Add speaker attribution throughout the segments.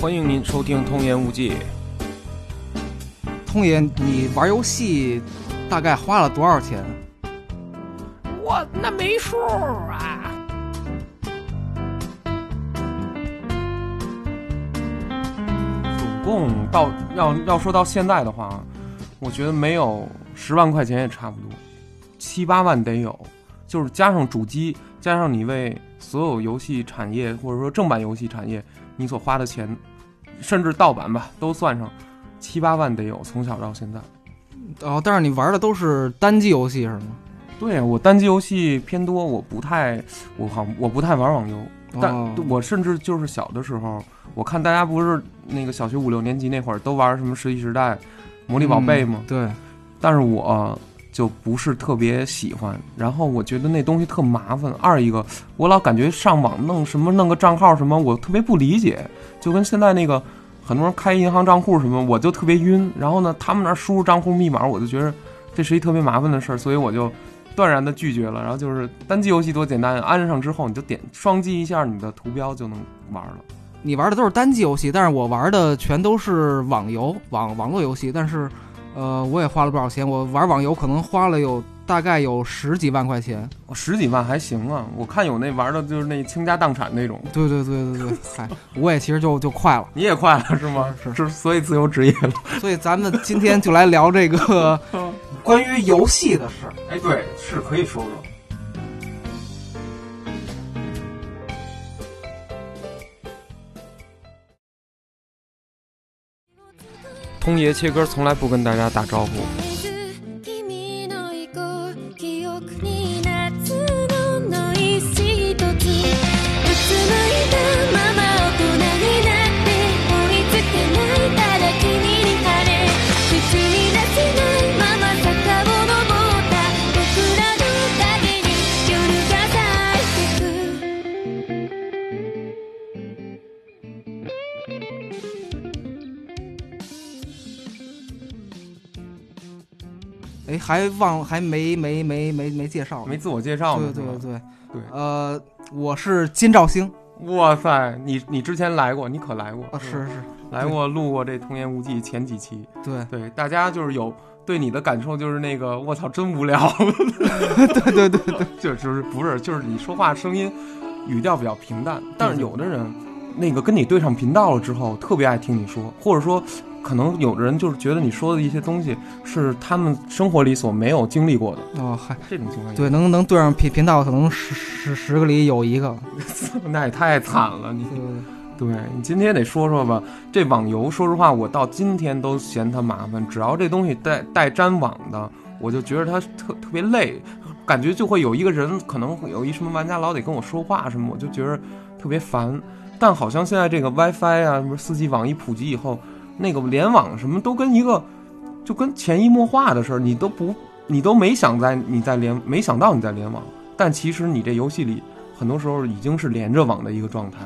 Speaker 1: 欢迎您收听《通言无忌》。
Speaker 2: 通爷，你玩游戏大概花了多少钱？
Speaker 3: 我那没数啊。
Speaker 1: 总共到要要说到现在的话，我觉得没有十万块钱也差不多，七八万得有，就是加上主机，加上你为所有游戏产业或者说正版游戏产业你所花的钱，甚至盗版吧都算上，七八万得有，从小到现在。
Speaker 2: 哦，但是你玩的都是单机游戏是吗？
Speaker 1: 对啊我单机游戏偏多，我不太，我好我不太玩网游，但
Speaker 2: 哦
Speaker 1: 我甚至就是小的时候，我看大家不是那个小学五六年级那会儿都玩什么《世纪时代》《魔力宝贝》吗？
Speaker 2: 嗯对，
Speaker 1: 但是我就不是特别喜欢，然后我觉得那东西特麻烦。二一个，我老感觉上网弄什么弄个账号什么，我特别不理解，就跟现在那个很多人开银行账户什么，我就特别晕。然后呢，他们那儿输入账户密码，我就觉得这是一特别麻烦的事儿，所以我就。断然的拒绝了，然后就是单机游戏多简单，安上之后你就点双击一下你的图标就能玩了。
Speaker 2: 你玩的都是单机游戏，但是我玩的全都是网游、网网络游戏。但是，呃，我也花了不少钱，我玩网游可能花了有大概有十几万块钱。
Speaker 1: 哦十几万还行啊，我看有那玩的就是那倾家荡产那种，
Speaker 2: 对对 对对对，嗨，我也其实就就快了。
Speaker 1: 你也快了是吗？
Speaker 2: 是
Speaker 1: 是，所以自由职业了。
Speaker 2: 所以咱们今天就来聊这 个
Speaker 1: 嗯
Speaker 2: 关于游戏的事儿。
Speaker 1: 哎，对，是可以说说。通爷切歌从来不跟大家打招呼。
Speaker 4: 君の移行記憶に夏のノイズ一つうつむいたまま大人になって追いつけないただ君に晴れ口に出せないまま坂を登った僕らの影に夜が咲いてく
Speaker 2: 哎，还忘还没没没没没介绍呢
Speaker 1: 没自我介绍
Speaker 2: 对
Speaker 1: 呢，
Speaker 2: 对
Speaker 1: 是
Speaker 2: 对
Speaker 1: 吧
Speaker 2: 对，
Speaker 1: 对
Speaker 2: 呃，我是金兆星
Speaker 1: 哇塞，你你之前来过，你可来过
Speaker 2: 啊，是是，
Speaker 1: 来过录过这《童言无忌》前几期，
Speaker 2: 对
Speaker 1: 对大家就是有对你的感受就是那个我操真无聊，
Speaker 2: 对对对对，
Speaker 1: 就就是不是就是你说话声音语调比较平淡，但是
Speaker 2: 对
Speaker 1: 有的人那个跟你对上频道了之后，特别爱听你说，或者说可能有的人就是觉得你说的一些东西是他们生活里所没有经历过的，
Speaker 2: 哦嗨，
Speaker 1: 这种情况也
Speaker 2: 对，能能对上频频道，可能十十十个里有一个，
Speaker 1: 那也太惨了你
Speaker 2: 对。对对，
Speaker 1: 对你今天得说说吧，这网游，说实话，我到今天都嫌它麻烦。只要这东西带带粘网的，我就觉得它特特别累，感觉就会有一个人，可能会有一什么玩家老得跟我说话什么，我就觉得特别烦。但好像现在这个 WiFi 啊，什么四 G 网一普及以后，那个联网什么都跟一个就跟潜移默化的事儿，你都不你都没想在你在联没想到你在联网，但其实你这游戏里很多时候已经是连着网的一个状态。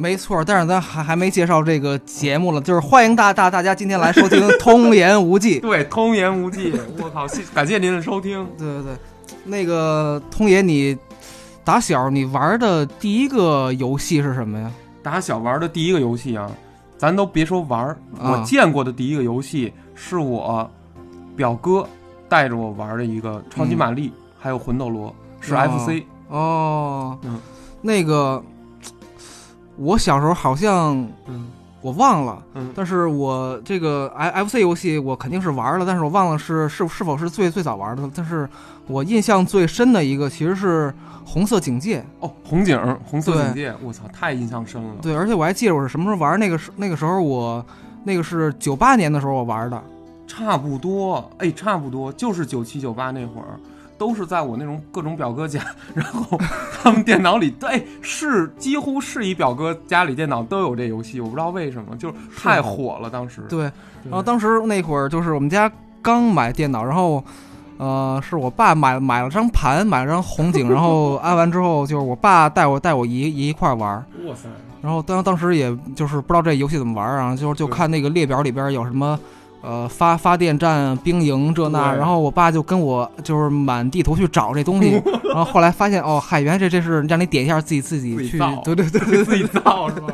Speaker 2: 没错。但是咱还还没介绍这个节目了，就是欢迎大大大家今天来收听《通言无忌》。
Speaker 1: 对，通言无忌。我靠，谢感谢您的收听。
Speaker 2: 对对对，那个通爷，你打小你玩的第一个游戏是什么呀？
Speaker 1: 打小玩的第一个游戏啊，咱都别说玩儿，
Speaker 2: 啊
Speaker 1: 我见过的第一个游戏是我表哥带着我玩的一个超级
Speaker 2: 嗯
Speaker 1: 玛丽，还有魂斗罗，是
Speaker 2: 哦
Speaker 1: FC。
Speaker 2: 哦，
Speaker 1: 嗯
Speaker 2: 那个我小时候好像
Speaker 1: 嗯
Speaker 2: 我忘了。
Speaker 1: 嗯，
Speaker 2: 但是我这个 F F C 游戏我肯定是玩了，但是我忘了是是是否是最最早玩的。但是我印象最深的一个其实是红色警戒，
Speaker 1: 哦，红警，红色
Speaker 2: 对
Speaker 1: 警戒，我操，太印象深了。
Speaker 2: 对，而且我还记得我是什么时候玩那个时那个时候我那个是九八年的时候我玩的，
Speaker 1: 差不多，哎，差不多就是九七九八那会儿，都是在我那种各种表哥家，然后他们电脑里，对，是几乎是一表哥家里电脑都有这游戏，我不知道为什么，就是
Speaker 2: 是
Speaker 1: 太火了当时。
Speaker 2: 对，
Speaker 1: 对，
Speaker 2: 然后当时那会儿就是我们家刚买电脑，然后。呃，是我爸买买了张盘，买了张红警，然后安完之后，就是我爸带我带我姨姨一块儿玩儿，
Speaker 1: 哇塞，
Speaker 2: 然后当当时也就是不知道这游戏怎么玩儿啊，就是就
Speaker 1: 对
Speaker 2: 看那个列表里边有什么呃发发电站、兵营这那，
Speaker 1: 对
Speaker 2: 然后我爸就跟我就是满地图去找这 东西，然后后来发现哦，嗨，原来这这是让你点一下自己自己
Speaker 1: 自己
Speaker 2: 去
Speaker 1: 造，
Speaker 2: 对对对对
Speaker 1: 自己造是吧？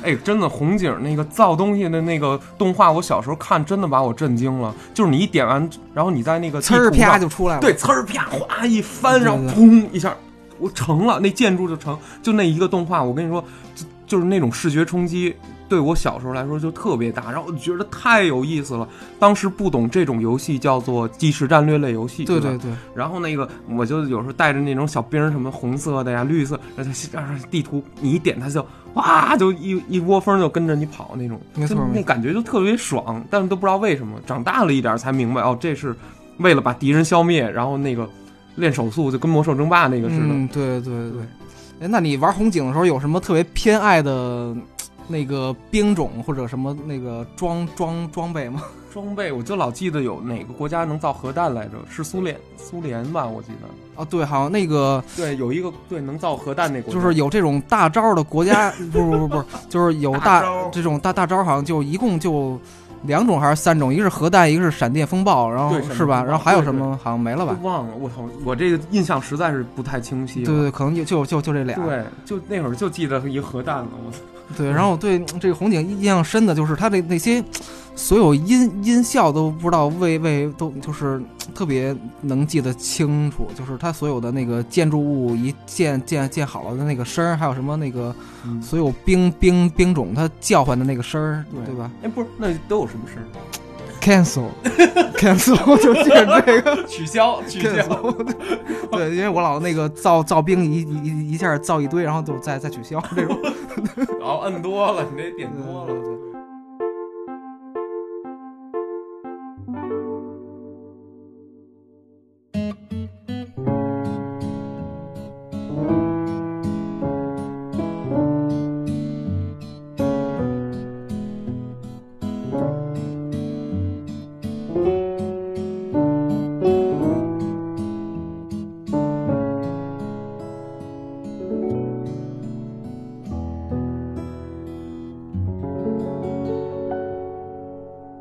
Speaker 1: 哎，真的，红警那个造东西的那个动画，我小时候看真的把我震惊了。就是你一点完，然后你在那个
Speaker 2: 呲儿
Speaker 1: 地图上
Speaker 2: 啪就出来了，嗯
Speaker 1: 对，呲儿啪哗一翻，
Speaker 2: 对
Speaker 1: 然后
Speaker 2: 对
Speaker 1: 砰一下，我成了，那建筑就成，就那一个动画，我跟你说，就就是那种视觉冲击。对我小时候来说就特别大，然后我觉得太有意思了。当时不懂这种游戏叫做即时战略类游戏，
Speaker 2: 对
Speaker 1: 吧
Speaker 2: 对对，
Speaker 1: 然后那个我就有时候带着那种小兵儿什么红色的呀、绿色，然后它让地图你一点它就哇就一一窝蜂就跟着你跑那种，
Speaker 2: 没错
Speaker 1: 就
Speaker 2: 没
Speaker 1: 那
Speaker 2: 错
Speaker 1: 感觉就特别爽，但是都不知道为什么，长大了一点儿才明白哦，这是为了把敌人消灭，然后那个练手速就跟魔兽争霸那个似的。
Speaker 2: 嗯，对对对对。哎，那你玩红警的时候有什么特别偏爱的那个兵种或者什么那个装装装备吗？
Speaker 1: 装备我就老记得有哪个国家能造核弹来着，是苏联苏联吧？我记得
Speaker 2: 哦，对，好像那个
Speaker 1: 对，有一个对能造核弹那国家
Speaker 2: 就是有这种大招的 国家，不不不不，就是有
Speaker 1: 大
Speaker 2: 大
Speaker 1: 招
Speaker 2: 这种大大招，好像就一共就两种还是三种，一个是核弹，一个是闪电风暴，然后
Speaker 1: 对闪电
Speaker 2: 是吧？
Speaker 1: 风暴
Speaker 2: 然后还有
Speaker 1: 对
Speaker 2: 什么？好像没了
Speaker 1: 都
Speaker 2: 吧？
Speaker 1: 忘了，我操，我这个印象实在是不太清晰
Speaker 2: 对
Speaker 1: 了。
Speaker 2: 对，可能就就就就这俩。
Speaker 1: 对， 就那会儿就记得一个核弹了，我操！
Speaker 2: 对，然后我对这个红警印象深的就是它的那嗯些所有音音效都不知道为为都就是特别能记得清楚，就是它所有的那个建筑物一建建建好了的那个声儿，还有什么那个
Speaker 1: 嗯
Speaker 2: 所有兵兵兵种它叫唤的那个声儿，对吧
Speaker 1: 哎，不是，那都有什么事儿？
Speaker 2: ？Cancel cancel 就记着这个
Speaker 1: 取消，取
Speaker 2: cancel，对，因为我老那个造造兵一一一一下造一堆，然后就再再取消这种。
Speaker 1: 然后哦摁多了，你这点
Speaker 2: 多了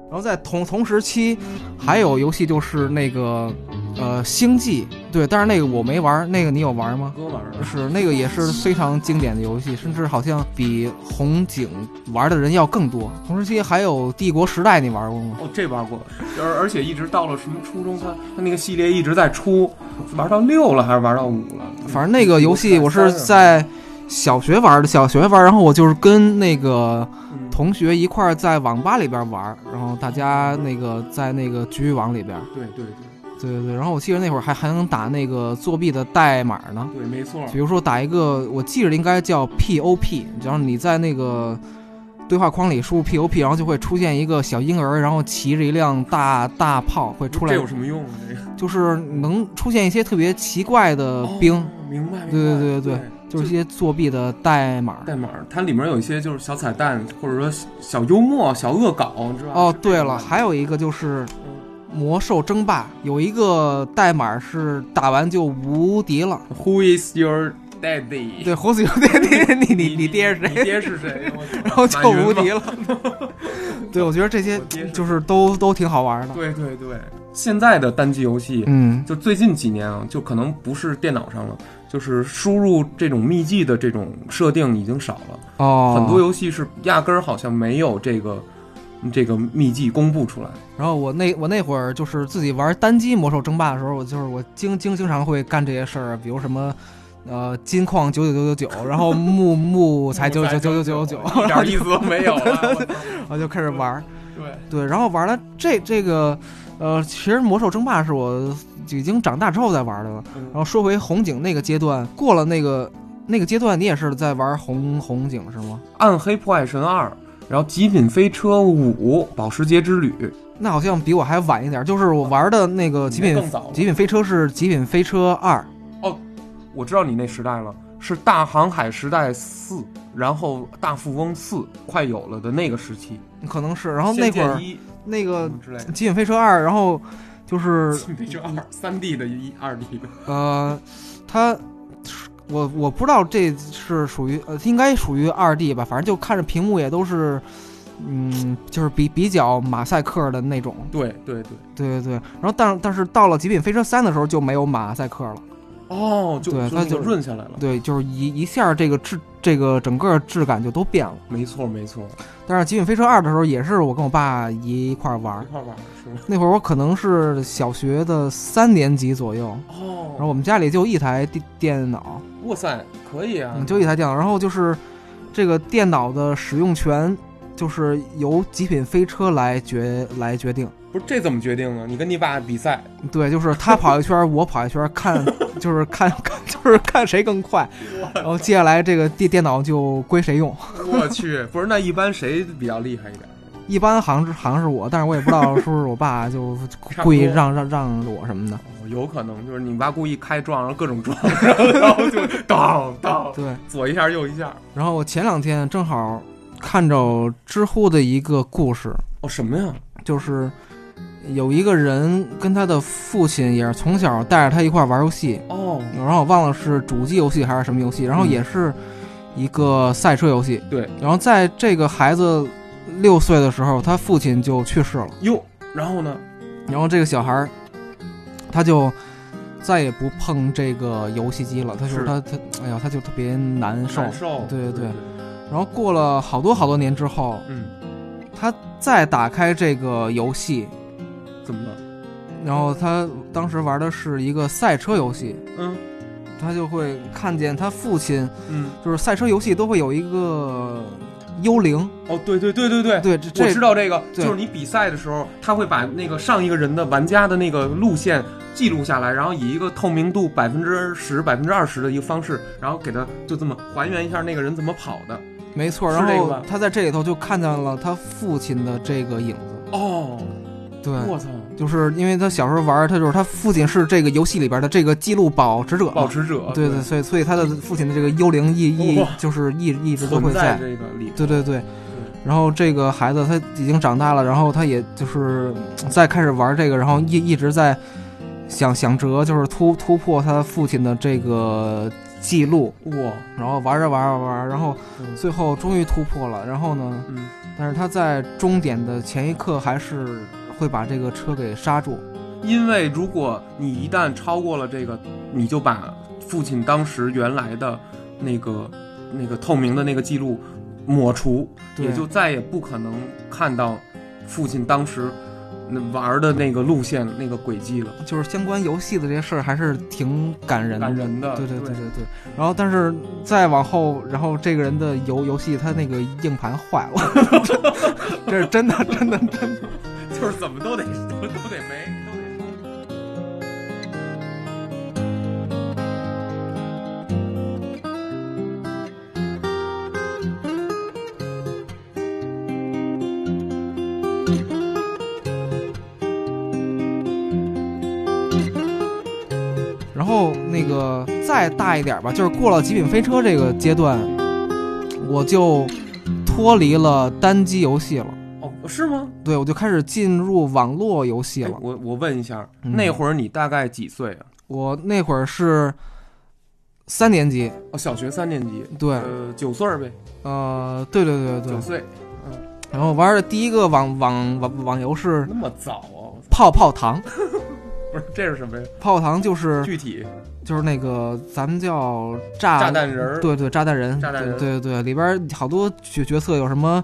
Speaker 2: 然后在同同时期，还有游戏就是那个呃《星际》，对，但是那个我没玩儿，那个你有玩儿吗？
Speaker 1: 哥玩儿
Speaker 2: 是那个也是非常经典的游戏，甚至好像比红警玩的人要更多。同时期还有《帝国时代》，你玩过吗？
Speaker 1: 哦，这玩过，而而且一直到了什么初中，他他那个系列一直在出，玩到六了还是玩到五了？嗯
Speaker 2: 反正那个游戏我是在小学玩的，小学玩儿，然后我就是跟那个
Speaker 1: 嗯
Speaker 2: 同学一块儿在网吧里边儿玩儿，然后大家那个在那个局域网里边儿，
Speaker 1: 对对对
Speaker 2: 对对对。然后我记得那会儿还还能打那个作弊的代码呢。
Speaker 1: 对，没错儿。
Speaker 2: 比如说打一个，我记着应该叫 POP，然后你在那个对话框里输入 POP，然后就会出现一个小婴儿，然后骑着一辆大大炮会出
Speaker 1: 这
Speaker 2: 来，
Speaker 1: 有什么用啊？这个
Speaker 2: 就是能出现一些特别奇怪的兵，
Speaker 1: 哦明白？明白
Speaker 2: 呃对对对对
Speaker 1: 对，
Speaker 2: 就是一些作弊的代码。
Speaker 1: 代码，它里面有一些就是小彩蛋，或者说小幽默、小恶搞，你知道吗？
Speaker 2: 哦，对了，还有一个就是
Speaker 1: 嗯
Speaker 2: 魔兽争霸有一个代码是打完就无敌了。
Speaker 1: Who is your daddy？
Speaker 2: 对，胡子有爹爹，你你你爹是
Speaker 1: 你
Speaker 2: 谁？
Speaker 1: 爹是 谁？我操
Speaker 2: 然后就无敌。
Speaker 1: 马云吗
Speaker 2: 了。对，我觉得这些
Speaker 1: 我爹是
Speaker 2: 就是都都挺好玩的。
Speaker 1: 对对对，现在的单机游戏，
Speaker 2: 嗯，
Speaker 1: 就最近几年啊，就可能不是电脑上了，就是输入这种秘籍的这种设定已经少了，
Speaker 2: 哦，
Speaker 1: 很多游戏是压根儿好像没有这个这个秘籍公布出来。
Speaker 2: 然后我那我那会儿就是自己玩单机魔兽争霸的时候，我就是我经经经常会干这些事儿，比如什么。呃，金矿九九九九九，然后木木材九九九九九九，
Speaker 1: 一点意思都没有了。 我操
Speaker 2: 然后就开始玩儿。
Speaker 1: 对，
Speaker 2: 对，然后玩了这这个，呃，其实魔兽争霸是我已经长大之后再玩的了。然后说回红警那个阶段，过了那个那个阶段，你也是在玩红红警是吗？
Speaker 1: 《暗黑破坏神二》，然后《极品飞车五》《保时捷之旅》，
Speaker 2: 那好像比我还晚一点儿，就是我玩的那个极品
Speaker 1: 嗯更早了
Speaker 2: 极品飞车是极品飞车二，
Speaker 1: 我知道你那时代了，是大航海时代四，然后大富翁四快有了的那个时期。
Speaker 2: 可能是。然后那会
Speaker 1: 仙
Speaker 2: 儿呃
Speaker 1: 剑一
Speaker 2: 那个
Speaker 1: 什么之类的，
Speaker 2: 极品飞车二，然后就是
Speaker 1: 那就二 三 D 的一二 D 的，
Speaker 2: 呃，它我我不知道这是属于呃，应该属于二 D 吧，反正就看着屏幕也都是嗯，就是比比较马赛克的那种，
Speaker 1: 对对对，
Speaker 2: 对对对。然后但但是到了《极品飞车三》的时候就没有马赛克了，
Speaker 1: 哦，就
Speaker 2: 对
Speaker 1: 就
Speaker 2: 它
Speaker 1: 那个
Speaker 2: 就是
Speaker 1: 润下来了，
Speaker 2: 对，就是一一下这个质这个整个质感就都变了。
Speaker 1: 没错没错，
Speaker 2: 但是《极品飞车二》的时候也是我跟我爸一块儿玩
Speaker 1: 一
Speaker 2: 儿，
Speaker 1: 块玩儿是吗？
Speaker 2: 那会儿我可能是小学的三年级左右，
Speaker 1: 哦，
Speaker 2: 然后我们家里就一台电电脑，
Speaker 1: 哇塞，可以啊
Speaker 2: 嗯，，就一台电脑，然后就是这个电脑的使用权就是由《极品飞车》来决来决定。
Speaker 1: 不是这怎么决定呢？啊你跟你爸比赛，
Speaker 2: 对，就是他跑一圈儿，我跑一圈儿，看就是看 看就是看谁更快，然后接下来这个电电脑就归谁用。
Speaker 1: 我去，不是那一般谁比较厉害一点？
Speaker 2: 一般好像是好像是我，但是我也不知道是不是我爸就
Speaker 1: 差不
Speaker 2: 故意
Speaker 1: 多
Speaker 2: 让让让着我什么的。
Speaker 1: 哦有可能就是你爸故意开撞，然后各种 撞，然后然后就当当
Speaker 2: 对，
Speaker 1: 左一下右一下。
Speaker 2: 然后我前两天正好看着知乎的一个故事，
Speaker 1: 哦，什么呀？
Speaker 2: 就是有一个人跟他的父亲也是从小带着他一块儿玩游戏，
Speaker 1: 哦，
Speaker 2: 然后我忘了是主机游戏还是什么游戏，然后也是一个赛车游戏。
Speaker 1: 嗯对，
Speaker 2: 然后在这个孩子六岁的时候，他父亲就去世了，
Speaker 1: 哟，然后呢？
Speaker 2: 然后这个小孩儿他就。再也不碰这个游戏机了，他就是
Speaker 1: 是
Speaker 2: 他他，哎呀，他就特别难受。
Speaker 1: 难受，
Speaker 2: 对对对
Speaker 1: 对，
Speaker 2: 然后过了好多好多年之后，
Speaker 1: 嗯，
Speaker 2: 他再打开这个游戏，
Speaker 1: 怎么了？
Speaker 2: 然后他当时玩的是一个赛车游戏，
Speaker 1: 嗯
Speaker 2: 他就会看见他父亲，
Speaker 1: 嗯，
Speaker 2: 就是赛车游戏都会有一个幽灵，
Speaker 1: 哦，对对对对对。
Speaker 2: 对，这
Speaker 1: 我
Speaker 2: 这
Speaker 1: 知道这个，
Speaker 2: 对
Speaker 1: 就是你比赛的时候，他会把那个上一个人的玩家的那个路线记录下来，然后以一个透明度百分之十、百分之二十的一个方式，然后给他就这么还原一下那个人怎么跑的。
Speaker 2: 没错。
Speaker 1: 是
Speaker 2: 然
Speaker 1: 这个
Speaker 2: 后
Speaker 1: 吧
Speaker 2: 他在这里头就看见了他父亲的这个影子，
Speaker 1: 哦，
Speaker 2: 对，
Speaker 1: 我操！
Speaker 2: 就是因为他小时候玩，他就是他父亲是这个游戏里边的这个记录保持者嘛，
Speaker 1: 保持者，
Speaker 2: 对对，所以所以他的父亲的这个幽灵一一
Speaker 1: 哇
Speaker 2: 就是一一直都
Speaker 1: 存
Speaker 2: 会
Speaker 1: 在这个里。
Speaker 2: 对对对，然后这个孩子他已经长大了，然后他也就是嗯再开始玩这个，然后一一直在想想辙，就是突突破他父亲的这个记录，
Speaker 1: 哇，
Speaker 2: 然后玩着玩着玩着，然后
Speaker 1: 嗯
Speaker 2: 最后终于突破了。然后呢，
Speaker 1: 嗯，
Speaker 2: 但是他在终点的前一刻还是会把这个车给刹住。
Speaker 1: 因为如果你一旦超过了这个，你就把父亲当时原来的那个那个透明的那个记录抹除，
Speaker 2: 对
Speaker 1: 也就再也不可能看到父亲当时那玩的那个路线那个轨迹了。
Speaker 2: 就是相关游戏的这些事儿还是挺感人的，
Speaker 1: 感人的
Speaker 2: 对对对
Speaker 1: 对
Speaker 2: 对对。然后，但是再往后，然后这个人的游游戏他那个硬盘坏了， 这是真的，真的，真的。
Speaker 1: 就是怎么都得都都得没。
Speaker 2: 然后那个再大一点吧，就是过了极品飞车这个阶段，我就脱离了单机游戏了，
Speaker 1: 哦，是吗？
Speaker 2: 对我就开始进入网络游戏
Speaker 1: 哎
Speaker 2: 了。
Speaker 1: 我我问一下，
Speaker 2: 嗯
Speaker 1: 那会儿你大概几岁啊？
Speaker 2: 我那会儿是三年级，
Speaker 1: 哦，小学三年级，
Speaker 2: 对，
Speaker 1: 呃，九岁儿呗，
Speaker 2: 呃，对对对对
Speaker 1: 九。岁，
Speaker 2: 然后玩的第一个网网网网游是
Speaker 1: 那么早啊！我操
Speaker 2: 泡泡糖，
Speaker 1: 不是，这是什么呀？
Speaker 2: 泡泡糖就是
Speaker 1: 具体
Speaker 2: 就是那个咱们叫炸
Speaker 1: 炸弹人儿，
Speaker 2: 对对炸弹人，
Speaker 1: 炸弹人
Speaker 2: 对对对，里边好多角角色有什么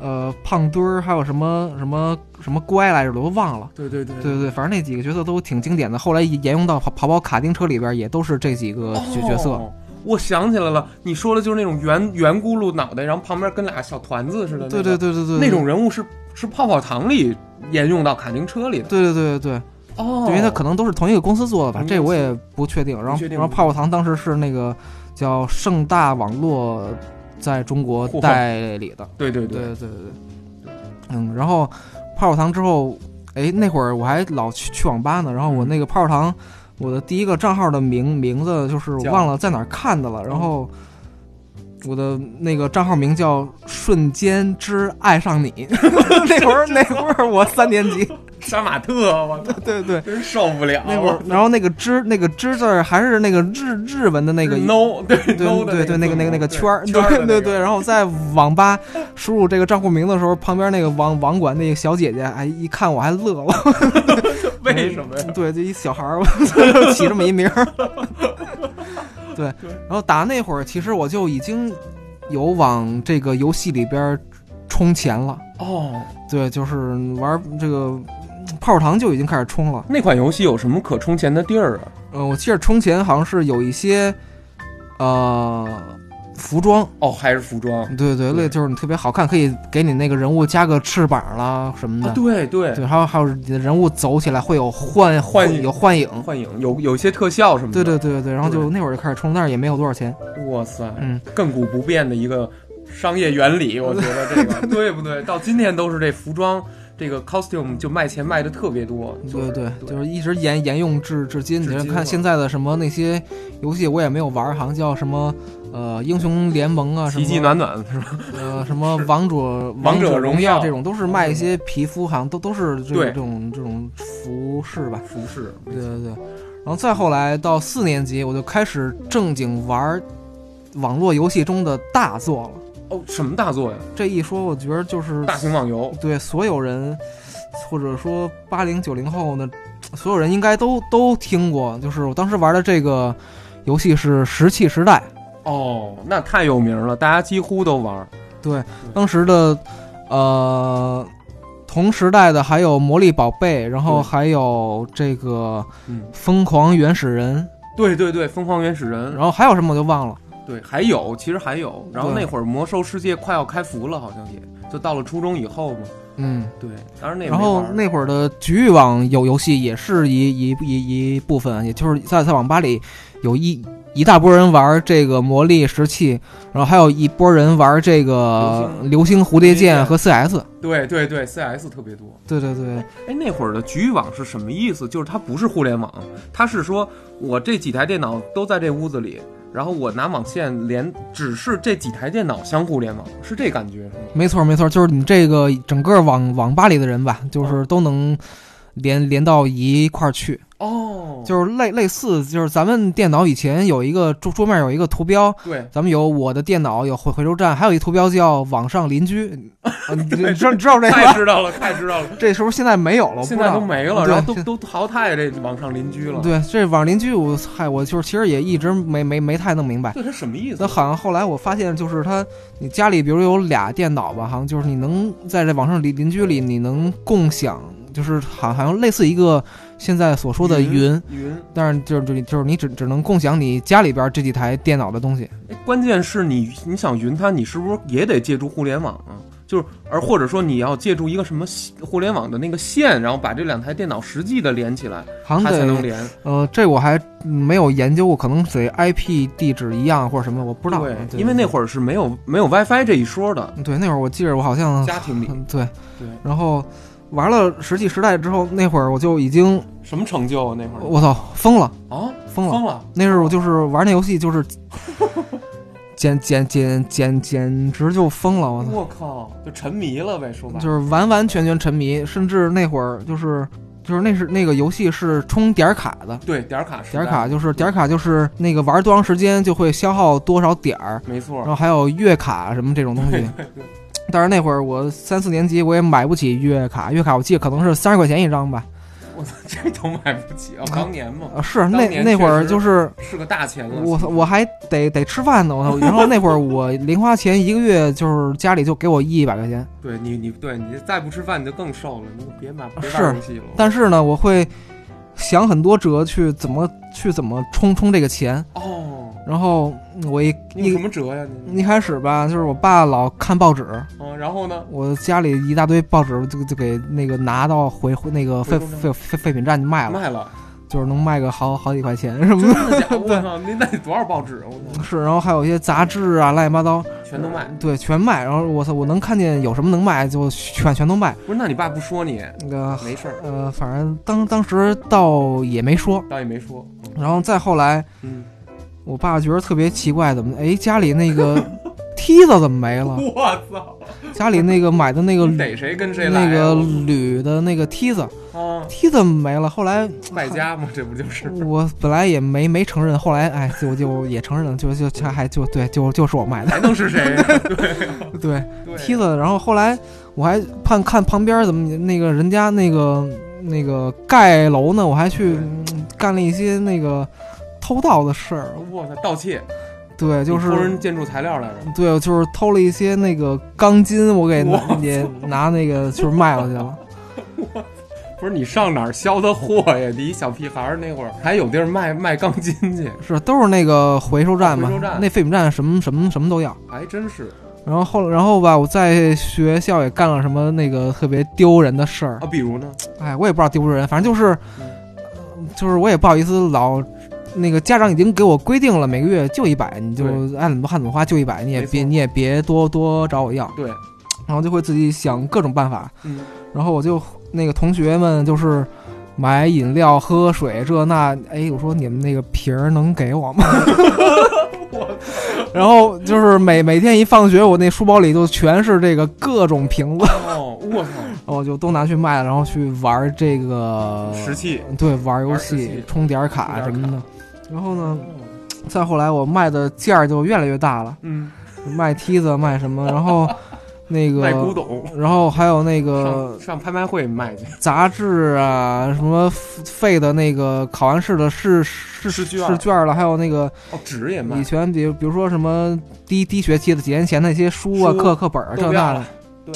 Speaker 2: 呃胖墩儿，还有什么什么什么乖来着，我都忘了。
Speaker 1: 对对对
Speaker 2: 对对对，反正那几个角色都挺经典的，后来沿用到跑跑跑卡丁车里边也都是这几个角角色。
Speaker 1: 哦我想起来了，你说的就是那种圆圆咕噜脑袋，然后旁边跟俩小团子似的，
Speaker 2: 对对对对对，
Speaker 1: 那个，那种人物是是泡泡糖里沿用到卡丁车里的。
Speaker 2: 对对对对对。
Speaker 1: 哦，
Speaker 2: 因为它可能都是同一个公司做的吧，
Speaker 1: 同一个
Speaker 2: 这我
Speaker 1: 公司
Speaker 2: 也不确定。然
Speaker 1: 不
Speaker 2: 后
Speaker 1: 确，定
Speaker 2: 然后泡泡糖当时是那个叫盛大网络在中国
Speaker 1: 互换
Speaker 2: 代理的，
Speaker 1: 对对
Speaker 2: 对对对对，嗯，然后泡泡糖之后，哎，那会儿我还老去去网吧呢，然后我
Speaker 1: 嗯
Speaker 2: 那个泡泡糖，我的第一个账号的名名字就是我
Speaker 1: 叫嗯
Speaker 2: 忘了在哪儿看的了，然后。我的那个账号名 叫“瞬间之爱上你”，那会儿那会儿我三年级，
Speaker 1: 杀马特，我操，
Speaker 2: 对对，
Speaker 1: 真受不了。
Speaker 2: 那会儿，然后那个之那个之字儿还是那个日日文的那个
Speaker 1: no 对
Speaker 2: 对
Speaker 1: no 的
Speaker 2: 对对，那个那个那个圈儿，
Speaker 1: 圈儿的
Speaker 2: 对对
Speaker 1: 那
Speaker 2: 对。
Speaker 1: 个
Speaker 2: 然后在网吧输入这个账户名的时候，旁边那个网网管那个小姐姐，哎，一看我还乐了。 嗯
Speaker 1: 为什么呀？
Speaker 2: 对，就一小孩儿，我 起这么一名儿。对，然后打那会儿，其实我就已经有往这个游戏里边儿充钱了。
Speaker 1: 哦，
Speaker 2: 对，就是玩这个泡泡糖就已经开始充了。
Speaker 1: 那款游戏有什么可充钱的地儿啊？
Speaker 2: 呃，我记得充钱好像是有一些呃服装，
Speaker 1: 哦，还是服装
Speaker 2: 对对，类就是你特别好看，可以给你那个人物加个翅膀啦什么的。
Speaker 1: 啊？对对，
Speaker 2: 对，还有还有你的人物走起来会有幻
Speaker 1: 幻影
Speaker 2: 有幻影。
Speaker 1: 幻影有有一些特效什么
Speaker 2: 对
Speaker 1: 的。
Speaker 2: 对对对对，然后就那会儿就开始充，但是也没有多少钱。
Speaker 1: 对，哇塞，
Speaker 2: 嗯，
Speaker 1: 亘古不变的一个商业原理， 我觉得这个对不对？到今天都是这服装这个 costume 就卖钱卖的特别多，就
Speaker 2: 对
Speaker 1: 是
Speaker 2: 对，
Speaker 1: 对
Speaker 2: 就是一直沿沿用至至今。你
Speaker 1: 至今
Speaker 2: 看
Speaker 1: 了
Speaker 2: 现在的什么那些游戏，我也没有玩儿，好像叫什么呃英雄联盟啊，什
Speaker 1: 奇迹
Speaker 2: 么
Speaker 1: 暖暖是吧？
Speaker 2: 呃什么王者
Speaker 1: 王者
Speaker 2: 者
Speaker 1: 荣
Speaker 2: 耀
Speaker 1: 耀嗯
Speaker 2: 这种，都是卖一些皮肤，好像都都是这
Speaker 1: 对
Speaker 2: 这种这种服饰吧。
Speaker 1: 服饰
Speaker 2: 对对对。然后再后来到四年级，我就开始正经玩儿网络游戏中的大作了。
Speaker 1: 哦，什么大作呀？
Speaker 2: 这一说，我觉得就是
Speaker 1: 大型网游
Speaker 2: 对所有人，或者说八零九零后呢，所有人应该都都听过。就是我当时玩的这个游戏是《石器时代
Speaker 1: 哦，那太有名了，大家几乎都玩。》，
Speaker 2: 当时的呃同时代的还有《魔力宝贝》，然
Speaker 1: 对
Speaker 2: 后还有这个
Speaker 1: 嗯
Speaker 2: 《疯狂原始人
Speaker 1: 对对对，疯狂原始》，
Speaker 2: 然
Speaker 1: 人，
Speaker 2: 后还有什么我就忘了。
Speaker 1: 对，还有，其实还有，然后
Speaker 2: 对
Speaker 1: 那会儿魔兽世界快要开服了，好像也就到了初中以后嘛，
Speaker 2: 嗯，
Speaker 1: 对，当然那也
Speaker 2: 然
Speaker 1: 没
Speaker 2: 后
Speaker 1: 玩儿
Speaker 2: 那会儿的局域网有游戏也是一一一一部分，也就是在在网吧里有一一大波人玩这个魔力石器，然后还有一波人玩这个流星蝴蝶剑和 CS。
Speaker 1: 对对对，CS 特别多。
Speaker 2: 对对对，
Speaker 1: 哎，那会儿的局域网是什么意思？就是它不是互联网，它是说我这几台电脑都在这屋子里，然后我拿网线连，只是这几台电脑相互联网，是这感觉是吗？
Speaker 2: 没错没错，就是你这个整个网网吧里的人吧，
Speaker 1: 嗯
Speaker 2: 就是都能连连到一块儿去，
Speaker 1: 哦就
Speaker 2: 就是类类似，就是咱们电脑以前有一个桌桌面有一个图标，
Speaker 1: 对，
Speaker 2: 咱们有我的电脑，有回回收站，还有一图标叫“网上邻居”，啊 你你知道你知道这个
Speaker 1: 太
Speaker 2: 吗？
Speaker 1: 知道了，太知道了，
Speaker 2: 这时候现在没有了，我不
Speaker 1: 现
Speaker 2: 知道
Speaker 1: 在都没了，
Speaker 2: 对
Speaker 1: 然后
Speaker 2: 现
Speaker 1: 都都淘汰这网上邻居了。，
Speaker 2: 对这网上邻居我，嗨，我就是其实也一直没没没太弄明白。
Speaker 1: 对，它什么意思
Speaker 2: 那？好像后来我发现，就是他，你家里比如有俩电脑吧，好像就是你能在这网上邻邻居里，你能共享，就是好好像类似一个现在所说的云，
Speaker 1: 云，
Speaker 2: 但是就是就是就是你只只能共享你家里边这几台电脑的东西。
Speaker 1: 哎关键是你你想云它，你是不是也得借助互联网啊？就是而或者说你要借助一个什么互联网的那个线，然后把这两台电脑实际的连起来，
Speaker 2: 好像
Speaker 1: 它才
Speaker 2: 得
Speaker 1: 能连。
Speaker 2: 呃，这我还没有研究过，可能得 IP 地址一样或者什么，我不知道。
Speaker 1: 对，因为那
Speaker 2: 儿，
Speaker 1: 会儿是没有没有 WiFi 这一说的，
Speaker 2: 对那会儿我记着我好像，
Speaker 1: 家庭里
Speaker 2: 嗯对
Speaker 1: 对
Speaker 2: 然后玩了《石器时代》之后，那会儿我就已经，
Speaker 1: 什么成就啊？那会儿
Speaker 2: 我操，疯了，
Speaker 1: 啊，
Speaker 2: 疯了！
Speaker 1: 疯了，
Speaker 2: 那时候我就是玩那游 戏，就是简简简简简直就疯了，我操！
Speaker 1: 我靠，就沉迷了呗，说白了
Speaker 2: 就是完完全全沉迷，甚至那会儿就是就是那是那个游戏是充点儿卡的，
Speaker 1: 对点儿卡时代
Speaker 2: 点儿卡就是点儿卡就是那个玩多长时间就会消耗多少点儿，
Speaker 1: 没
Speaker 2: 然
Speaker 1: 错，
Speaker 2: 后还有月卡什么这种东西。但是那会儿我三四年级，我也买不起月卡，月卡我记得可能是三十块钱一张吧。
Speaker 1: 我操， 这都买不起啊！当年嘛，
Speaker 2: 啊，是
Speaker 1: 当
Speaker 2: 那
Speaker 1: 年
Speaker 2: 那会
Speaker 1: 确
Speaker 2: 儿
Speaker 1: 实
Speaker 2: 就是
Speaker 1: 是个大钱了。
Speaker 2: 我我还得得吃饭呢，我操！然后那会儿我零花钱一个月就是家里就给我一百块钱，
Speaker 1: 对你你对你再不吃饭你就更瘦了，你就别买别
Speaker 2: 是
Speaker 1: 玩游戏了。
Speaker 2: 但是呢，我会想很多辙去怎么去怎么充充这个钱。
Speaker 1: 哦，
Speaker 2: 然后我一
Speaker 1: 你有什
Speaker 2: 一
Speaker 1: 么辙呀？
Speaker 2: 一开始吧，就是我爸老看报纸，
Speaker 1: 嗯，然后呢？
Speaker 2: 我家里一大堆报纸就就给那个拿到回回那个
Speaker 1: 回
Speaker 2: 废
Speaker 1: 收站
Speaker 2: 废废废品站去卖了，
Speaker 1: 卖 了，
Speaker 2: 就是能卖个好好几块钱什么
Speaker 1: 真
Speaker 2: 的。
Speaker 1: 的假 的？我操，您那得多少报纸啊？我操，
Speaker 2: 是，然后还有一些杂志啊，乱七八糟，
Speaker 1: 全都卖。
Speaker 2: 对，全卖。然后我操，我能看见有什么能卖就全全都卖。
Speaker 1: 不是，那你爸不说你
Speaker 2: 那个
Speaker 1: 没事儿，
Speaker 2: 呃，反正当当时倒也没说。
Speaker 1: 倒也没说。
Speaker 2: 然后再后来，
Speaker 1: 嗯，
Speaker 2: 我爸觉得特别奇怪，怎么哎家里那个。梯子怎么没了？
Speaker 1: 我操！
Speaker 2: 家里那个买的那个
Speaker 1: 逮谁跟谁来啊？
Speaker 2: 那个铝的那个梯子，
Speaker 1: 啊，
Speaker 2: 梯子没了。后来
Speaker 1: 败家嘛，这不就是？
Speaker 2: 我本来也没没承认，后来哎，就就也承认了，就就就还就对，就就是 我买的，
Speaker 1: 还能是谁呀？对
Speaker 2: 对
Speaker 1: 对
Speaker 2: 梯子。然后后来我还看看旁边怎么那个人家那个那个盖楼呢，我还去
Speaker 1: 对
Speaker 2: 嗯干了一些那个偷盗的事儿。
Speaker 1: 我操，盗窃
Speaker 2: 对，就
Speaker 1: 偷
Speaker 2: 是
Speaker 1: 人建筑材料来着。
Speaker 2: 对，就是偷了一些那个钢筋，我给拿
Speaker 1: 哇
Speaker 2: 也拿那个就是卖了去了。
Speaker 1: 不是你上哪儿销的货呀？你一小屁孩儿那会儿还有地儿卖卖钢筋去，
Speaker 2: 是，都是那个回收站嘛，
Speaker 1: 回收站
Speaker 2: 那废品站什么什么什么都要。
Speaker 1: 还真是
Speaker 2: 然后后然后吧，我在学校也干了什么那个特别丢人的事儿
Speaker 1: 啊。，比如呢？
Speaker 2: 哎，我也不知道丢人，反正就是
Speaker 1: 嗯，
Speaker 2: 就是我也不好意思老，那个家长已经给我规定了每个月就一百，你就
Speaker 1: 对
Speaker 2: 爱怎么花怎么花，就一百，你也
Speaker 1: 没错
Speaker 2: 别你也别多多找我要，
Speaker 1: 对，
Speaker 2: 然后就会自己想各种办法，
Speaker 1: 嗯，
Speaker 2: 然后我就那个同学们就是。买饮料、喝水，这那，哎，我说你们那个瓶儿能给我吗？然后就是每每天一放学，我那书包里就全是这个各种瓶子，
Speaker 1: 哦，我操，
Speaker 2: 我就都拿去卖了，然后去玩这个
Speaker 1: 石器，
Speaker 2: 对，玩游
Speaker 1: 玩实
Speaker 2: 戏
Speaker 1: 际、
Speaker 2: 充点儿卡什
Speaker 1: 充点儿卡
Speaker 2: 么的。然后呢，再后来我卖的件儿就越来越大了，
Speaker 1: 嗯，
Speaker 2: 卖梯子、卖什么，然后那
Speaker 1: 卖古
Speaker 2: 个，呃
Speaker 1: 董，
Speaker 2: 然后还有那个
Speaker 1: 上上拍卖会卖去，
Speaker 2: 杂志啊，什么废的那个考完试的试试
Speaker 1: 试卷儿
Speaker 2: 试卷儿了，还有那个
Speaker 1: 哦，纸也卖
Speaker 2: 以，前比如比如说什么低低学期的几年前那些书啊、
Speaker 1: 书
Speaker 2: 课课本儿啊
Speaker 1: 都
Speaker 2: 这
Speaker 1: 不
Speaker 2: 那
Speaker 1: 要
Speaker 2: 的
Speaker 1: 了，，对，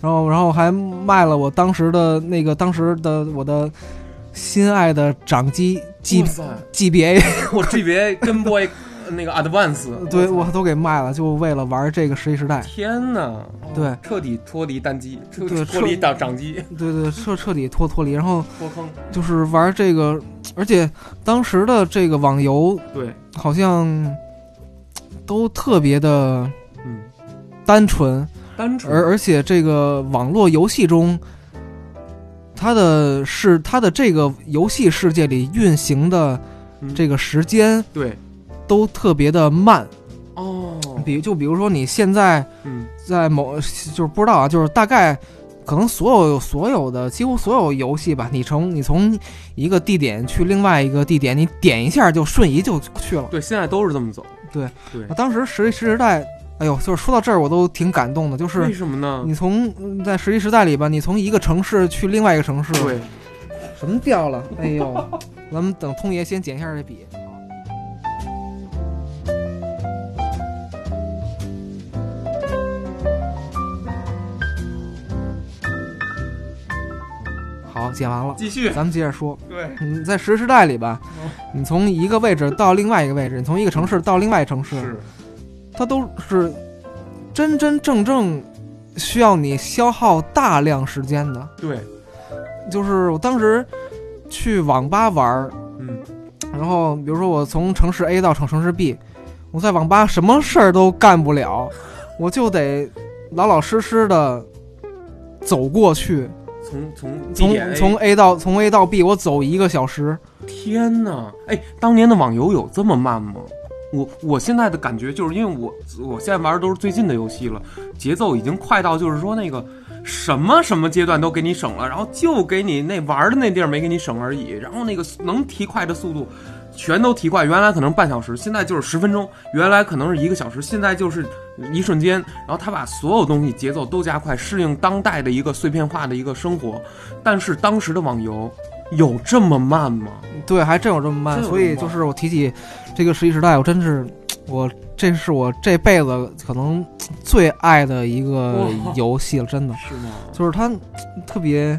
Speaker 2: 然后然后还卖了我当时的那个当时的我的心爱的掌机 G
Speaker 1: 哇塞，
Speaker 2: G B A，
Speaker 1: 我 GBA 跟 boy 呃那个 Advance，
Speaker 2: 对
Speaker 1: 我
Speaker 2: 我
Speaker 1: 操
Speaker 2: 都给卖了，就为了玩这个《十一时代》。
Speaker 1: 天哪，哦
Speaker 2: 哎对
Speaker 1: 彻底脱离单机，彻
Speaker 2: 对
Speaker 1: 脱离掌掌机，
Speaker 2: 对对，彻彻底脱脱离，然后
Speaker 1: 脱坑，
Speaker 2: 就是玩这个，而且当时的这个网游
Speaker 1: 对，
Speaker 2: 好像都特别的
Speaker 1: 嗯，
Speaker 2: 单纯，
Speaker 1: 单纯，
Speaker 2: 而而且这个网络游戏中，它的是它的这个游戏世界里运行的
Speaker 1: 嗯
Speaker 2: 这个时间
Speaker 1: 对，
Speaker 2: 都特别的慢。
Speaker 1: 哦，
Speaker 2: 比就比如说你现在
Speaker 1: 嗯，
Speaker 2: 在某就是不知道啊，就是大概可能所有所有的几乎所有游戏吧，你从你从一个地点去另外一个地点，你点一下就瞬移就去了。
Speaker 1: 对，现在都是这么走，
Speaker 2: 我啊当时十十时代，哎呦，就是说到这儿我都挺感动的，就是
Speaker 1: 为什么呢？
Speaker 2: 你从嗯在十一时代里吧，你从一个城市去另外一个城市，
Speaker 1: 对，
Speaker 2: 什么掉了？哎 呦，咱们等通爷先捡一下这笔。好，剪完了，
Speaker 1: 继续，
Speaker 2: 咱们接着说。
Speaker 1: 对，
Speaker 2: 嗯，在十时代里吧，
Speaker 1: 哦
Speaker 2: 你从一个位置到另外一个位置，你从一个城市到另外一个城市，
Speaker 1: 是，
Speaker 2: 它都是真真正正需要你消耗大量时间的。
Speaker 1: 对，
Speaker 2: 就是我当时去网吧玩儿，
Speaker 1: 嗯，
Speaker 2: 然后比如说我从城市 A 到城城市 B，我在网吧什么事儿都干不了，我就得老老实实的走过去，
Speaker 1: 从从地点 A
Speaker 2: 从从 A 到从 A 到 B，我走一个小时。
Speaker 1: 天呐，哎，当年的网游有这么慢吗？我我现在的感觉就是因为我我现在玩的都是最近的游戏了，节奏已经快到就是说那个什么什么阶段都给你省了，然后就给你那玩的那地儿没给你省而已，然后那个能提快的速度全都提快，原来可能半小时，现在就是十分钟，原来可能是一个小时，现在就是一瞬间，然后他把所有东西节奏都加快，适应当代的一个碎片化的一个生活，但是当时的网游有这么慢吗？
Speaker 2: 对，还真有这么慢。
Speaker 1: 真有
Speaker 2: 所
Speaker 1: 这么
Speaker 2: 以
Speaker 1: 慢
Speaker 2: 就是我提起这个《十一时代》，我真是我这是我这辈子可能最爱的一个
Speaker 1: 哇
Speaker 2: 游戏了，真的。
Speaker 1: 是吗？
Speaker 2: 就是它特别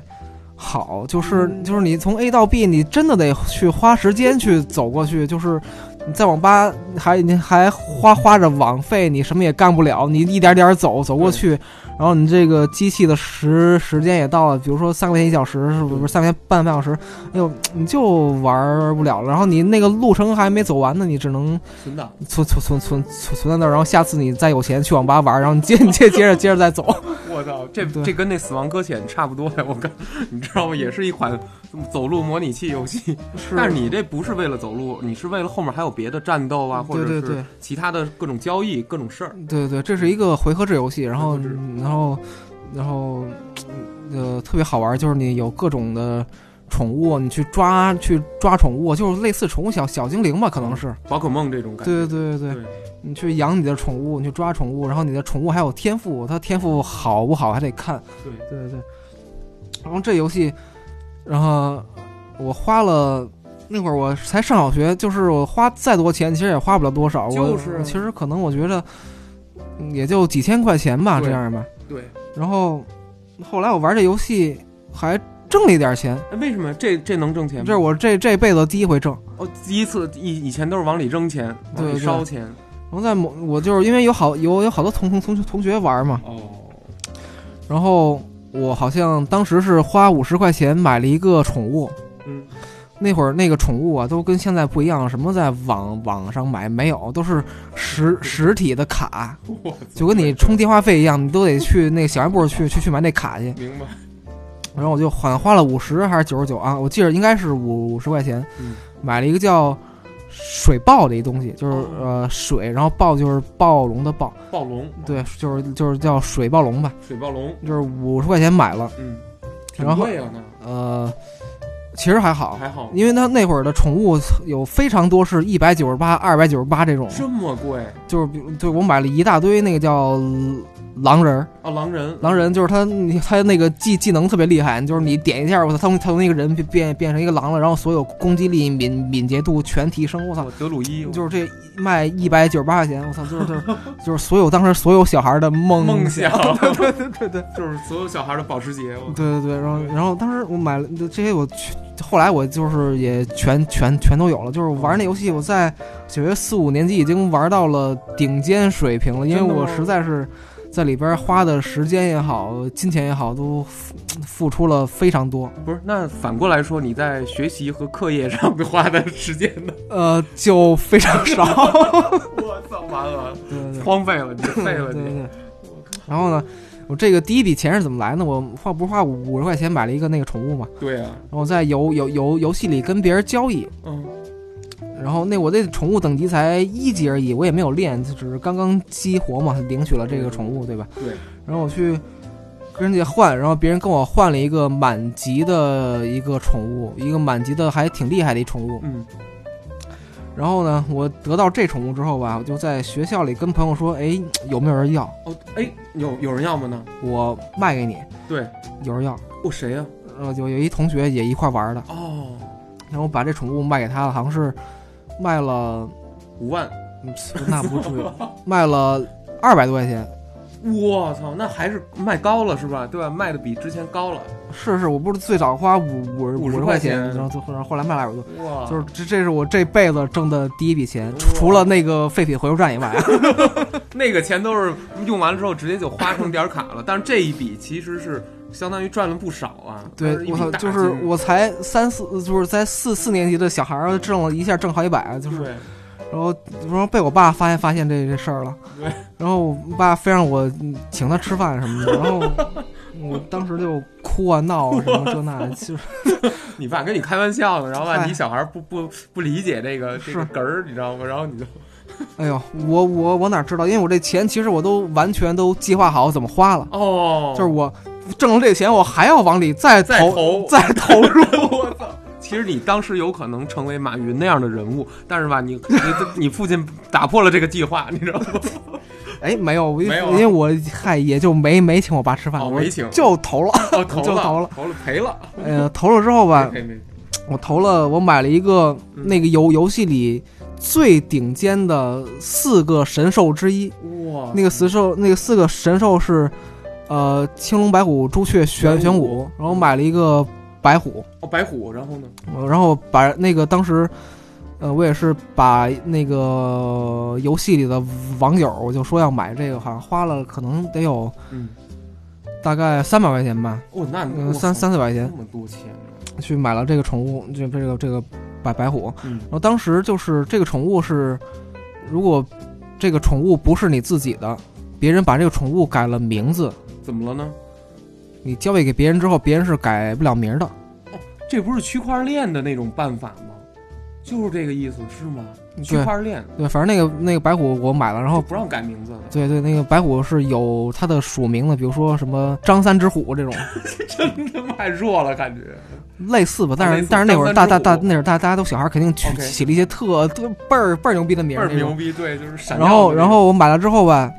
Speaker 2: 好，就是
Speaker 1: 嗯
Speaker 2: 就是你从 A 到 B，你真的得去花时间去走过去，就是。你在网吧还你还花花着网费，你什么也干不了，你一点点走走过去，然然后你这个机器的时时间也到了，比如说三块钱一小时，是不是三块钱半半小时？哎呦，你就玩不了了。然后你那个路程还没走完呢，你只能
Speaker 1: 存档。
Speaker 2: 存存存存存存在那儿。然后下次你再有钱去网吧玩，然后 你接你接接着接着再走。
Speaker 1: 我操，这
Speaker 2: 对
Speaker 1: 这跟那《死亡搁浅》差不多呀！我看，你知道吗？也是一款走路模拟器游戏，
Speaker 2: 是
Speaker 1: 但是你这不是为了走路，你是为了后面还有别的战斗啊，或
Speaker 2: 对
Speaker 1: 者
Speaker 2: 对对
Speaker 1: 是其他的各种交易、各种事儿。
Speaker 2: 对对，这是一个回合制游戏，然后
Speaker 1: 回合制
Speaker 2: 然后然后呃特别好玩，就是你有各种的宠物，你去抓去抓宠物，就是类似宠物小小精灵吧，可能是。
Speaker 1: 宝可梦这种嗯感觉，
Speaker 2: 对对对
Speaker 1: 对
Speaker 2: 对，你去养你的宠物，你去抓宠物，然后你的宠物还有天赋，它天赋好不好还得看。
Speaker 1: 对
Speaker 2: 对对对。然后这游戏，然后我花了那会儿我才上小学，就是我花再多钱，其实也花不了多少。
Speaker 1: 就是啊
Speaker 2: 我其实可能我觉着嗯也就几千块钱吧，
Speaker 1: 对
Speaker 2: 这样吧。
Speaker 1: 对。
Speaker 2: 然后后来我玩这游戏还挣了一点钱，
Speaker 1: 哎，为什么这这能挣钱吗？
Speaker 2: 这是我这这辈子第一回挣。
Speaker 1: 哦，第一次以以前都是往里扔钱，往
Speaker 2: 对
Speaker 1: 里
Speaker 2: 对
Speaker 1: 烧钱。
Speaker 2: 然后在某我就是因为有好有有好多同同同学同学玩嘛，
Speaker 1: 哦，
Speaker 2: 然后我好像当时是花五十块钱买了一个宠物，
Speaker 1: 嗯，
Speaker 2: 那会儿那个宠物啊都跟现在不一样，什么在网网上买没有，都是实实体的卡，
Speaker 1: 我
Speaker 2: 就跟你充电话费一样，你都得去那个小卖部去去去买那卡去。
Speaker 1: 明白。
Speaker 2: 然后我就好像花了五十还是九十九啊，我记得应该是五十块钱，
Speaker 1: 嗯
Speaker 2: 买了一个叫水豹的一东西，就是
Speaker 1: 哦
Speaker 2: 呃水，然后豹就是暴龙的豹，
Speaker 1: 暴龙，
Speaker 2: 对，就是就是叫水暴龙吧，
Speaker 1: 水暴龙，
Speaker 2: 就是五十块钱买了。
Speaker 1: 嗯，挺
Speaker 2: 然后
Speaker 1: 贵啊，那
Speaker 2: 呃，其实还好，
Speaker 1: 还好，
Speaker 2: 因为他那会儿的宠物有非常多是一百九十八、二百九十八这种，
Speaker 1: 这么贵
Speaker 2: 就是比如对我买了一大堆那个叫狼人儿，
Speaker 1: 啊！狼人，
Speaker 2: 狼人就是他他那个技技能特别厉害，就是你点一下，我操，他从他从那个人变变变成一个狼了，然后所有攻击力、敏敏捷度全提升，我操！
Speaker 1: 哦我德鲁伊，
Speaker 2: 就是这卖一百九十八块钱，我操，就是就是就是所有当时所有小孩的梦
Speaker 1: 梦
Speaker 2: 想，
Speaker 1: 想，
Speaker 2: 对对对对对。
Speaker 1: 就是所有小孩的保时捷。我
Speaker 2: 对对对，然后
Speaker 1: 对
Speaker 2: 然后当时我买了这些，我去后来我就是也全全全都有了，就是玩那游戏，我在小学四五年级已经玩到了顶尖水平了，因为
Speaker 1: 真的
Speaker 2: 我
Speaker 1: 吗
Speaker 2: 实在是在里边花的时间也好，金钱也好，都付付出了非常多。
Speaker 1: 不是，那反过来说，你在学习和课业上的花的时间呢？
Speaker 2: 呃，就非常 少。
Speaker 1: 我操，完了，
Speaker 2: 对 对
Speaker 1: 荒废了，你
Speaker 2: 对
Speaker 1: 废了
Speaker 2: 对对
Speaker 1: 你。
Speaker 2: 对。然后呢，我这个第一笔钱是怎么来呢？我花不是花五十块钱买了一个那个宠物嘛，
Speaker 1: 对啊，
Speaker 2: 然后在游游游游戏里跟别人交易。
Speaker 1: 嗯，
Speaker 2: 然后那我这宠物等级才一级而已，我也没有练，就只是刚刚激活嘛，领取了这个宠物，对吧？
Speaker 1: 对。
Speaker 2: 然后我去跟人家换，然后别人跟我换了一个满级的一个宠物，一个满级的还挺厉害的一宠物。
Speaker 1: 嗯，
Speaker 2: 然后呢，我得到这宠物之后吧，我就在学校里跟朋友说，哎，有没有人要？
Speaker 1: 哦，哎，有有人要吗呢？
Speaker 2: 我卖给你。
Speaker 1: 对，
Speaker 2: 有人要。
Speaker 1: 哦，谁呀？
Speaker 2: 呃，有有一同学也一块玩的，
Speaker 1: 哦，
Speaker 2: 然后我把这宠物卖给他了，好像是卖了，
Speaker 1: 五万，
Speaker 2: 嗯那不至于，卖了二百多块钱。
Speaker 1: 我操，那还是卖高了是吧？对吧？卖的比之前高了。
Speaker 2: 是是，我不是最早花五五十
Speaker 1: 50
Speaker 2: 十
Speaker 1: 块
Speaker 2: 块
Speaker 1: 钱啊
Speaker 2: 然后最后然后后来卖了二百多，
Speaker 1: 哇
Speaker 2: 就是这这是我这辈子挣的第一笔钱
Speaker 1: 哇，
Speaker 2: 除了那个废品回收站以外，啊
Speaker 1: 那个钱都是用完了之后直接就花成点儿卡了，但是这一笔其实是相当于赚了不少啊。
Speaker 2: 对
Speaker 1: 而是一
Speaker 2: 我
Speaker 1: 笔
Speaker 2: 操，
Speaker 1: 大
Speaker 2: 就是
Speaker 1: 金
Speaker 2: 我才三四，就是在四四年级的小孩儿挣了一下挣好几百，啊就是
Speaker 1: 对
Speaker 2: 然后然后被我爸发现发现这这事儿了
Speaker 1: 对，
Speaker 2: 然后我爸非让我嗯请他吃饭什么的，然后我当时就哭啊闹啊什么这那，就是
Speaker 1: 你爸跟你开玩笑呢，然后吧，
Speaker 2: 嗨
Speaker 1: 你小孩不不不理解这个这个
Speaker 2: 是
Speaker 1: 哏儿，你知道吗？然后你就
Speaker 2: 哎呦，我我我哪知道，因为我这钱其实我都完全都计划好怎么花了。
Speaker 1: 哦，
Speaker 2: 就是我挣了这钱，我还要往里再
Speaker 1: 再
Speaker 2: 投
Speaker 1: 投
Speaker 2: 再 投入。
Speaker 1: 我操！其实你当时有可能成为马云那样的人物，但是吧，你你你父亲打破了这个计划，你知道吗？
Speaker 2: 哎，没有，我
Speaker 1: 没有啊
Speaker 2: 因为我嗨也就没没请 我爸吃饭，
Speaker 1: 哦
Speaker 2: 我
Speaker 1: 没请
Speaker 2: 就投了。
Speaker 1: 哦，投
Speaker 2: 就
Speaker 1: 了，
Speaker 2: 投了
Speaker 1: 投了，赔了。
Speaker 2: 呃，投了之后吧，
Speaker 1: 赔没
Speaker 2: 我投了，我买了一个
Speaker 1: 嗯
Speaker 2: 那个游游戏里最顶尖的四个神兽之一，
Speaker 1: 哇，
Speaker 2: 那个四兽那个四个神兽是，呃，青龙、白虎、朱雀、玄
Speaker 1: 玄
Speaker 2: 玄
Speaker 1: 武
Speaker 2: 武，然后买了一个白虎，
Speaker 1: 哦白虎，然后呢？
Speaker 2: 呃然后把那个当时，呃，我也是把那个游戏里的网友，我就说要买这个，好像花了可能得有
Speaker 1: 嗯，
Speaker 2: 大概三百块钱吧，
Speaker 1: 哦，那你
Speaker 2: 嗯，三三四百块
Speaker 1: 那
Speaker 2: 钱
Speaker 1: 么多钱呢，
Speaker 2: 去买了这个宠物，就这个这个白白虎。
Speaker 1: 嗯
Speaker 2: 然后当时就是这个宠物是，如果这个宠物不是你自己的，别人把这个宠物改了名字，
Speaker 1: 怎么了呢？
Speaker 2: 你交易给别人之后，别人是改不了名儿的。
Speaker 1: 这不是区块链的那种办法吗？就是这个意思，是吗？区
Speaker 2: 对
Speaker 1: 块链
Speaker 2: 对，反正那个那个白虎我买了，然后
Speaker 1: 就不让改名字的，
Speaker 2: 对对，那个白虎是有它的属名的，比如说什么张三之虎这种，
Speaker 1: 真他妈太弱了，感觉。
Speaker 2: 类似吧。
Speaker 1: 啊
Speaker 2: 但
Speaker 1: 类
Speaker 2: 是
Speaker 1: 似
Speaker 2: 但是那会儿
Speaker 1: 张三
Speaker 2: 大
Speaker 1: 之
Speaker 2: 大
Speaker 1: 虎
Speaker 2: 大那会儿大大家都小孩儿，肯定取
Speaker 1: OK
Speaker 2: 起了一些特特倍儿倍儿牛逼的名
Speaker 1: 倍
Speaker 2: 儿
Speaker 1: 儿
Speaker 2: 那
Speaker 1: 牛
Speaker 2: 种。
Speaker 1: 逼，对，就是闪
Speaker 2: 然
Speaker 1: 亮
Speaker 2: 后
Speaker 1: 的
Speaker 2: 然
Speaker 1: 那种
Speaker 2: 后我买了之后吧，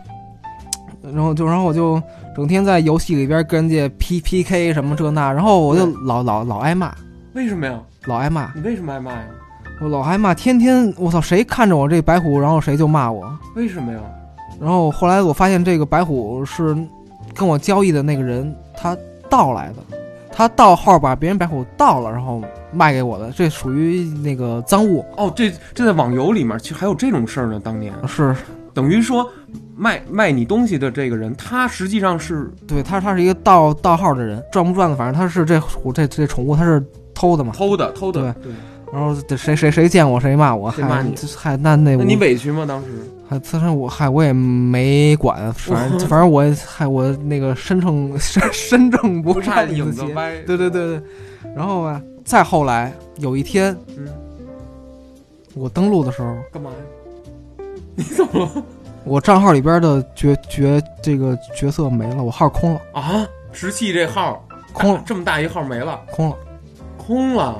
Speaker 2: 然后就然后我就整天在游戏里边跟人家 P P K 什么这那，然后我就
Speaker 1: 对
Speaker 2: 老老老挨骂，
Speaker 1: 为什么呀？
Speaker 2: 老挨骂，
Speaker 1: 你为什么挨骂呀？
Speaker 2: 我老挨骂，天天我操，谁看着我这白虎，然后谁就骂我。
Speaker 1: 为什么呀？
Speaker 2: 然后后来我发现这个白虎是跟我交易的那个人他盗来的，他盗号把别人白虎盗了，然后卖给我的，这属于那个赃物。
Speaker 1: 哦，这这在网游里面，其实还有这种事儿呢。当年
Speaker 2: 是
Speaker 1: 等于说，卖卖你东西的这个人，他实际上是
Speaker 2: 对，他他是一个盗盗号的人，赚不赚的，反正他是这虎这这宠物他是偷的嘛。
Speaker 1: 偷的，偷的。对，
Speaker 2: 然后这谁谁谁见我谁骂我，
Speaker 1: 谁骂
Speaker 2: 嗨
Speaker 1: 你
Speaker 2: 这嗨那那
Speaker 1: 那
Speaker 2: 我
Speaker 1: 你委屈吗？当时
Speaker 2: 还自身我嗨我也没管，反正反正我嗨我那个身正身身正不
Speaker 1: 怕
Speaker 2: 怕影
Speaker 1: 影
Speaker 2: 子
Speaker 1: 子
Speaker 2: 斜。
Speaker 1: 歪。
Speaker 2: 对对对对，然后啊，再后来有一天，
Speaker 1: 嗯，
Speaker 2: 我登录的时候，
Speaker 1: 干嘛呀？你怎么了？
Speaker 2: 我账号里边的角角这个角色没了，我号空了，
Speaker 1: 啊？石器这号
Speaker 2: 空了，
Speaker 1: 这么大一号没了，
Speaker 2: 空了。
Speaker 1: 空了。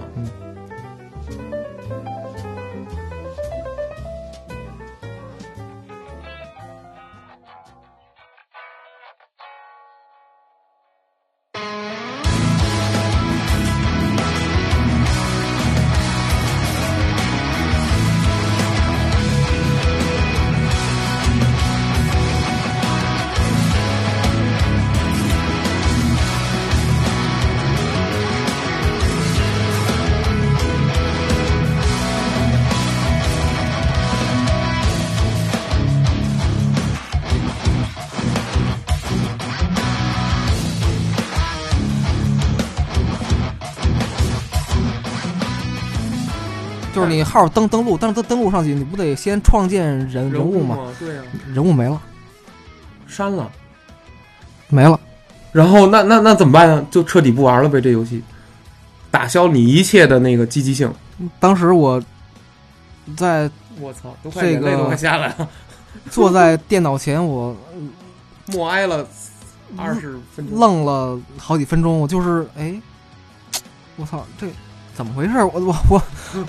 Speaker 2: 就是你号登登录，但是登登录上去，你不得先创建人人物吗？
Speaker 1: 吗？对呀，
Speaker 2: 人物没了，
Speaker 1: 删了。
Speaker 2: 没了。
Speaker 1: 然后那那那怎么办呀？就彻底不玩了呗，这游戏，打消你一切的那个积极性。
Speaker 2: 当时我在
Speaker 1: 我操，都
Speaker 2: 快这眼泪都个快
Speaker 1: 下来了，
Speaker 2: 坐在电脑前，我
Speaker 1: 默哀了二十分钟。
Speaker 2: 愣了好几分钟，我就是哎，我操，这怎么回事？我我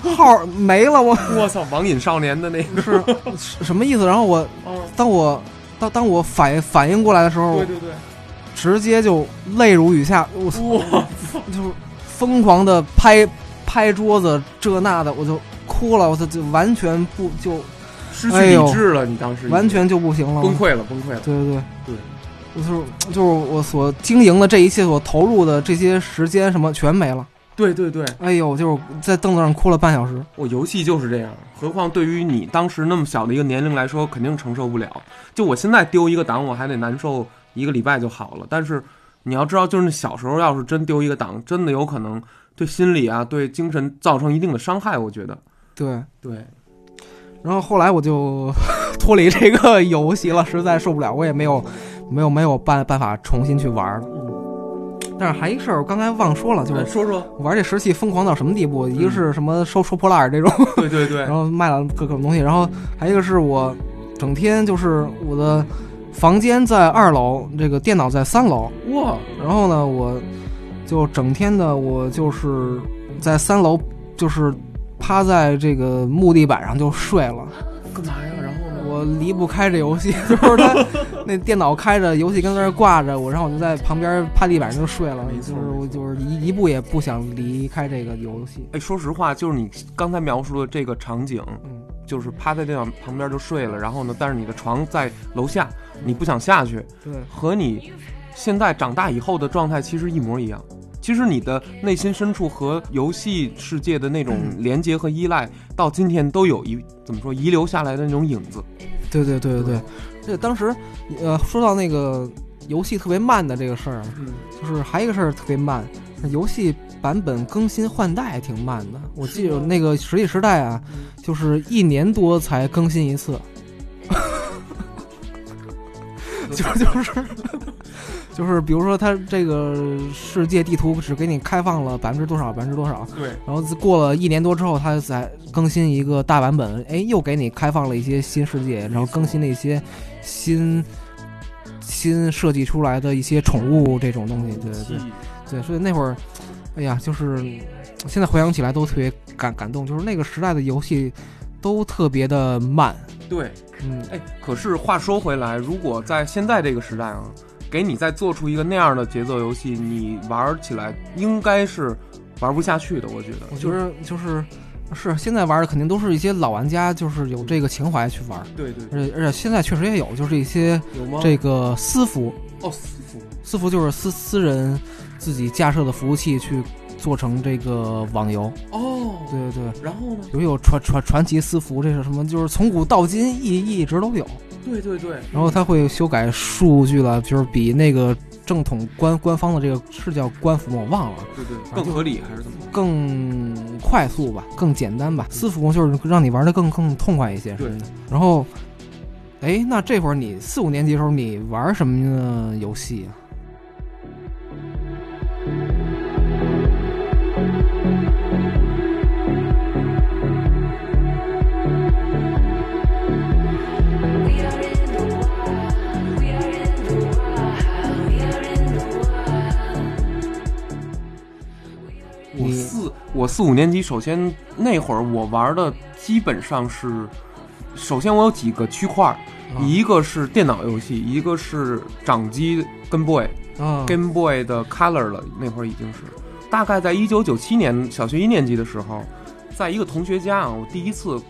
Speaker 2: 我号没了，我
Speaker 1: 我操，网瘾少年的那个，
Speaker 2: 是是什么意思？然后我
Speaker 1: 哦，
Speaker 2: 当我当当我反反应过来的时候
Speaker 1: 对，对对，
Speaker 2: 直接就泪如雨下，我操，
Speaker 1: 哇，
Speaker 2: 就是疯狂的拍拍桌子这那的，我就哭了，我操，就完全不就
Speaker 1: 失去
Speaker 2: 哎呦
Speaker 1: 理智了，你当时已经
Speaker 2: 完全就不行了，
Speaker 1: 崩溃了，崩溃了。
Speaker 2: 对对对
Speaker 1: 对。
Speaker 2: 我就是就是我所经营的这一切，我投入的这些时间什么全没了。
Speaker 1: 对对对，
Speaker 2: 哎呦，就是在凳子上哭了半小时。
Speaker 1: 我游戏就是这样，何况对于你当时那么小的一个年龄来说，肯定承受不了。就我现在丢一个档，我还得难受一个礼拜就好了。但是你要知道，就是小时候要是真丢一个档，真的有可能对心理啊、对精神造成一定的伤害。我觉得，
Speaker 2: 对，
Speaker 1: 对，
Speaker 2: 然后后来我就 脱离这个游戏了，实在受不了，我也没有没有没有办办法重新去玩了。
Speaker 1: 嗯，
Speaker 2: 但是还一事儿，我刚才忘说了，就是
Speaker 1: 说说，
Speaker 2: 玩这石器疯狂到什么地步？一个是什么收收破烂儿这种，
Speaker 1: 对对对
Speaker 2: 然，后卖了各种东西，然后还有一个是我整天就是我的房间在二楼，这个电脑在三楼，
Speaker 1: 哇，
Speaker 2: 然后呢，我就整天的我就是在三楼，就是趴在这个木地板上就睡了。
Speaker 1: 干嘛呀？然后呢？
Speaker 2: 我离不开这游戏，就是他 那电脑开着，游戏跟那儿挂着，我然后我就在旁边趴地板上就睡了，
Speaker 1: 没
Speaker 2: 就是
Speaker 1: 错
Speaker 2: 我就是一一步也不想离开这个游戏。
Speaker 1: 哎，说实话，就是你刚才描述的这个场景，
Speaker 2: 嗯，
Speaker 1: 就是趴在电脑旁边就睡了，然后呢，但是你的床在楼下，你不想下去，
Speaker 2: 对，
Speaker 1: 和你现在长大以后的状态其实一模一样。其实你的内心深处和游戏世界的那种连接和依赖，到今天都有一怎么说遗留下来的那种影子。
Speaker 2: 对对对对对。这当时，呃，说到那个游戏特别慢的这个事儿，啊
Speaker 1: 嗯
Speaker 2: 就是还有一个事儿特别慢，是游戏版本更新换代还挺慢的。我记得那个《石器时代》啊，就是一年多才更新一次，就就是就是，比如说它这个世界地图只给你开放了百分之多少，百分之多少，
Speaker 1: 对，
Speaker 2: 然后过了一年多之后，它才更新一个大版本，哎，又给你开放了一些新世界，然后更新了一些新新设计出来的一些宠物这种东西，对
Speaker 1: 嗯
Speaker 2: 对对对，所以那会儿，哎呀，就是现在回想起来都特别感感动，就是那个时代的游戏都特别的慢，
Speaker 1: 对，
Speaker 2: 嗯，
Speaker 1: 哎，可是话说回来，如果在现在这个时代啊，给你再做出一个那样的节奏游戏，你玩起来应该是玩不下去的。我觉得，
Speaker 2: 我觉得就是是现在玩的肯定都是一些老玩家，就是有这个情怀去玩，
Speaker 1: 对对，
Speaker 2: 而且而且现在确实也有，就是一些
Speaker 1: 有吗？
Speaker 2: 这个私服。
Speaker 1: 哦，私服
Speaker 2: 私服就是私私人自己架设的服务器去做成这个网游。
Speaker 1: 哦，
Speaker 2: 对对对，
Speaker 1: 然后呢？
Speaker 2: 比如有传传传奇私服，这是什么？就是从古到今一一直都有。
Speaker 1: 对对对，
Speaker 2: 然后它会修改数据了，就是比那个正统官官方的这个是叫官服吗？我忘了，
Speaker 1: 对对，
Speaker 2: 正
Speaker 1: 更合理还是怎么着？
Speaker 2: 更快速吧，更简单吧。私服就是让你玩的更更痛快一些。
Speaker 1: 对，
Speaker 2: 然后，哎，那这会儿你四五年级的时候，你玩什么游戏啊？
Speaker 1: 我
Speaker 2: 你
Speaker 1: 四我四五年级，首先那会儿我玩的基本上是，首先我有几个区块儿，
Speaker 2: 啊
Speaker 1: 一个是电脑游戏，一个是掌机跟 boy。
Speaker 2: 啊，
Speaker 1: Game Boy 的 Color 了，那会儿已经是，大概在一九九七年小学一年级的时候，在一个同学家啊，我第一次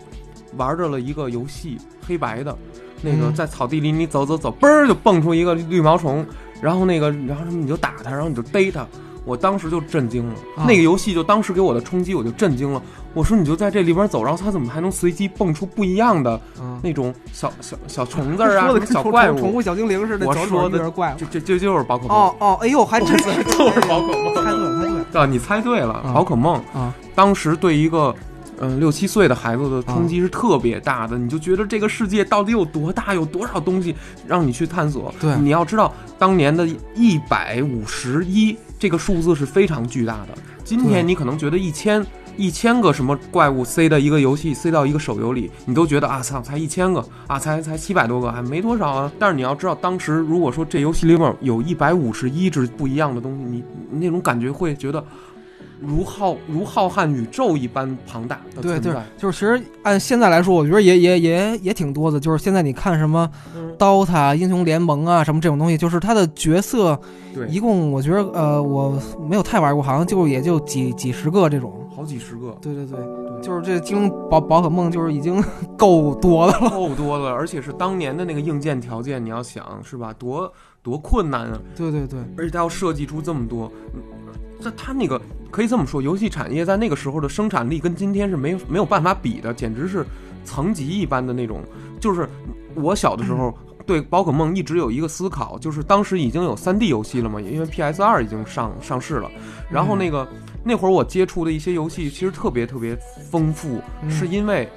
Speaker 1: 玩着了一个游戏，黑白的，那个
Speaker 2: 嗯
Speaker 1: 在草地里你走走走，嘣儿就蹦出一个绿毛虫，然后那个然后你就打它，然后你就逮它。我当时就震惊了，
Speaker 2: 啊
Speaker 1: 那个游戏就当时给我的冲击，我就震惊了。我说你就在这里边走，然后它怎么还能随机蹦出不一样的
Speaker 2: 嗯
Speaker 1: 那种小小小虫子儿啊，
Speaker 2: 说的
Speaker 1: 什么
Speaker 2: 跟
Speaker 1: 小
Speaker 2: 宠
Speaker 1: 怪
Speaker 2: 宠宠
Speaker 1: 物？
Speaker 2: 物小精灵似的，
Speaker 1: 我
Speaker 2: 走着
Speaker 1: 说
Speaker 2: 走着
Speaker 1: 的
Speaker 2: 遇着怪物。
Speaker 1: 这这这就是宝可梦
Speaker 2: 哦哦，哎呦，还真是
Speaker 1: 就是宝可梦。
Speaker 2: 猜对了，猜对了
Speaker 1: 啊，你猜对了，
Speaker 2: 啊
Speaker 1: 宝可梦
Speaker 2: 啊！
Speaker 1: 当时对一个嗯六七岁的孩子的冲击是特别大
Speaker 2: 啊
Speaker 1: 的，你就觉得这个世界到底有多大，有多少东西让你去探索。
Speaker 2: 对
Speaker 1: 你要知道，当年的一百五十一这个数字是非常巨大的。今
Speaker 2: 对
Speaker 1: 天你可能觉得一千一千个什么怪物塞到一个游戏，塞到一个手游里，你都觉得啊操，才一千个啊，才才七百多个，还没多少啊。但是你要知道，当时如果说这游戏里面有一百五十一只不一样的东西，你你那种感觉会觉得如浩如浩瀚宇宙一般庞大的
Speaker 2: 对
Speaker 1: 存
Speaker 2: 对
Speaker 1: 在。，
Speaker 2: 就是其实按现在来说，我觉得也也也也挺多的。就是现在你看什么《
Speaker 1: 嗯
Speaker 2: DOTA》、英雄联盟啊，什么这种东西，就是它的角色
Speaker 1: 对
Speaker 2: 一共，我觉得呃，我没有太玩过，好像就也就几几十个这种。
Speaker 1: 好几十个，
Speaker 2: 对对对，就是这精灵宝宝可梦就是已经 够多了。
Speaker 1: 够多了，而且是当年的那个硬件条件，你要想是吧，多多困难啊！
Speaker 2: 对对对，
Speaker 1: 而且它要设计出这么多，嗯这它那个可以这么说，游戏产业在那个时候的生产力跟今天是没有没有办法比的，简直是层级一般的那种。就是我小的时候。对宝可梦一直有一个思考，就是当时已经有 3D 游戏了嘛，因为 PS 2已经上上市了。然后那个、那会儿我接触的一些游戏其实特别特别丰富，
Speaker 2: 嗯
Speaker 1: 是因为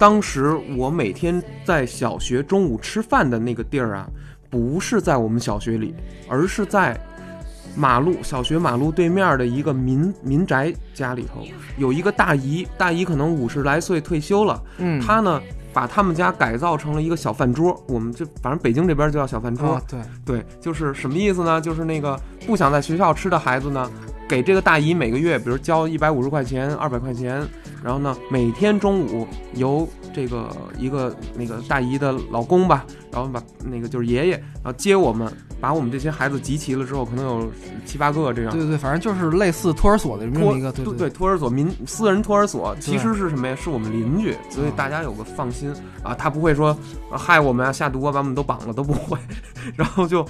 Speaker 1: 当时我每天在小学中午吃饭的那个地儿啊，不是在我们小学里，而是在马路小学马路对面的一个民民宅家里头，有一个大姨，大姨可能五十来岁退休了，
Speaker 2: 嗯，
Speaker 1: 她呢把他们家改造成了一个小饭桌，我们这反正北京这边就叫小饭桌，
Speaker 2: 啊对，
Speaker 1: 对，就是什么意思呢？就是那个不想在学校吃的孩子呢，给这个大姨每个月，比如交一百五十块钱、二百块钱，然后呢，每天中午由这个一个那个大姨的老公吧，然后把那个就是爷爷，然后接我们，把我们这些孩子集齐了之后，可能有七八个这样。
Speaker 2: 对对对，反正就是类似托儿所的这
Speaker 1: 托
Speaker 2: 么一个，对
Speaker 1: 对
Speaker 2: 对，
Speaker 1: 托儿所民私人托儿所其
Speaker 2: 对
Speaker 1: 实是什么呀？是我们邻居，所以
Speaker 2: 嗯
Speaker 1: 大家有个放心啊，他不会说啊害我们啊下毒啊把我们都绑了都不会， 然后就，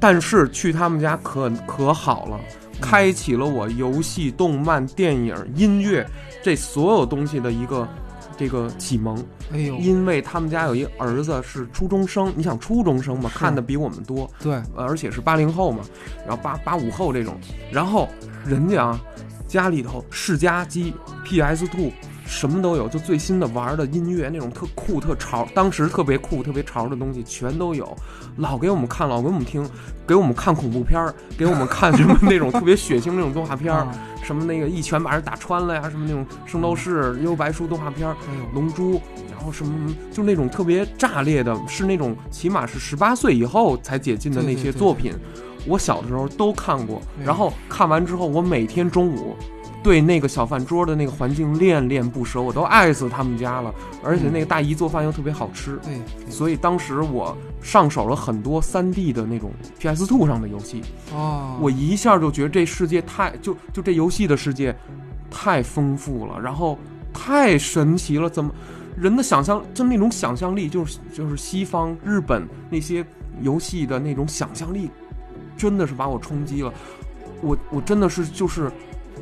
Speaker 1: 但是去他们家可可好了，
Speaker 2: 嗯
Speaker 1: 开启了我游戏、动漫、电影、音乐这所有东西的一个这个启蒙，
Speaker 2: 哎呦，
Speaker 1: 因为他们家有一儿子是初中生，你想初中生嘛，
Speaker 2: 是
Speaker 1: 看的比我们多，
Speaker 2: 对，
Speaker 1: 呃而且是八零后嘛，然后八八五后这种，然后人家啊，家里头世嘉机、PS Two 什么都有，就最新的玩儿的音乐那种特酷、特潮，当时特别酷、特别潮的东西全都有，老给我们看，老给我们听，给我们看恐怖片儿，给我们看什么那种特别血腥那种动画片儿，
Speaker 2: 啊
Speaker 1: 什么那个一拳把人打穿了呀，什么那种圣斗士、幽白书动画片儿。
Speaker 2: 哎呦，
Speaker 1: 龙珠，然后什么，就那种特别炸裂的，是那种起码是十八岁以后才解禁的那
Speaker 2: 对对
Speaker 1: 些
Speaker 2: 对
Speaker 1: 作品，我小的时候都看过。
Speaker 2: 嗯
Speaker 1: 然后看完之后，我每天中午对那个小饭桌的那个环境恋恋不舍，我都爱死他们家了。而且那
Speaker 2: 嗯
Speaker 1: 个大姨做饭又特别好吃，
Speaker 2: 对，
Speaker 1: 所以当时我上手了很多三 D 的那种 PS Two 上的游戏，
Speaker 2: 哦，
Speaker 1: 我一下就觉得这世界太就就这游戏的世界太丰富了，然后太神奇了，怎么人的想象就那种想象力，就是就是西方日本那些游戏的那种想象力，真的是把我冲击了。我我真的是就是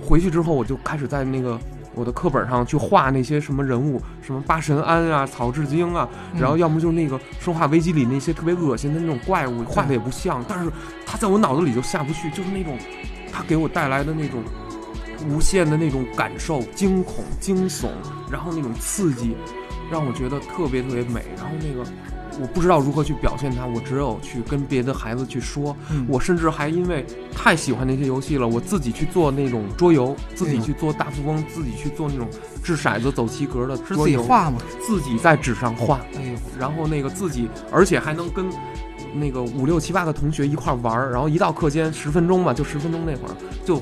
Speaker 1: 回去之后，我就开始在那个我的课本上去画那些什么人物，什么八神庵啊、草雉精啊，
Speaker 2: 嗯
Speaker 1: 然后要么就是那个《生化危机》里那些特别恶心的那种怪物，画的也不像，但是它在我脑子里就下不去，就是那种它给我带来的那种无限的那种感受，惊恐、惊悚，然后那种刺激，让我觉得特别特别美。然后那个我不知道如何去表现它，我只有去跟别的孩子去说。
Speaker 2: 嗯
Speaker 1: 我甚至还因为太喜欢那些游戏了，我自己去做那种桌游，自己去做大富翁，自己去做那种掷骰子、走棋格的
Speaker 2: 是
Speaker 1: 桌
Speaker 2: 自己
Speaker 1: 游，
Speaker 2: 画嘛，
Speaker 1: 自己在纸上画。
Speaker 2: 哎呦，
Speaker 1: 然后那个自己，而且还能跟那个五六七八个同学一块儿玩儿，然后一到课间十分钟吧，就十分钟那会儿，就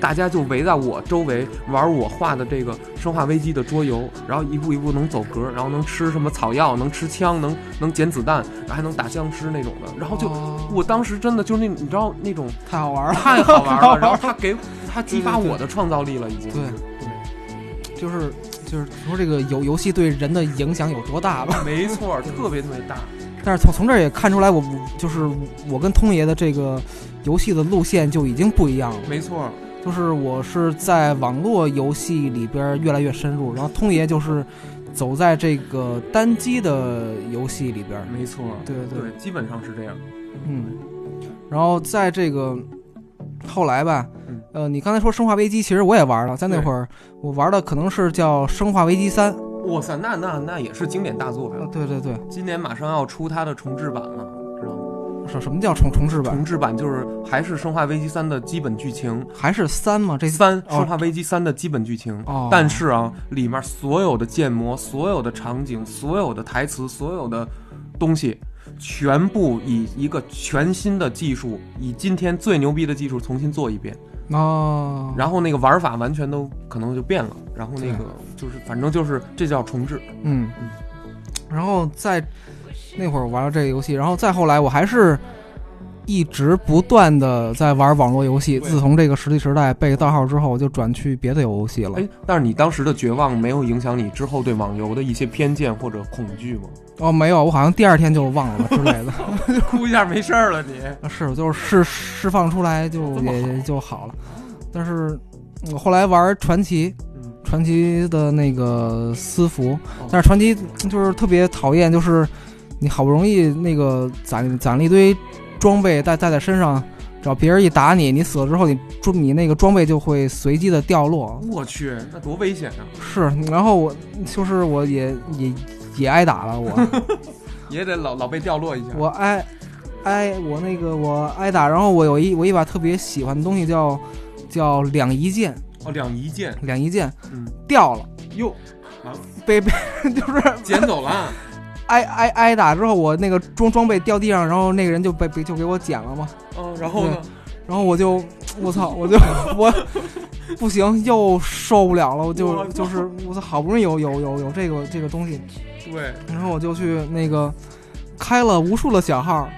Speaker 1: 大家就围在我周围玩儿我画的这个《生化危机》的桌游，然后一步一步能走格，然后能吃什么草药，能吃枪，能能捡子弹，然后还能打僵尸那种的，然后就。
Speaker 2: 哦
Speaker 1: 我当时真的就是那，你知道那种
Speaker 2: 太好玩了，
Speaker 1: 太好玩
Speaker 2: 太 好
Speaker 1: 了，
Speaker 2: 玩
Speaker 1: 然后他给他激发
Speaker 2: 对对对
Speaker 1: 我的创造力了，已经。
Speaker 2: 对嗯就是就是说这个游游戏对人的影响有多大吧？
Speaker 1: 没错，特别特别大。
Speaker 2: 但是从从这儿也看出来我，我就是我跟通爷的这个游戏的路线就已经不一样了。
Speaker 1: 没错，
Speaker 2: 就是我是在网络游戏里边越来越深入，然后通爷就是走在这个单机的游戏里边，
Speaker 1: 没错，
Speaker 2: 对对
Speaker 1: 对，基本上是这样。
Speaker 2: 嗯，然后在这个后来吧
Speaker 1: 嗯，
Speaker 2: 呃，你刚才说《生化危机》，其实我也玩了，在那会儿我玩的可能是叫《生化危机三》，
Speaker 1: 哇塞，那那那也是经典大作
Speaker 2: 呃
Speaker 1: 呀！
Speaker 2: 对对对，
Speaker 1: 今年马上要出它的重制版了，知道吗？
Speaker 2: 什什么叫重重置版？
Speaker 1: 重制版就是还是《生化危机三》的基本剧情，
Speaker 2: 还是三吗？这
Speaker 1: 三《
Speaker 2: 哦
Speaker 1: 生化危机三》的基本剧情。
Speaker 2: 哦，
Speaker 1: 但是啊，里面所有的建模、所有的场景、所有的台词、所有的东西，全部以一个全新的技术，以今天最牛逼的技术重新做一遍。
Speaker 2: 哦，
Speaker 1: 然后那个玩法完全都可能就变了。然后那个就是，反正就是这叫重置。
Speaker 2: 嗯，然后在那会儿玩了这个游戏，然后再后来我还是一直不断的在玩网络游戏。
Speaker 1: 对
Speaker 2: 自从这个《实力时代》被盗号之后，我就转去别的游戏了。
Speaker 1: 哎，但是你当时的绝望没有影响你之后对网游的一些偏见或者恐惧吗？
Speaker 2: 哦，没有，我好像第二天就忘了之类的。
Speaker 1: 哭一下没事儿了你，
Speaker 2: 啊是，我就是释释放出来就
Speaker 1: 这么
Speaker 2: 也
Speaker 1: 好
Speaker 2: 也就好了。但是我后来玩传奇，
Speaker 1: 嗯，
Speaker 2: 传奇的那个私服，但是传奇就是特别讨厌，就是你好不容易那个攒攒了一堆装备带带在身上，只要别人一打你，你死了之后，你装你那个装备就会随机的掉落。
Speaker 1: 我去，那多危险啊！
Speaker 2: 是，然后我就是我也也也挨打了，我
Speaker 1: 也得老老被掉落一下。
Speaker 2: 我挨挨我那个我挨打，然后我有一我一把特别喜欢的东西叫叫两仪剑，
Speaker 1: 哦，两仪 剑，
Speaker 2: 两仪剑
Speaker 1: 嗯，
Speaker 2: 掉了，
Speaker 1: 哟，
Speaker 2: 被 被就是
Speaker 1: 捡走了，
Speaker 2: 挨挨挨打之后，我那个装装备掉地上，然后那个人就被被就给我捡了嘛，
Speaker 1: 哦，然后呢？
Speaker 2: 然后我就我操，我 就我不行，又受不了了，我就
Speaker 1: 我操
Speaker 2: 就是我操，好不容易有有有有这个这个东西，
Speaker 1: 对，
Speaker 2: 然后我就去那个开了无数的小号，
Speaker 1: 啊，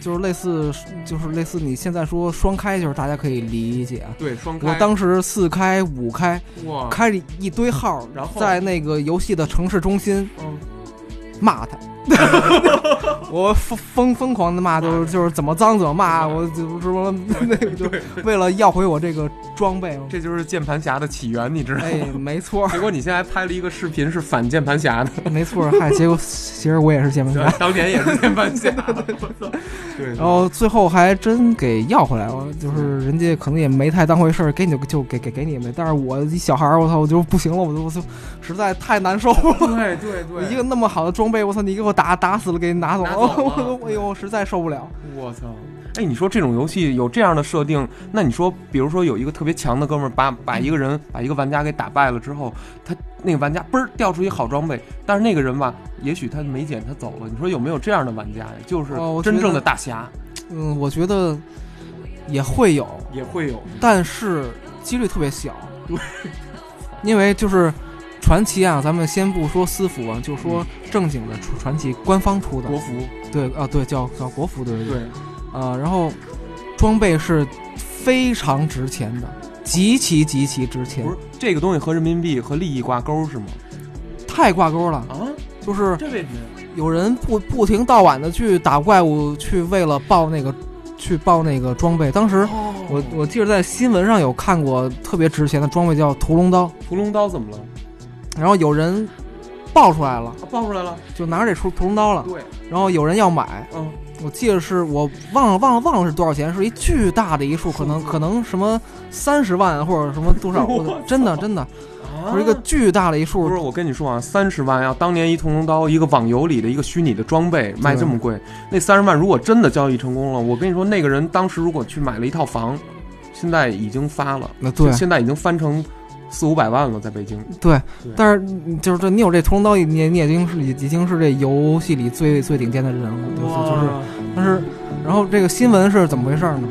Speaker 2: 就是类似就是类似你现在说双开，就是大家可以理解啊。
Speaker 1: 对，双开，
Speaker 2: 我当时四开五开，
Speaker 1: 哇，
Speaker 2: 开了一堆号，
Speaker 1: 啊嗯然后
Speaker 2: 在那个游戏的城市中心
Speaker 1: 嗯，
Speaker 2: 骂他，我疯疯疯狂的骂，就是就是怎么脏怎么
Speaker 1: 嗯
Speaker 2: 骂，我就是说那个就为了要回我这个装备。
Speaker 1: 这就是键盘侠的起源，你知道吗？
Speaker 2: 哎，没错，
Speaker 1: 结果你现在还拍了一个视频，是反键盘 侠的，
Speaker 2: 没错，嗨，结果其实我也是键 盘侠。
Speaker 1: 当年也是键盘侠。 我操！对，
Speaker 2: 然后最后还真给要回来了，就是人家可能也没太当回事儿，给你就就给给给你呗。但是我一小孩儿，我操，我就不行了，我就我就实在太难受了。
Speaker 1: 对对
Speaker 2: 我 一个那么好的装备，我操，你给我打打死了，给你拿走
Speaker 1: 拿走了
Speaker 2: 了， 我哎呦，实在受不了。
Speaker 1: 我操！哎，你说这种游戏有这样的设定，那你说，比如说有一个特别强的哥们儿把把一个人把一个玩家给打败了之后，他那个玩家嘣儿掉出一好装备，但是那个人吧，也许他没捡，他走了。你说有没有这样的玩家呀？就是
Speaker 2: 哦我觉
Speaker 1: 真正
Speaker 2: 得
Speaker 1: 的大侠
Speaker 2: 嗯，我觉得也会有，
Speaker 1: 也会有，
Speaker 2: 但是几率特别小。因为就是传奇啊，咱们先不说私服啊，就说正经的传传奇官方出的
Speaker 1: 国，服
Speaker 2: 对啊，对，叫叫国服，对对
Speaker 1: 对，
Speaker 2: 啊，然后装备是非常值钱的，极其极其值钱
Speaker 1: 不，是这个东西和人民币和利益挂钩是吗？
Speaker 2: 太挂钩了。
Speaker 1: 啊，
Speaker 2: 就是
Speaker 1: 这为什么？
Speaker 2: 有人不不停到晚的去打怪物，去为了报那个去报那个装备。当时
Speaker 1: 哦
Speaker 2: 我我记得在新闻上有看过特别值钱的装备叫屠龙刀，
Speaker 1: 屠龙刀怎么了？
Speaker 2: 然后有人爆出来了，
Speaker 1: 啊，爆出来了。
Speaker 2: 就拿着这屠屠龙刀了，
Speaker 1: 对，
Speaker 2: 然后有人要买，
Speaker 1: 嗯，
Speaker 2: 我记得是我忘了忘了忘了是多少钱，是一巨大的一数，可 能可能什么三十万或者什么多少，我真的真的
Speaker 1: 啊
Speaker 2: 是一个巨大的一数
Speaker 1: 不是，，我跟你说啊，三十万要当年一屠龙刀，一个网游里的一个虚拟的装备卖这么贵，那三十万如果真的交易成功了，我跟你说，那个人当时如果去买了一套房，现在已经发了，
Speaker 2: 那对
Speaker 1: 现在已经翻成四五百万了，在北京。
Speaker 2: 对
Speaker 1: 对，
Speaker 2: 但是你就是这你有这屠龙刀，你你已经是已经是这游戏里最最顶尖的人了，对就是但是，然后这个新闻是怎么回事呢？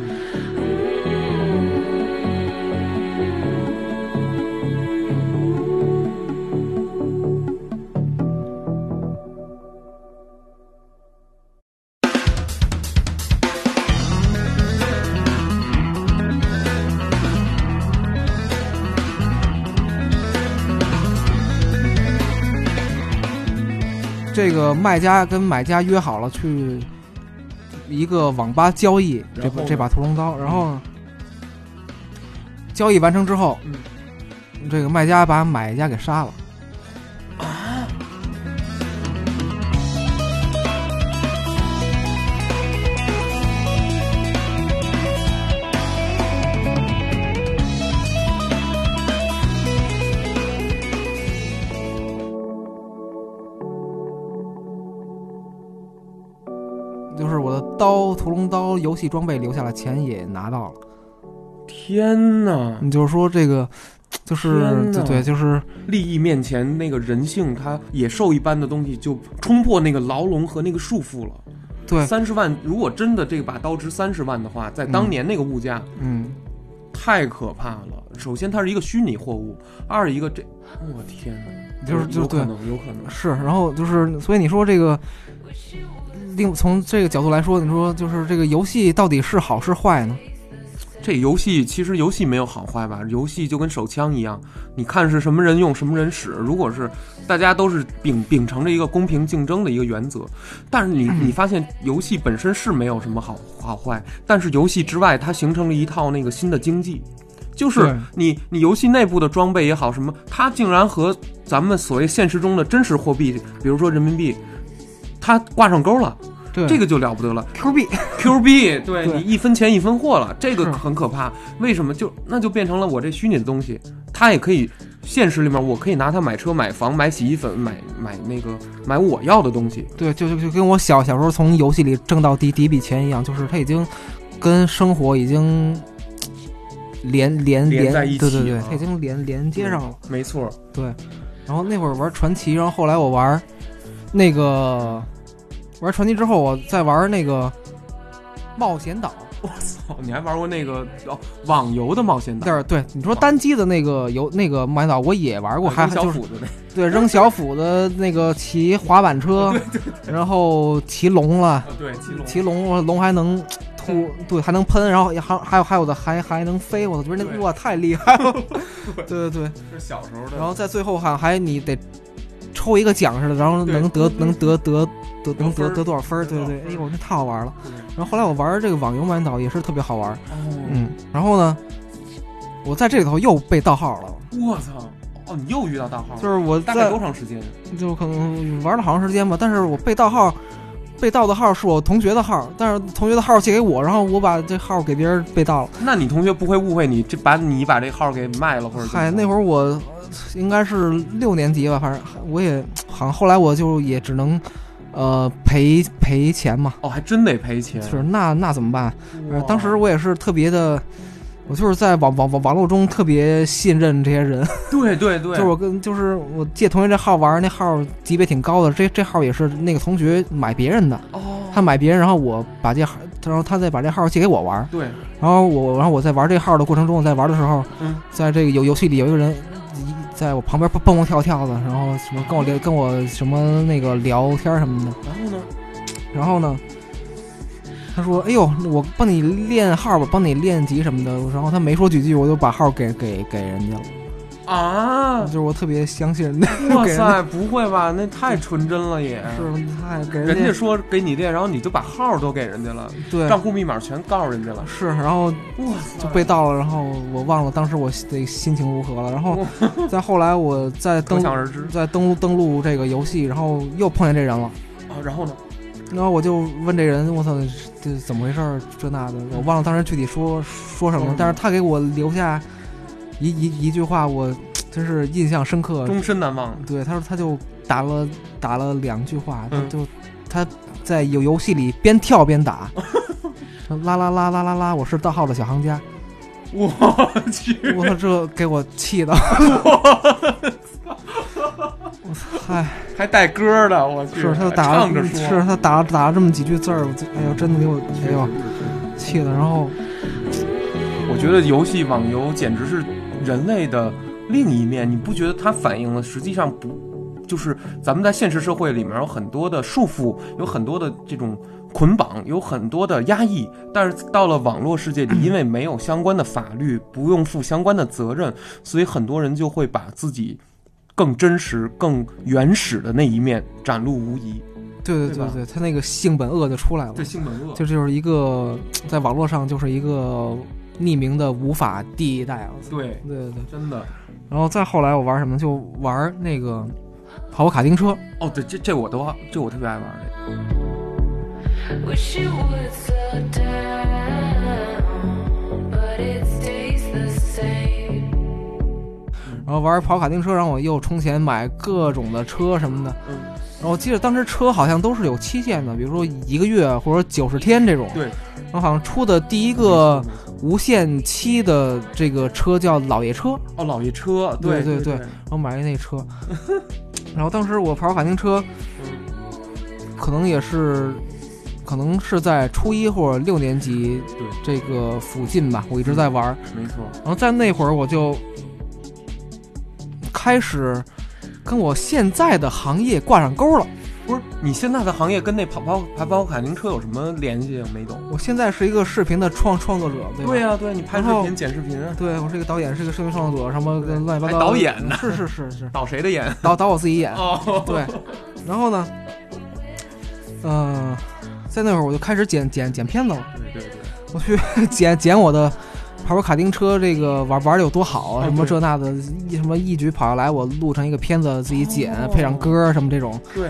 Speaker 2: 这个卖家跟买家约好了去一个网吧交易这
Speaker 1: 然后
Speaker 2: 把
Speaker 1: 呢嗯
Speaker 2: 这把屠龙刀，然后呢交易完成之后，
Speaker 1: 嗯
Speaker 2: 这个卖家把买家给杀了。就是我的刀屠龙刀游戏装备留下了，钱也拿到了。
Speaker 1: 天哪！
Speaker 2: 你就是说这个，就是
Speaker 1: 天哪
Speaker 2: 对对，就是
Speaker 1: 利益面前那个人性，它野兽一般的东西就冲破那个牢笼和那个束缚了。
Speaker 2: 对，
Speaker 1: 三十万，如果真的这把刀值三十万的话，在
Speaker 2: 嗯
Speaker 1: 当年那个物价，
Speaker 2: 嗯，
Speaker 1: 太可怕了！首先，它是一个虚拟货物；二一个这，我天哪，
Speaker 2: 就是就
Speaker 1: 有
Speaker 2: 对
Speaker 1: 可能，有可能，
Speaker 2: 是。然后就是，所以你说这个，另从这个角度来说，你说就是这个游戏到底是好是坏呢？
Speaker 1: 这游戏其实游戏没有好坏吧？游戏就跟手枪一样，你看是什么人用，什么人使。如果是大家都是秉秉承着一个公平竞争的一个原则，但是你
Speaker 2: 嗯
Speaker 1: 你发现游戏本身是没有什么好好坏，但是游戏之外它形成了一套那个新的经济，就是
Speaker 2: 对
Speaker 1: 你你游戏内部的装备也好，什么它竟然和咱们所谓现实中的真实货币，比如说人民币，它挂上钩了，
Speaker 2: 对
Speaker 1: 这个就了不得了。
Speaker 2: Q 币，
Speaker 1: Q 币，嗯对
Speaker 2: 对
Speaker 1: 你一分钱一分货了，这个
Speaker 2: 是
Speaker 1: 很可怕。为什么就那就变成了我这虚拟的东西，它也可以现实里面，我可以拿它买车、买房、买洗衣粉、买买那个买我要的东西。
Speaker 2: 对，就就就跟我小小时候从游戏里挣到第第一笔钱一样，就是它已经跟生活已经连连
Speaker 1: 连在一
Speaker 2: 对对
Speaker 1: 起
Speaker 2: 对，
Speaker 1: 了
Speaker 2: 它已经连连接上了。
Speaker 1: 没错，
Speaker 2: 对，然后那会儿玩传奇，然后后来我玩那个玩传奇之后，我再玩那个冒险岛。
Speaker 1: 我操， 你还玩过那个哦网游的冒险岛？
Speaker 2: 但是对你说单机的那个游那个冒险岛，我也玩过，还
Speaker 1: 小
Speaker 2: 就是
Speaker 1: 斧子那
Speaker 2: 对扔小斧的那个骑滑板 车，然后骑龙了，
Speaker 1: 啊，对，骑龙，
Speaker 2: 骑龙我龙还能吐，对，还能喷，然后还还有还有的还还能飞，我觉得那
Speaker 1: 对
Speaker 2: 哇太厉害 了，对对对。
Speaker 1: 是小时候的
Speaker 2: 然后在最后好像还你得抽一个奖似的，然后能
Speaker 1: 对
Speaker 2: 得能得得嗯得能得得多少分儿，对对对，哎呦，那太好玩了。然后后来我玩这个网游满岛也是特别好玩，
Speaker 1: 哦，
Speaker 2: 嗯，然后呢，我在这里头又被盗号了，
Speaker 1: 我操！哦，你又遇到大号了，
Speaker 2: 就是我
Speaker 1: 大概
Speaker 2: 在
Speaker 1: 多长时间？
Speaker 2: 就可能玩了好长时间吧，但是我被盗号，被盗的号是我同学的号，但是同学的号借给我，然后我把这号给别人被盗了。
Speaker 1: 那你同学不会误会你这把你把这号给卖了，或者
Speaker 2: 嗨，那会
Speaker 1: 儿
Speaker 2: 儿我呃应该是六年级吧，反正我也好像后来我就也只能，呃，赔赔钱嘛。
Speaker 1: 哦，还真得赔钱。
Speaker 2: 是，那那怎么办？呃
Speaker 1: 哇
Speaker 2: 当时我也是特别的，我就是在网网网网络中特别信任这些人，
Speaker 1: 对对对，
Speaker 2: 就是我跟就是我借同学这号玩儿，那号级别挺高的，这这号也是那个同学买别人的，
Speaker 1: 哦，
Speaker 2: 他买别人，然后我把这号，然后他再把这号借给我玩儿，
Speaker 1: 对，
Speaker 2: 然后我然后我在玩这号的过程中，我在玩的时候，
Speaker 1: 嗯，
Speaker 2: 在这个游游戏里有一个人一在我旁边蹦蹦跳跳的，然后什么跟我聊跟我什么那个聊天什么的，
Speaker 1: 然后呢？
Speaker 2: 然后呢，他说：“哎呦，我帮你练号吧，帮你练级什么的。”然后他没说几句，我就把号给给给人家了，
Speaker 1: 啊
Speaker 2: 就，是我特别相信人家，
Speaker 1: 哇
Speaker 2: 给人家
Speaker 1: 塞，不会吧？那太纯真了也。
Speaker 2: 是太给
Speaker 1: 人家
Speaker 2: 家
Speaker 1: 说给你练，然后你就把号都给人家了，
Speaker 2: 对
Speaker 1: 账户密码全告诉人家了，
Speaker 2: 是，然后
Speaker 1: 哇塞，
Speaker 2: 就被盗了，然后我忘了当时我的心情如何了。然后再后来我再
Speaker 1: 可
Speaker 2: 登
Speaker 1: 想而知
Speaker 2: 再登录登录这个游戏，然后又碰见这人了，
Speaker 1: 啊。然后呢？
Speaker 2: 然后我就问这人，我操，这怎么回事儿？这那的，我忘了当时具体说说什么了，但是他给我留下一一一句话，我真是印象深刻。
Speaker 1: 终身难忘。
Speaker 2: 对，他说他就打了打了两句话，
Speaker 1: 嗯
Speaker 2: 就他在游游戏里边跳 边打。啦啦啦啦啦啦！我是盗号的小 行家，
Speaker 1: 我去，
Speaker 2: 我操，这给我气的，我操！嗨，
Speaker 1: 还带歌的，我去，
Speaker 2: 哎是他
Speaker 1: 还
Speaker 2: 打了
Speaker 1: 唱着，说，
Speaker 2: 是他打了打了这么几句字儿，我就哎呦，真的给我哎呦气的。然后
Speaker 1: 我觉得游戏网游简直是人类的另一面，你不觉得它反映了实际上不就是咱们在现实社会里面有很多的束缚，有很多的这种捆绑，有很多的压抑，但是到了网络世界里，因为没有相关的法律，不用负相关的责任，所以很多人就会把自己更真实、更原始的那一面展露无遗。
Speaker 2: 对
Speaker 1: 对
Speaker 2: 对
Speaker 1: 吧
Speaker 2: 对对，他那个性本恶就出来了，
Speaker 1: 性本恶
Speaker 2: 这就是一个在网络上就是一个匿名的无法地带啊。
Speaker 1: 对，
Speaker 2: 对对对，
Speaker 1: 真的。
Speaker 2: 然后再后来我玩什么呢？就玩那个跑跑卡丁车，
Speaker 1: 哦，对，这这我都这我特别爱玩这个。
Speaker 5: Wish it would slow down, but it stays the same.
Speaker 2: 然后玩跑卡丁车，然后我又充钱买各种的车什么的。
Speaker 1: 嗯
Speaker 2: 然后我记得当时车好像都是有期限的，比如说一个月或者九十天这种。
Speaker 1: 对。
Speaker 2: 然后好像出的第一个无限期的这个车叫老爷车，
Speaker 1: 哦，老爷车，
Speaker 2: 对
Speaker 1: 对
Speaker 2: 对对
Speaker 1: 对
Speaker 2: 然后买了那车。然后当时我跑卡丁车，可能也是，可能是在初一或者六年级
Speaker 1: 对嗯
Speaker 2: 这个附近吧，我一直在玩儿。
Speaker 1: 没错，
Speaker 2: 然后在那会儿我就开始跟我现在的行业挂上钩了。
Speaker 1: 不是你现在的行业跟那跑跑跑跑卡丁车有什么联系？没懂。
Speaker 2: 我现在是一个视频的创创作者，对吧？
Speaker 1: 对呀、对你拍视
Speaker 2: 然后
Speaker 1: 频、剪视频啊，
Speaker 2: 对我是一个导演，是一个视频创作者，什么跟乱七八糟
Speaker 1: 还导演呢
Speaker 2: 是是是是，
Speaker 1: 导谁的眼？
Speaker 2: 导导我自己演。
Speaker 1: 哦，
Speaker 2: 对，然后呢，嗯，在那会儿我就开始剪剪剪片子了，
Speaker 1: 对对对，
Speaker 2: 我去 剪剪我的跑跑卡丁车这个玩玩的有多好，
Speaker 1: 啊
Speaker 2: 什么
Speaker 1: 对
Speaker 2: 这那的，一什么一举跑下来，我录成一个片子自己剪，
Speaker 1: 哦
Speaker 2: 配上歌儿什么这种。
Speaker 1: 对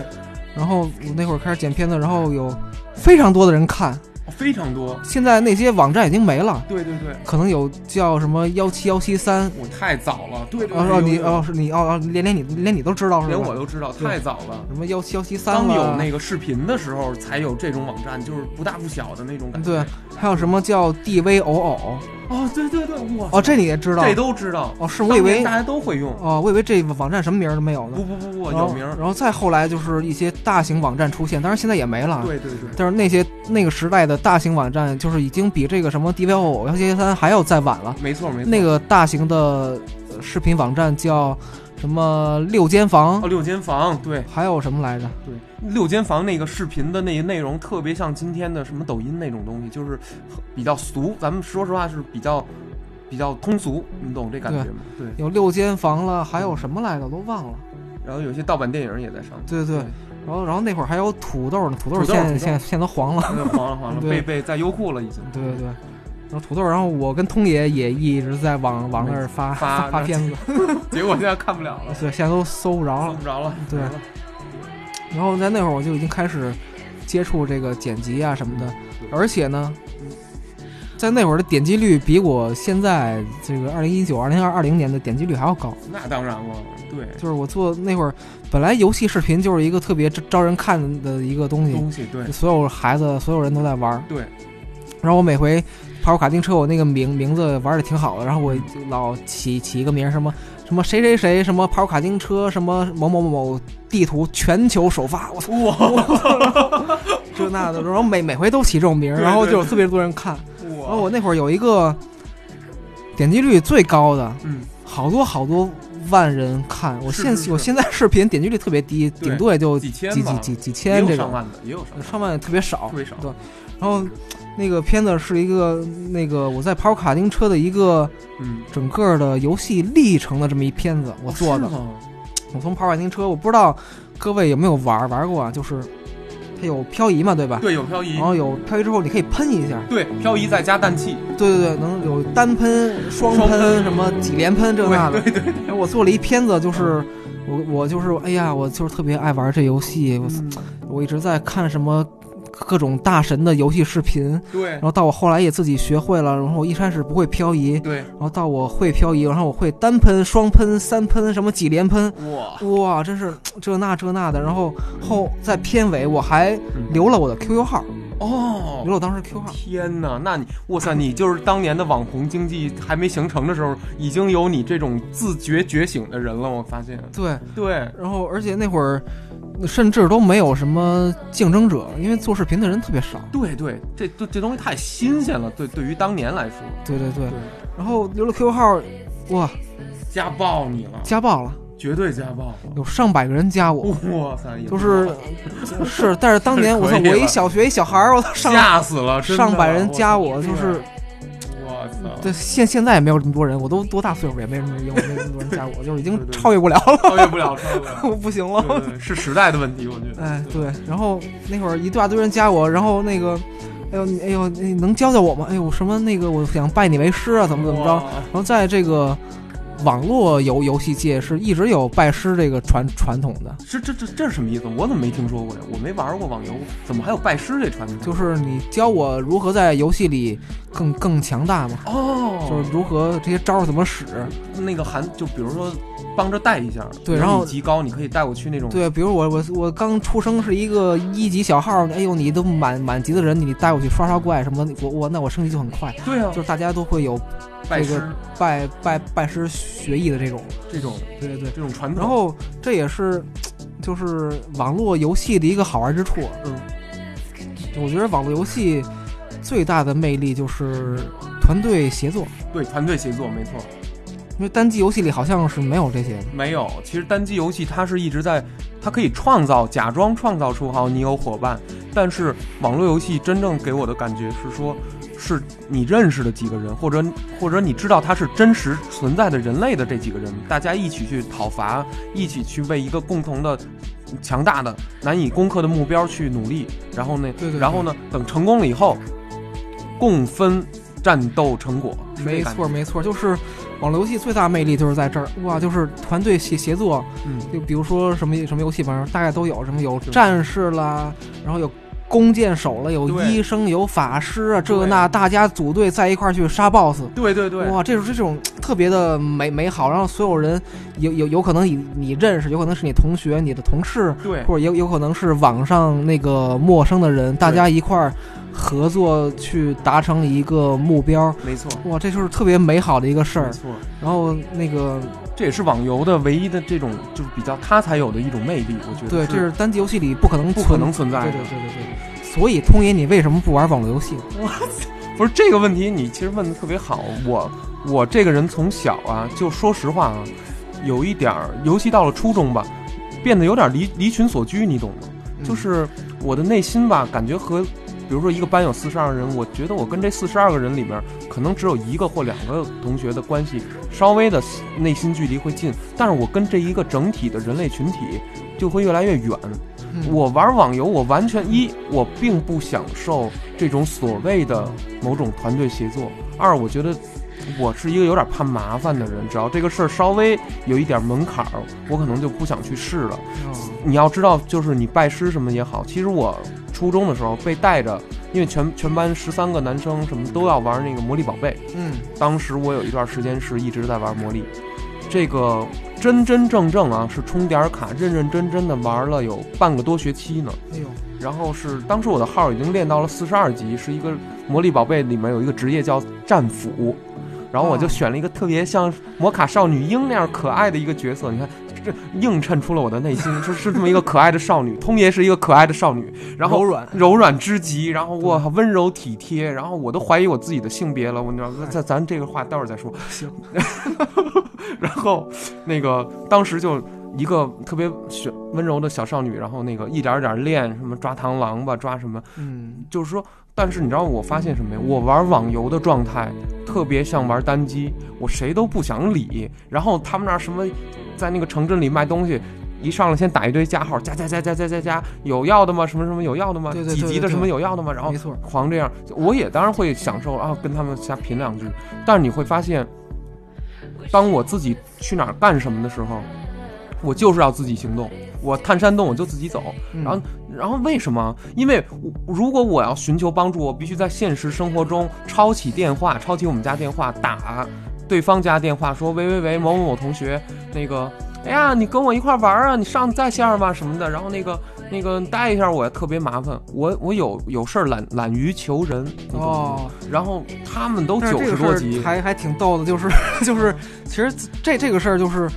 Speaker 2: 然后我那会儿开始剪片子，然后有非常多的人看，
Speaker 1: 哦非常多。
Speaker 2: 现在那些网站已经没了，
Speaker 1: 对对对，
Speaker 2: 可能有叫什么幺七幺七三。
Speaker 1: 我太早了。对对对，
Speaker 2: 哦，哦
Speaker 1: 有
Speaker 2: 你
Speaker 1: 有
Speaker 2: 哦，是你哦哦，连连你连你都知道是吧？
Speaker 1: 连我都知道，太早了。
Speaker 2: 什么幺七幺七三
Speaker 1: 当有那个视频的时候，才有这种网站，就是不大不小的那种感觉。
Speaker 2: 嗯对，还有什么叫 DV 偶偶？
Speaker 1: 哦，对对对，哇塞，
Speaker 2: 哦，这你也知道？
Speaker 1: 这都知道。
Speaker 2: 哦，是
Speaker 1: 当
Speaker 2: 我以
Speaker 1: 年
Speaker 2: 为
Speaker 1: 大家都会用。
Speaker 2: 哦，我以为这网站什么名儿都没有呢
Speaker 1: 不。不不不，
Speaker 2: 然
Speaker 1: 有
Speaker 2: 后
Speaker 1: 名儿。
Speaker 2: 然后再后来就是一些大型网站出现，当然现在也没了。。
Speaker 1: 对对对，
Speaker 2: 但是那些那个时代的大型网站，就是已经比这个什么 DV 偶偶幺七三还要再晚了。
Speaker 1: 没错没错。
Speaker 2: 那个大型的呃视频网站叫什么六间房
Speaker 1: 哦，，六间房，对。
Speaker 2: 还有什么来着？
Speaker 1: 对，六间房那个视频的那个内容特别像今天的什么抖音那种东西，就是比较俗。咱们说实话是比较比较通俗，你懂这感觉吗？对，
Speaker 2: 有六间房了，还有什么来着？我都忘了。
Speaker 1: 然后有些盗版电影也在 上面，
Speaker 2: 对对对，然后然后那会儿还有土豆呢，土豆
Speaker 1: 土豆土
Speaker 2: 现在
Speaker 1: 豆
Speaker 2: 现在现在都黄了，
Speaker 1: 那个嗯黄了黄了，
Speaker 2: 对
Speaker 1: 被被在优酷了已经。
Speaker 2: 对对对。然后土豆，然后我跟通爷也一直在往往那儿发
Speaker 1: 发
Speaker 2: 发片子，
Speaker 1: 结果现在看不了了，
Speaker 2: 对，现在都搜不着
Speaker 1: 搜
Speaker 2: 了
Speaker 1: 不。着了。
Speaker 2: 对
Speaker 1: 没了
Speaker 2: 然后在那会儿我就已经开始接触这个剪辑啊什么的，而且呢，在那会儿的点击率比我现在这个二零一九、二零二二零年的点击率还要高。
Speaker 1: 那当然了，对
Speaker 2: 就是我做那会儿，本来游戏视频就是一个特别招招人看的一个东西，
Speaker 1: 东西对
Speaker 2: 所有孩子、所有人都在玩儿。
Speaker 1: 对，
Speaker 2: 然后我每回跑跑卡丁车，我那个名名字玩的挺好的，然后
Speaker 1: 嗯
Speaker 2: 我老起起一个名儿，什么什么谁谁谁，什么跑卡丁车，什么某某某某地图全球首发， 我操，这那的，然后每每回都起这种名儿，
Speaker 1: 对
Speaker 2: 然后就有
Speaker 1: 对
Speaker 2: 特别多人看。然后
Speaker 1: 哇，
Speaker 2: 哦我那会儿有一个点击率最高的，
Speaker 1: 嗯，
Speaker 2: 好多好多万人看。我
Speaker 1: 是
Speaker 2: 现
Speaker 1: 是是
Speaker 2: 我现在视频点击率特别低，
Speaker 1: 对
Speaker 2: 顶多也就几
Speaker 1: 几千
Speaker 2: 几
Speaker 1: 吧
Speaker 2: 几几
Speaker 1: 也
Speaker 2: 千
Speaker 1: 有
Speaker 2: 这
Speaker 1: 上
Speaker 2: 种，
Speaker 1: 万的，也有上万
Speaker 2: 上万也特别少
Speaker 1: 的，特。别少。
Speaker 2: 对然后那个片子是一个那个我在跑卡丁车的一个
Speaker 1: 嗯，
Speaker 2: 整个的游戏历程的这么一片子，我做的
Speaker 1: 哦。是吗
Speaker 2: 我从跑卡丁车，我不知道各位有没有玩儿玩过啊？就是它有漂移嘛，对吧？
Speaker 1: 对，有漂移
Speaker 2: 然，后有漂移之后，你可以喷一下，
Speaker 1: 对，漂移再加氮气，
Speaker 2: 对对对，能有单喷、双
Speaker 1: 双
Speaker 2: 喷、什么几连喷这那的。
Speaker 1: 对对对，
Speaker 2: 然后我做了一片子，就是我我就是哎呀，我就是特别爱玩这游戏，我
Speaker 1: 嗯
Speaker 2: 我一直在看什么各种大神的游戏视频，
Speaker 1: 对
Speaker 2: 然后到我后来也自己学会了，然后我一开始不会漂移，
Speaker 1: 对，
Speaker 2: 然后到我会漂移，然后我会单喷、双喷、三喷，什么几连喷。
Speaker 1: 哇，
Speaker 2: 哇，真是这那这那的，然后后在片尾我还留了我的 QQ 号，
Speaker 1: 哦
Speaker 2: 留了我当时 QQ 号，
Speaker 1: 天呐，那你，哇塞，你就是当年的网红经济还没形成的时候，已经有你这种自觉觉醒的人了。我发现，
Speaker 2: 对，
Speaker 1: 对，
Speaker 2: 然后而且那会儿甚至都没有什么竞争者，因为做视频的人特别少。
Speaker 1: 对对，这这这东西太新鲜了，对，对于当年来说，
Speaker 2: 对对对，然后留了 QQ 号，哇，
Speaker 1: 家暴你了，
Speaker 2: 加爆了，
Speaker 1: 绝对家暴了。
Speaker 2: 有上百个人加我，
Speaker 1: 哇塞，也
Speaker 2: 就
Speaker 1: 不
Speaker 2: 是
Speaker 1: 好
Speaker 2: 是，但是当年我操，
Speaker 1: 可以了
Speaker 2: 我一小学一小孩儿，我操上
Speaker 1: 吓死了，真的
Speaker 2: 上百人加我，就是，
Speaker 1: 我操，
Speaker 2: 这现现在也没有这么多人，我都多大岁数也没什么有没有这么多人加我， 就是已经
Speaker 1: 对对对
Speaker 2: 超越不了 了，
Speaker 1: 超越不了，超越不 了。
Speaker 2: 我不行了。
Speaker 1: 对对是时代的问题，我觉得。
Speaker 2: 哎，对，然后那会儿一大堆人加我，然后那个，哎呦，你哎呦，你能教教我吗？哎呦，什么那个，我想拜你为师啊，怎么怎么着？
Speaker 1: 哇
Speaker 2: 然后在这个网络游游戏界是一直有拜师这个传传统的，
Speaker 1: 这这这这是什么意思？我怎么没听说过呀？我没玩过网游，怎么还有拜师这传统？
Speaker 2: 就是你教我如何在游戏里更更强大嘛，
Speaker 1: 哦，
Speaker 2: 就是如何这些招儿怎么使。
Speaker 1: 那个韩，就比如说帮着带一下，
Speaker 2: 对
Speaker 1: 比如
Speaker 2: 然后
Speaker 1: 你级高，你可以带我去那种，
Speaker 2: 对，比如我我我刚出生是一个一级小号，哎呦，你都满满级的人，你带我去刷刷怪什么的，我我那我升级就很快，
Speaker 1: 对啊，
Speaker 2: 就是大家都会有
Speaker 1: 拜
Speaker 2: 这
Speaker 1: 师
Speaker 2: 个拜拜拜师学艺的这种。
Speaker 1: 这种
Speaker 2: 对对对。
Speaker 1: 这种传统，
Speaker 2: 然后这也是，就是网络游戏的一个好玩之处。
Speaker 1: 嗯，
Speaker 2: 我觉得网络游戏最大的魅力就是团队协作，
Speaker 1: 对团队协作没错，
Speaker 2: 因为单机游戏里好像是没有这些的。
Speaker 1: 没有。其实单机游戏它是一直在，它可以创造，假装创造出好你有伙伴，但是网络游戏真正给我的感觉是说，是你认识的几个人，或者或者你知道他是真实存在的人类的这几个人，大家一起去讨伐，一起去为一个共同的。强大的、难以攻克的目标去努力，然后呢，
Speaker 2: 对对对
Speaker 1: 然后呢，等成功了以后，共分战斗成果。是这
Speaker 2: 没
Speaker 1: 感觉
Speaker 2: 错，没错，就是网络游戏最大魅力就是在这儿。哇，就是团队协协作，
Speaker 1: 嗯，
Speaker 2: 就比如说什么什么游戏反正大概都有，什么有战士啦，然后有弓箭手了，有
Speaker 1: 对
Speaker 2: 医生，有法师啊，这
Speaker 1: 对
Speaker 2: 那，大家组队在一块儿去杀 BOSS。
Speaker 1: 对对对，
Speaker 2: 哇，这种这种特别的美美好，然后所有人有有有可能你你认识，有可能是你同学、你的同事，
Speaker 1: 对，
Speaker 2: 或者有有可能是网上那个陌生的人，大家一块儿合作去达成一个目标。
Speaker 1: 没错，
Speaker 2: 哇，这就是特别美好的一个事
Speaker 1: 没
Speaker 2: 儿。
Speaker 1: 错。
Speaker 2: 然后那个
Speaker 1: 这也是网游的唯一的这种，就是比较它才有的一种魅力，我觉得
Speaker 2: 对，这
Speaker 1: 是
Speaker 2: 是单机游戏里不可能
Speaker 1: 不
Speaker 2: 存
Speaker 1: 可能存在
Speaker 2: 对
Speaker 1: 的。
Speaker 2: 对对对对。所以，通爷，你为什么不玩网络游戏？
Speaker 1: 不是这个问题，你其实问的特别好。我我这个人从小啊，就说实话啊，有一点儿，尤其到了初中吧，变得有点离离群所居，你懂吗？
Speaker 2: 嗯
Speaker 1: 就是我的内心吧，感觉和比如说一个班有四十二人，我觉得我跟这四十二个人里面，可能只有一个或两个同学的关系稍微的内心距离会近，但是我跟这一个整体的人类群体就会越来越远。
Speaker 2: 嗯
Speaker 1: 我玩网游，我完全一我并不享受这种所谓的某种团队协作；二，我觉得我是一个有点怕麻烦的人，只要这个事儿稍微有一点门槛儿，我可能就不想去试了。
Speaker 2: 哦
Speaker 1: 你要知道，就是你拜师什么也好，其实我初中的时候被带着，因为全全班十三个男生什么都要玩那个魔力宝贝，
Speaker 2: 嗯
Speaker 1: 当时我有一段时间是一直在玩魔力，这个真真正正啊是充点儿卡，认认真真的玩了有半个多学期呢。
Speaker 2: 哎呦
Speaker 1: 然后是当时我的号已经练到了四十二级，是一个魔力宝贝里面有一个职业叫战斧，然后我就
Speaker 2: 哦
Speaker 1: 选了一个特别像魔卡少女樱那样可爱的一个角色，你看。这映衬出了我的内心，是是这么一个可爱的少女，通爷是一个可爱的少女，然后
Speaker 2: 柔 软
Speaker 1: 柔软之极，然后我温柔体贴，然后我都怀疑我自己的性别了，我你知道，咱咱这个话待会儿再说。
Speaker 2: 行，
Speaker 1: 然后那个当时就一个特别小温柔的小少女，然后那个一点儿一点儿练什么抓螳螂吧，抓什么，
Speaker 2: 嗯
Speaker 1: 就是说，但是你知道我发现什么呀？我玩网游的状态特别像玩单机，我谁都不想理。然后他们那儿什么，在那个城镇里卖东西。一上来先打一堆加号，加加加加加加加，有要的吗？什么什么有要的吗？
Speaker 2: 对对对
Speaker 1: 几级
Speaker 2: 对
Speaker 1: 的
Speaker 2: 对
Speaker 1: 什么有要的吗？然后
Speaker 2: 没错
Speaker 1: 狂这样，我也当然会享受啊，跟他们瞎贫两句。但是你会发现，当我自己去哪儿干什么的时候，我就是要自己行动。我探山洞我就自己走，
Speaker 2: 嗯
Speaker 1: 然后然后为什么？因为我如果我要寻求帮助，我必须在现实生活中抄起电话，抄起我们家电话打对方家电话，说喂喂喂，某某某同学，那个，哎呀，你跟我一块儿玩儿啊，你上在线儿吗？什么的，然后那个那个你带一下我呀，特别麻烦，我我有有事儿懒懒于求人，你懂吗？
Speaker 2: 哦，
Speaker 1: 然后他们都
Speaker 2: 但是
Speaker 1: 九
Speaker 2: 这
Speaker 1: 十
Speaker 2: 个事
Speaker 1: 多
Speaker 2: 儿
Speaker 1: 级，
Speaker 2: 还还挺逗的，就是 就是，其实这这个事儿就是，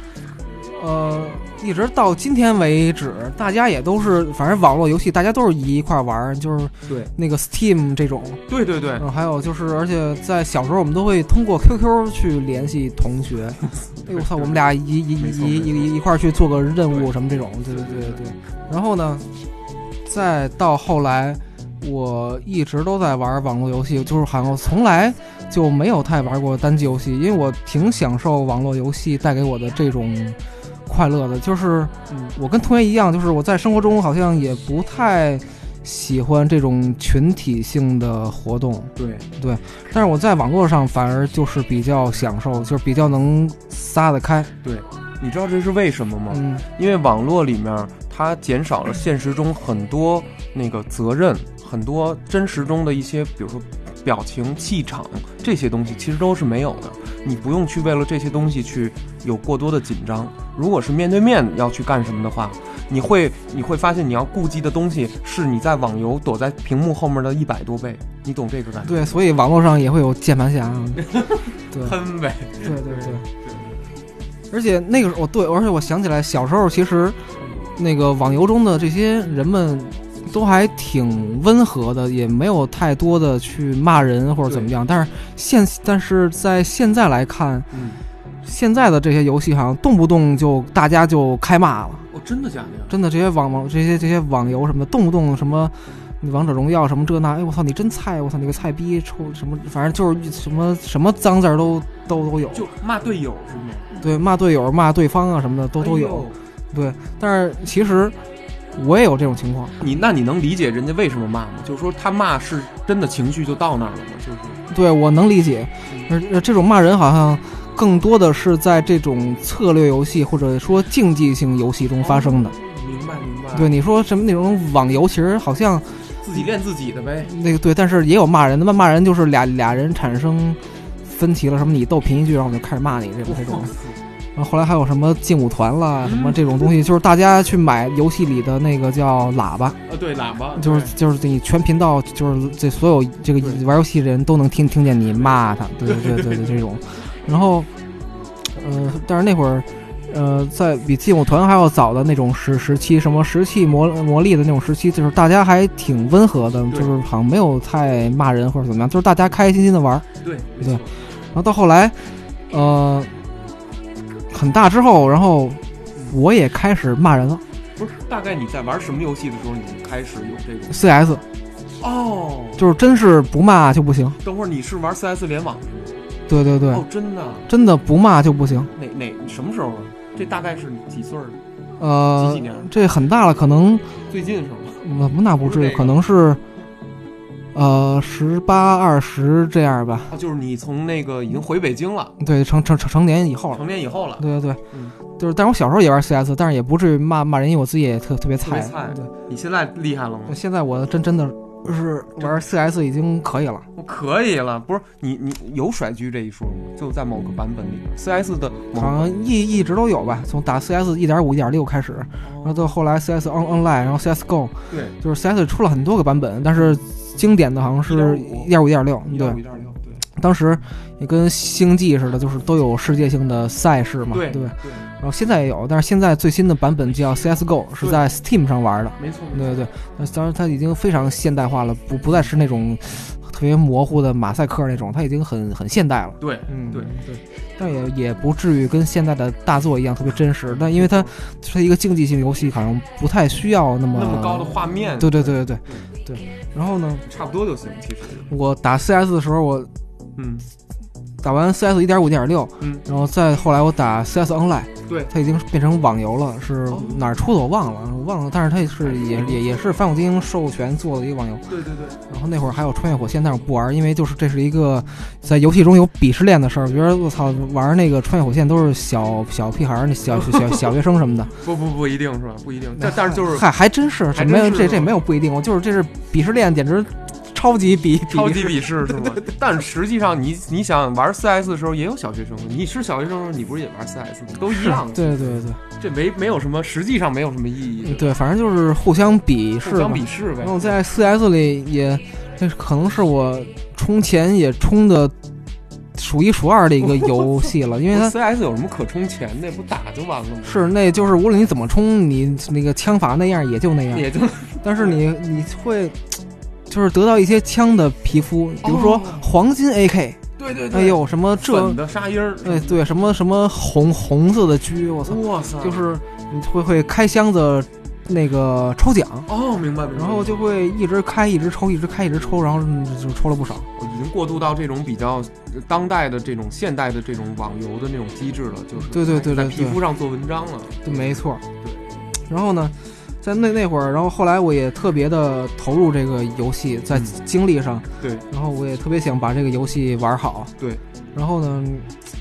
Speaker 2: 呃，一直到今天为止，大家也都是，反正网络游戏大家都是一块玩儿，就是
Speaker 1: 对
Speaker 2: 那个 Steam 这种，
Speaker 1: 对对对
Speaker 2: 然，嗯后还有就是，而且在小时候我们都会通过 QQ 去联系 同学。哎呦我操，我们俩一一
Speaker 1: 没
Speaker 2: 一
Speaker 1: 错
Speaker 2: 一
Speaker 1: 没错
Speaker 2: 一一块儿去做个任务
Speaker 1: 对
Speaker 2: 什么这种，对对对
Speaker 1: 对
Speaker 2: 对。然后呢，再到后来，我一直都在玩网络游戏，就是好像从来就没有太玩过单机游戏，因为我挺享受网络游戏带给我的这种快乐的。就是
Speaker 1: 嗯
Speaker 2: 我跟同学一样，就是我在生活中好像也不太喜欢这种群体性的活动，
Speaker 1: 对，
Speaker 2: 但是我在网络上反而就是比较享受，就是比较能撒得开。
Speaker 1: 你知道这是为什么吗？
Speaker 2: 嗯，
Speaker 1: 因为网络里面它减少了现实中很多那个责任，很多真实中的一些，比如说表情、气场这些东西，其实都是没有的。你不用去为了这些东西去有过多的紧张。如果是面对面要去干什么的话，你会你会发现你要顾忌的东西是你在网游躲在屏幕后面的一百多倍，你懂这个感觉？
Speaker 2: 对，所以网络上也会有键盘侠 啊。
Speaker 1: 喷呗，
Speaker 2: 对对对。而且那个时候，我对，而且我想起来，小时候其实那个网游中的这些人们都还挺温和的，也没有太多的去骂人或者怎么样。但是现，但是在现在来看，
Speaker 1: 嗯，
Speaker 2: 现在的这些游戏好像动不动就大家就开骂了，
Speaker 1: 哦，真的假的呀？
Speaker 2: 真的这些网网这些这些网游什么的，动不动什么。王者荣耀什么这那，哎我操你真菜，我操你个菜逼，臭什么，反正就是什么什么脏字儿都都都有。
Speaker 1: 就骂队友是吗？
Speaker 2: 对，骂队友、骂对方啊什么的都都
Speaker 1: 哎
Speaker 2: 有。对，但是其实我也有这种情况，
Speaker 1: 你那你能理解人家为什么骂吗？就是说他骂是真的情绪就到那儿了吗？就是
Speaker 2: 对我能理解。而而这种骂人好像更多的是在这种策略游戏或者说竞技性游戏中发生的。
Speaker 1: 明白明白，
Speaker 2: 对，，你说什么那种网游，其实好像
Speaker 1: 自己练自己的呗。
Speaker 2: 那个对，但是也有骂人的，那骂人就是俩俩人产生分歧了，什么你斗贫一句，然后我就开始骂你这种这
Speaker 1: 嗯
Speaker 2: 种。然后后来还有什么劲舞团啦，什么这种东西，就是大家去买游戏里的那个叫喇叭。
Speaker 1: 啊，对，喇叭
Speaker 2: 就是就是你全频道，就是这所有这个
Speaker 1: 对
Speaker 2: 玩游戏的人都能听听见你骂他，对对对对对这种。然后，呃，但是那会儿，呃，在比劲舞团还要早的那种时时期，什么石器魔魔力的那种时期，就是大家还挺温和的，
Speaker 1: 对
Speaker 2: 就是好像没有太骂人或者怎么样，就是大家开开心心的玩儿。
Speaker 1: 对没
Speaker 2: 对
Speaker 1: 错
Speaker 2: 然后到后来，呃，很大之后，然后我也开始骂人了
Speaker 1: 不是大概你在玩什么游戏的时候，你就开始有这种
Speaker 2: ，CS。
Speaker 1: 哦，
Speaker 2: 就是真是不骂就不行。
Speaker 1: 等会儿你是玩 CS 联网是吗
Speaker 2: 对对对，
Speaker 1: 哦，真的？
Speaker 2: 真的不骂就不行。
Speaker 1: 哪哪什么时候啊？这大概是几岁儿？
Speaker 2: 呃
Speaker 1: 几几年，
Speaker 2: 这很大了，可能
Speaker 1: 最近是吗？
Speaker 2: 嗯那不至
Speaker 1: 不是
Speaker 2: 于，
Speaker 1: 这个
Speaker 2: 可能是呃十八二十这样吧。
Speaker 1: 哦，就是你从那个已经回北京了，
Speaker 2: 对，成成成成年以后了。
Speaker 1: 成年以后了，
Speaker 2: 对对对，
Speaker 1: 嗯
Speaker 2: 就是，但是我小时候也玩 CS，但是也不至于骂骂人，因为我自己也特特别
Speaker 1: 特别
Speaker 2: 菜。
Speaker 1: 菜
Speaker 2: 对，
Speaker 1: 你现在厉害了吗
Speaker 2: 那？现在我真真的是玩 CS 已经可以了。
Speaker 1: 我可以了，不是你你有甩狙这一说吗？就在某个版本里边，CS 的某
Speaker 2: 好像一一直都有吧，从打 CS 一点五、一点六
Speaker 1: 哦
Speaker 2: 开始，然后到后来 CS on online，然后 CS GO，
Speaker 1: 对
Speaker 2: 就是 CS 出了很多个版本，但是经典的好像是
Speaker 1: 1.5
Speaker 2: 一点五、一点六。
Speaker 1: 一点
Speaker 2: 对
Speaker 1: 五，一点六，对
Speaker 2: 当时也跟星际似的，就是都有世界性的赛事嘛，对。
Speaker 1: 对对，
Speaker 2: 然后现在也有，但是现在最新的版本叫 CS:GO，是在 Steam 上玩的。
Speaker 1: 没错，没错
Speaker 2: 对对对，那当然它已经非常现代化了，不不再是那种特别模糊的马赛克那种，它已经很很现代了。
Speaker 1: 对
Speaker 2: 嗯，
Speaker 1: 对
Speaker 2: 对，但也也不至于跟现在的大作一样特别真实。但因为它是一个竞技性游戏，好像不太需要那么
Speaker 1: 那么高的。画面，
Speaker 2: 对对对对对对。然后呢，
Speaker 1: 差不多就行，其实，
Speaker 2: 我打 CS 的时候，我
Speaker 1: 嗯，
Speaker 2: 打完 CS 一点五、一点六，
Speaker 1: 嗯，
Speaker 2: 然后再后来我打 CS Online，
Speaker 1: 对
Speaker 2: 它已经变成网游了，是
Speaker 1: 哦哎
Speaker 2: 哪儿出的我忘了，我忘了，但是它也是也也也是反恐精英授权做的一个网游。
Speaker 1: 对对对，
Speaker 2: 然后那会儿还有穿越火线，但是我不玩，因为就是这是一个在游戏中有鄙视链的事儿。我觉得我操，玩那个穿越火线都是小小屁孩儿，那小小小小学生什么的。
Speaker 1: 不不不一定是吧？不一定， 但但是就是
Speaker 2: 嗨，还真是
Speaker 1: 还
Speaker 2: 这
Speaker 1: 真
Speaker 2: 没有
Speaker 1: 是
Speaker 2: 这
Speaker 1: 是
Speaker 2: 这
Speaker 1: 吧
Speaker 2: 没有不一定，我就是这是鄙视链，简直超级鄙鄙
Speaker 1: 超
Speaker 2: 视
Speaker 1: 级鄙视是吗？但实际上你你想玩 CS 的时候也有小学生，你是小学生的时候你不是也玩 CS 吗？都一
Speaker 2: 是
Speaker 1: 样，的，
Speaker 2: 对对对
Speaker 1: 这没没有什么，实际上没有什么意义
Speaker 2: 对，对，反正就是互相鄙视
Speaker 1: 互相
Speaker 2: 嘛。
Speaker 1: 鄙视呗
Speaker 2: 然。后在 4S 里也，这可能是我充钱也充的数一数二的一个游戏了，因 为它
Speaker 1: CS 有什么可充钱的？不打就完了吗？
Speaker 2: 是那就是无论你怎么充，你那个枪法那样也就那样，
Speaker 1: 也就
Speaker 2: 但是你你会。就是得到一些枪的皮肤，比如说
Speaker 1: 哦
Speaker 2: 黄金 AK，、
Speaker 1: 对对
Speaker 2: 哎呦什么这
Speaker 1: 粉，的沙鹰儿，
Speaker 2: 哎对什么什么红红色的狙，我操，
Speaker 1: 哇塞，
Speaker 2: 就是你会会开箱子那个抽奖，
Speaker 1: 哦，明白明白。
Speaker 2: 然后就会一直开一直抽一直开一直抽，然后就抽了不少。
Speaker 1: 已经过渡到这种比较当代的这种现代的这种网游的那种机制了，就是
Speaker 2: 对对对
Speaker 1: 在
Speaker 2: 对
Speaker 1: 皮
Speaker 2: 对
Speaker 1: 肤上做文章了，
Speaker 2: 对，没错。
Speaker 1: 对。
Speaker 2: 然后呢，在那那会儿，然后后来我也特别的投入这个游戏，在
Speaker 1: 嗯
Speaker 2: 精力上，
Speaker 1: 对，
Speaker 2: 然后我也特别想把这个游戏玩好，
Speaker 1: 对。
Speaker 2: 然后呢，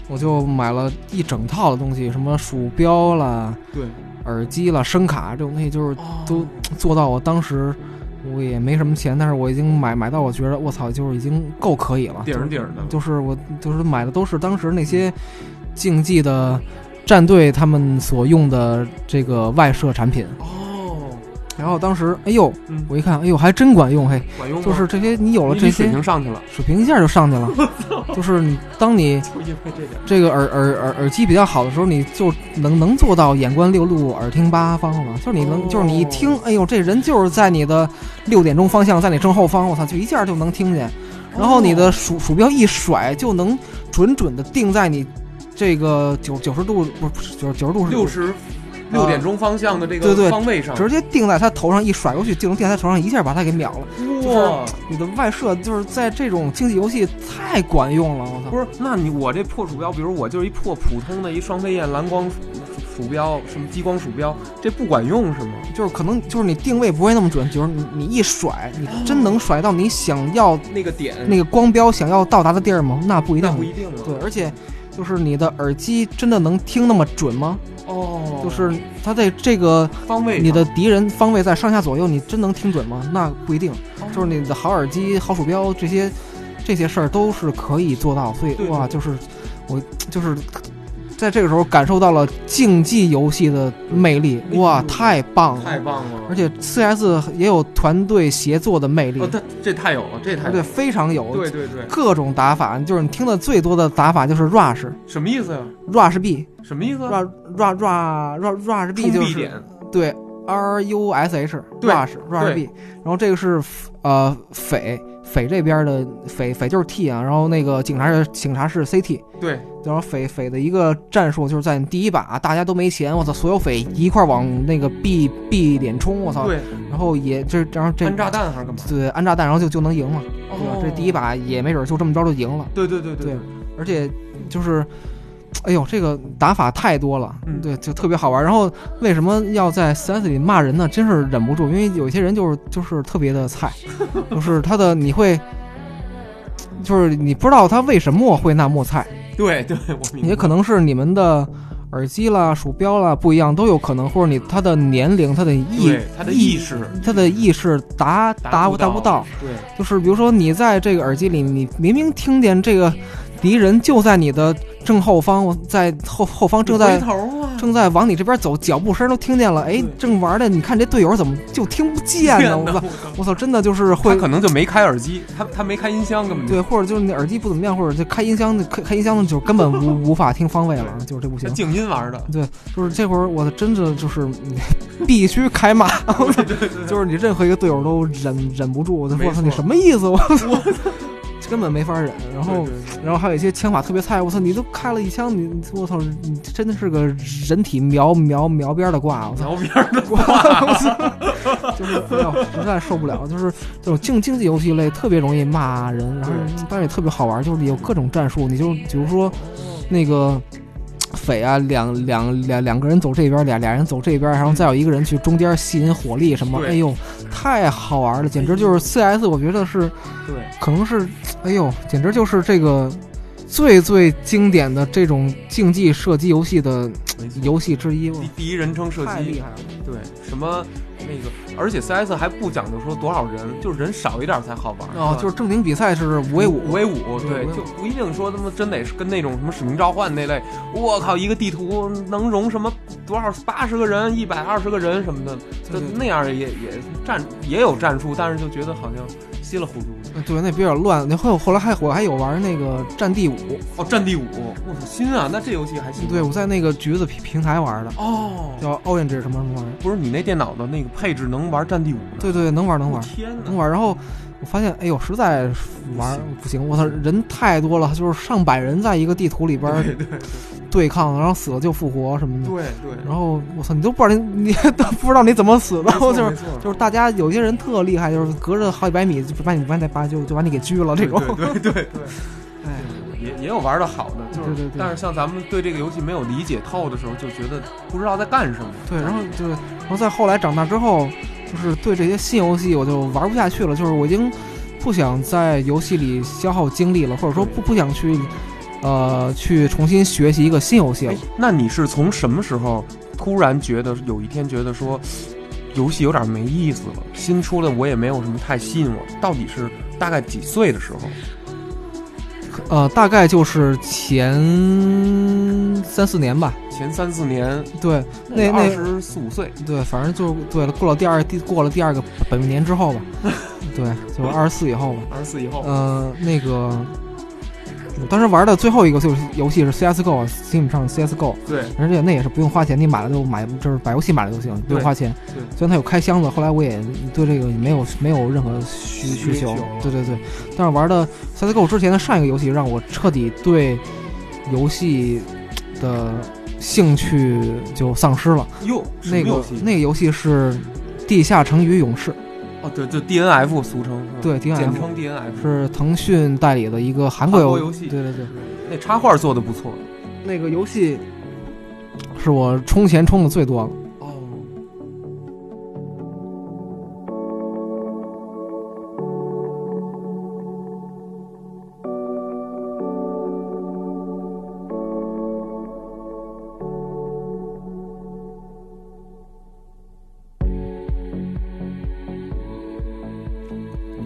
Speaker 2: 我就买了一整套的东西，什么鼠标啦、
Speaker 1: 对，哦
Speaker 2: 耳机啦、声卡这种东西，就是都做到我当时。我也没什么钱，但是我已经买买到，我觉得我操，就是已经够可以了，
Speaker 1: 顶儿顶儿的，
Speaker 2: 就是我就是买的都是当时那些竞技的战队他们所用的这个外设产品。
Speaker 1: 哦，
Speaker 2: 然后当时哎呦，
Speaker 1: 嗯，
Speaker 2: 我一看，哎呦还真管用嘿，
Speaker 1: 管用吗
Speaker 2: 就是这些你有了
Speaker 1: 你
Speaker 2: 这
Speaker 1: 水
Speaker 2: 些
Speaker 1: 平上去了，
Speaker 2: 水平一下就上去 了，就是你当你
Speaker 1: 就因为这点儿。
Speaker 2: 这个耳耳耳耳机比较好的时候，你就能能做到眼观六路，耳听八方了。就是你能，
Speaker 1: 哦
Speaker 2: 就是你一听，哎呦，这人就是在你的六点钟方向，在你正后方，我操，就一下就能听
Speaker 1: 哦
Speaker 2: 见。然后你的鼠鼠标一甩，就能准准的定在你这个九九十度，不是不是九九十度是
Speaker 1: 六，十六点钟方向的这
Speaker 2: 对
Speaker 1: 个
Speaker 2: 对
Speaker 1: 方位上，
Speaker 2: 直接定在他头上一甩过去，就能定在他头上，一下把他给秒了。
Speaker 1: 哇！
Speaker 2: 你的外设就是在这种竞技游戏太管用了，我操
Speaker 1: 不！是，那你我这破鼠标，比如我就是一破普通的一双飞燕蓝光鼠鼠标，什么激光鼠标，这不管用是吗？
Speaker 2: 就是可能就是你定位不会那么准，就是你你一甩，你真能甩到你想要
Speaker 1: 那个点，
Speaker 2: 那个光标想要到达的地儿吗？那不一定
Speaker 1: 那。不一定啊。
Speaker 2: 对，而且就是你的耳机真的能听那么准吗？
Speaker 1: 哦，
Speaker 2: 就是它在这个
Speaker 1: 方位上，
Speaker 2: 你的敌人方位在上下左右，你真能听准吗？那不一定。
Speaker 1: 哦
Speaker 2: 就是你的好耳机、好鼠标这些这些事儿都是可以做到，所以
Speaker 1: 对对
Speaker 2: 哇，就是我就是在这个时候感受到了竞技游戏的魅力，
Speaker 1: 对
Speaker 2: 哇，
Speaker 1: 哎呦
Speaker 2: 太棒
Speaker 1: 太
Speaker 2: 了！
Speaker 1: 棒了，
Speaker 2: 而且 4S 也有团队协作的魅力
Speaker 1: 哦，，它这太有了，这太
Speaker 2: 而
Speaker 1: 有
Speaker 2: 且
Speaker 1: 了
Speaker 2: 非常有
Speaker 1: 对对对，
Speaker 2: 各种打法，就是你听的最多的打法就是 rush。
Speaker 1: 什么意思呀？啊
Speaker 2: rush b
Speaker 1: 什么意思？
Speaker 2: rush rush rush rush rush
Speaker 1: 冲
Speaker 2: b 就
Speaker 1: 必
Speaker 2: 是
Speaker 1: 点，
Speaker 2: 对 R U S H
Speaker 1: 对
Speaker 2: rush rush B，然后这个是呃匪匪这边的匪匪就是 T 啊，然后那个警察是警察是 CT，
Speaker 1: 对，
Speaker 2: 然后匪匪的一个战术就是在第一把大家都没钱，我操，所有匪一块儿往那个 B B 点冲，我操，
Speaker 1: 对，
Speaker 2: 然后也这然后这
Speaker 1: 安炸弹还是干嘛？
Speaker 2: 对安炸弹，然后就就能赢嘛，
Speaker 1: 对
Speaker 2: 对吧？这第一，把也没准就这么着就赢了。
Speaker 1: 对对对对
Speaker 2: 对，而且就是，哎呦，这个打法太多了，
Speaker 1: 嗯
Speaker 2: 对，就特别好玩。然后为什么要在 4S 里骂人呢？真是忍不住，因为有些人就是就是特别的 菜，就是他的你会，就是你不知道他为什么会那么菜，
Speaker 1: 对对，我明白
Speaker 2: 也可能是你们的。耳机啦、鼠标啦不一样，都有可能，或者你他的年龄、他的意
Speaker 1: 对、他的意识
Speaker 2: 他的意识达达
Speaker 1: 达
Speaker 2: 达不到，，
Speaker 1: 对，
Speaker 2: 就是比如说你在这个耳机里，你明明听见这个敌人就在你的正后方，我在后后方正
Speaker 1: 你
Speaker 2: 在
Speaker 1: 回头啊，
Speaker 2: 正在往你这边走，脚步声都听见了，哎
Speaker 1: 对，
Speaker 2: 正玩的，你看这队友怎么就听不见呢？我操！
Speaker 1: 靠
Speaker 2: 我操，真的就是
Speaker 1: 他
Speaker 2: 会
Speaker 1: 可能就没开耳机，他他没开音箱，根本就
Speaker 2: 对，或者就是你耳机不怎么样，或者就开音箱，开开音箱就根本无无法听方位了，就是这不
Speaker 1: 他
Speaker 2: 行。
Speaker 1: 静音玩的，
Speaker 2: 就是这会儿我真的就是 必须开骂， 就是你任何一个队友都忍忍不住，我就
Speaker 1: 没
Speaker 2: 我操
Speaker 1: 错
Speaker 2: 你什么意思？我操， 根本没法忍。然后
Speaker 1: 对对对
Speaker 2: 然后还有一些枪法特别菜，我操，你都开了一枪，你你我操，你真的是个人体描描描边的挂，我操，
Speaker 1: 挠边儿的，
Speaker 2: 就是哎呦实在受不了，就是这种竞竞技游戏类特别容易骂人，然后
Speaker 1: 对
Speaker 2: 但是也特别好玩，就是有各种战术，你就比如说那个。匪啊，两两两两个人走这边，俩俩人走这边，然后再有一个人去中间吸引火力什么，
Speaker 1: 对
Speaker 2: 哎呦，太好玩了，简直就是 CS，我觉得是
Speaker 1: 对，
Speaker 2: 可能是，哎呦，简直就是这个最最经典的这种竞技射击游戏的
Speaker 1: 没错
Speaker 2: 游戏之
Speaker 1: 第
Speaker 2: 一，哇
Speaker 1: 第一人称射
Speaker 2: 太厉
Speaker 1: 击，
Speaker 2: 害了。
Speaker 1: 对，什么那个，而且 CS 还不讲究说多少人，就是人少一点才好玩，
Speaker 2: 哦，就是正经比赛是五 v
Speaker 1: 五
Speaker 2: 五，
Speaker 1: v 五，
Speaker 2: 对
Speaker 1: 对，
Speaker 2: 5v5
Speaker 1: 就不一定说他妈真得是跟那种什么使命召唤那类，我靠，一个地图能容什么多少八十个人、一百二十个人什么的，就
Speaker 2: 对对
Speaker 1: 那样也也战也有战术，但是就觉得好像稀里糊涂的。
Speaker 2: 对，那比较乱。那后后来还我还有玩那个《战地五》，
Speaker 1: 哦，战地五，我操，新啊！那这游戏还新？
Speaker 2: 对我在那个橘子平平台玩的，
Speaker 1: 哦，
Speaker 2: 叫 Orange 什么什么玩意儿。
Speaker 1: 不是你那电脑的那个配置能玩战地五呢？
Speaker 2: 对对，能玩能
Speaker 1: 我
Speaker 2: 玩
Speaker 1: 天
Speaker 2: 能
Speaker 1: 哪！
Speaker 2: 玩。然后我发现，哎呦，实在 玩不行，我操，人太多了，就是上百人在一个地图里边
Speaker 1: 对对对
Speaker 2: 对抗，然后死了就复活什么的。
Speaker 1: 对，
Speaker 2: 然后我操，你都不知道你你 都不知道你怎么死的，
Speaker 1: 没错
Speaker 2: 就是
Speaker 1: 没错
Speaker 2: 就是大家有些人特厉害，就是隔着好几百米就把你把你把就就把你给狙了这种。
Speaker 1: 对对对对对，
Speaker 2: 哎，
Speaker 1: 也也有玩的好的，就是
Speaker 2: 对对对
Speaker 1: 但是像咱们对这个游戏没有理解透的时候，就觉得不知道在干什么。
Speaker 2: 对，然后就是，然后再后来长大之后，就是对这些新游戏我就玩不下去了，就是我已经不想在游戏里消耗精力了，或者说不不想去呃去重新学习一个新游戏了
Speaker 1: 哎。，那你是从什么时候突然觉得有一天觉得说游戏有点没意思了，新出的我也没有什么太吸引我？到底是大概几岁的时候？
Speaker 2: 呃，大概就是前三四年吧。
Speaker 1: 前三四年，
Speaker 2: 对，
Speaker 1: 二
Speaker 2: 那那
Speaker 1: 十四五岁，
Speaker 2: 对，反正就对了，过了第二第过了第二个本命年之 后吧，对，就二十四以后吧。
Speaker 1: 二十四以后，
Speaker 2: 呃，那个，我当时玩的最后一个就是游戏是 CS:GO，基本啊上 CS:GO，
Speaker 1: 对，
Speaker 2: 而且那也是不用花钱，你买了就买，就是把游戏买了就行，不用花钱。
Speaker 1: 对
Speaker 2: 虽然它有开箱子，后来我也对这个没有没有任何需
Speaker 1: 需
Speaker 2: 需求
Speaker 1: 求。
Speaker 2: 对对对，但是玩的 CS:GO 之前的上一个游戏让我彻底对游戏的兴趣就丧失了。
Speaker 1: 哟，什么
Speaker 2: 那
Speaker 1: 游
Speaker 2: 个
Speaker 1: 戏
Speaker 2: 那个游戏是《地下城与勇士
Speaker 1: 哦，对，就 DNF 俗称，是吧
Speaker 2: 对 DNF
Speaker 1: 简称 DNF，》，
Speaker 2: 是腾讯代理的一个韩国
Speaker 1: 韩
Speaker 2: 游
Speaker 1: 国游戏
Speaker 2: 对对对，
Speaker 1: 那插画做的不错。
Speaker 2: 那个游戏是我充钱充的最多了。
Speaker 1: 哦，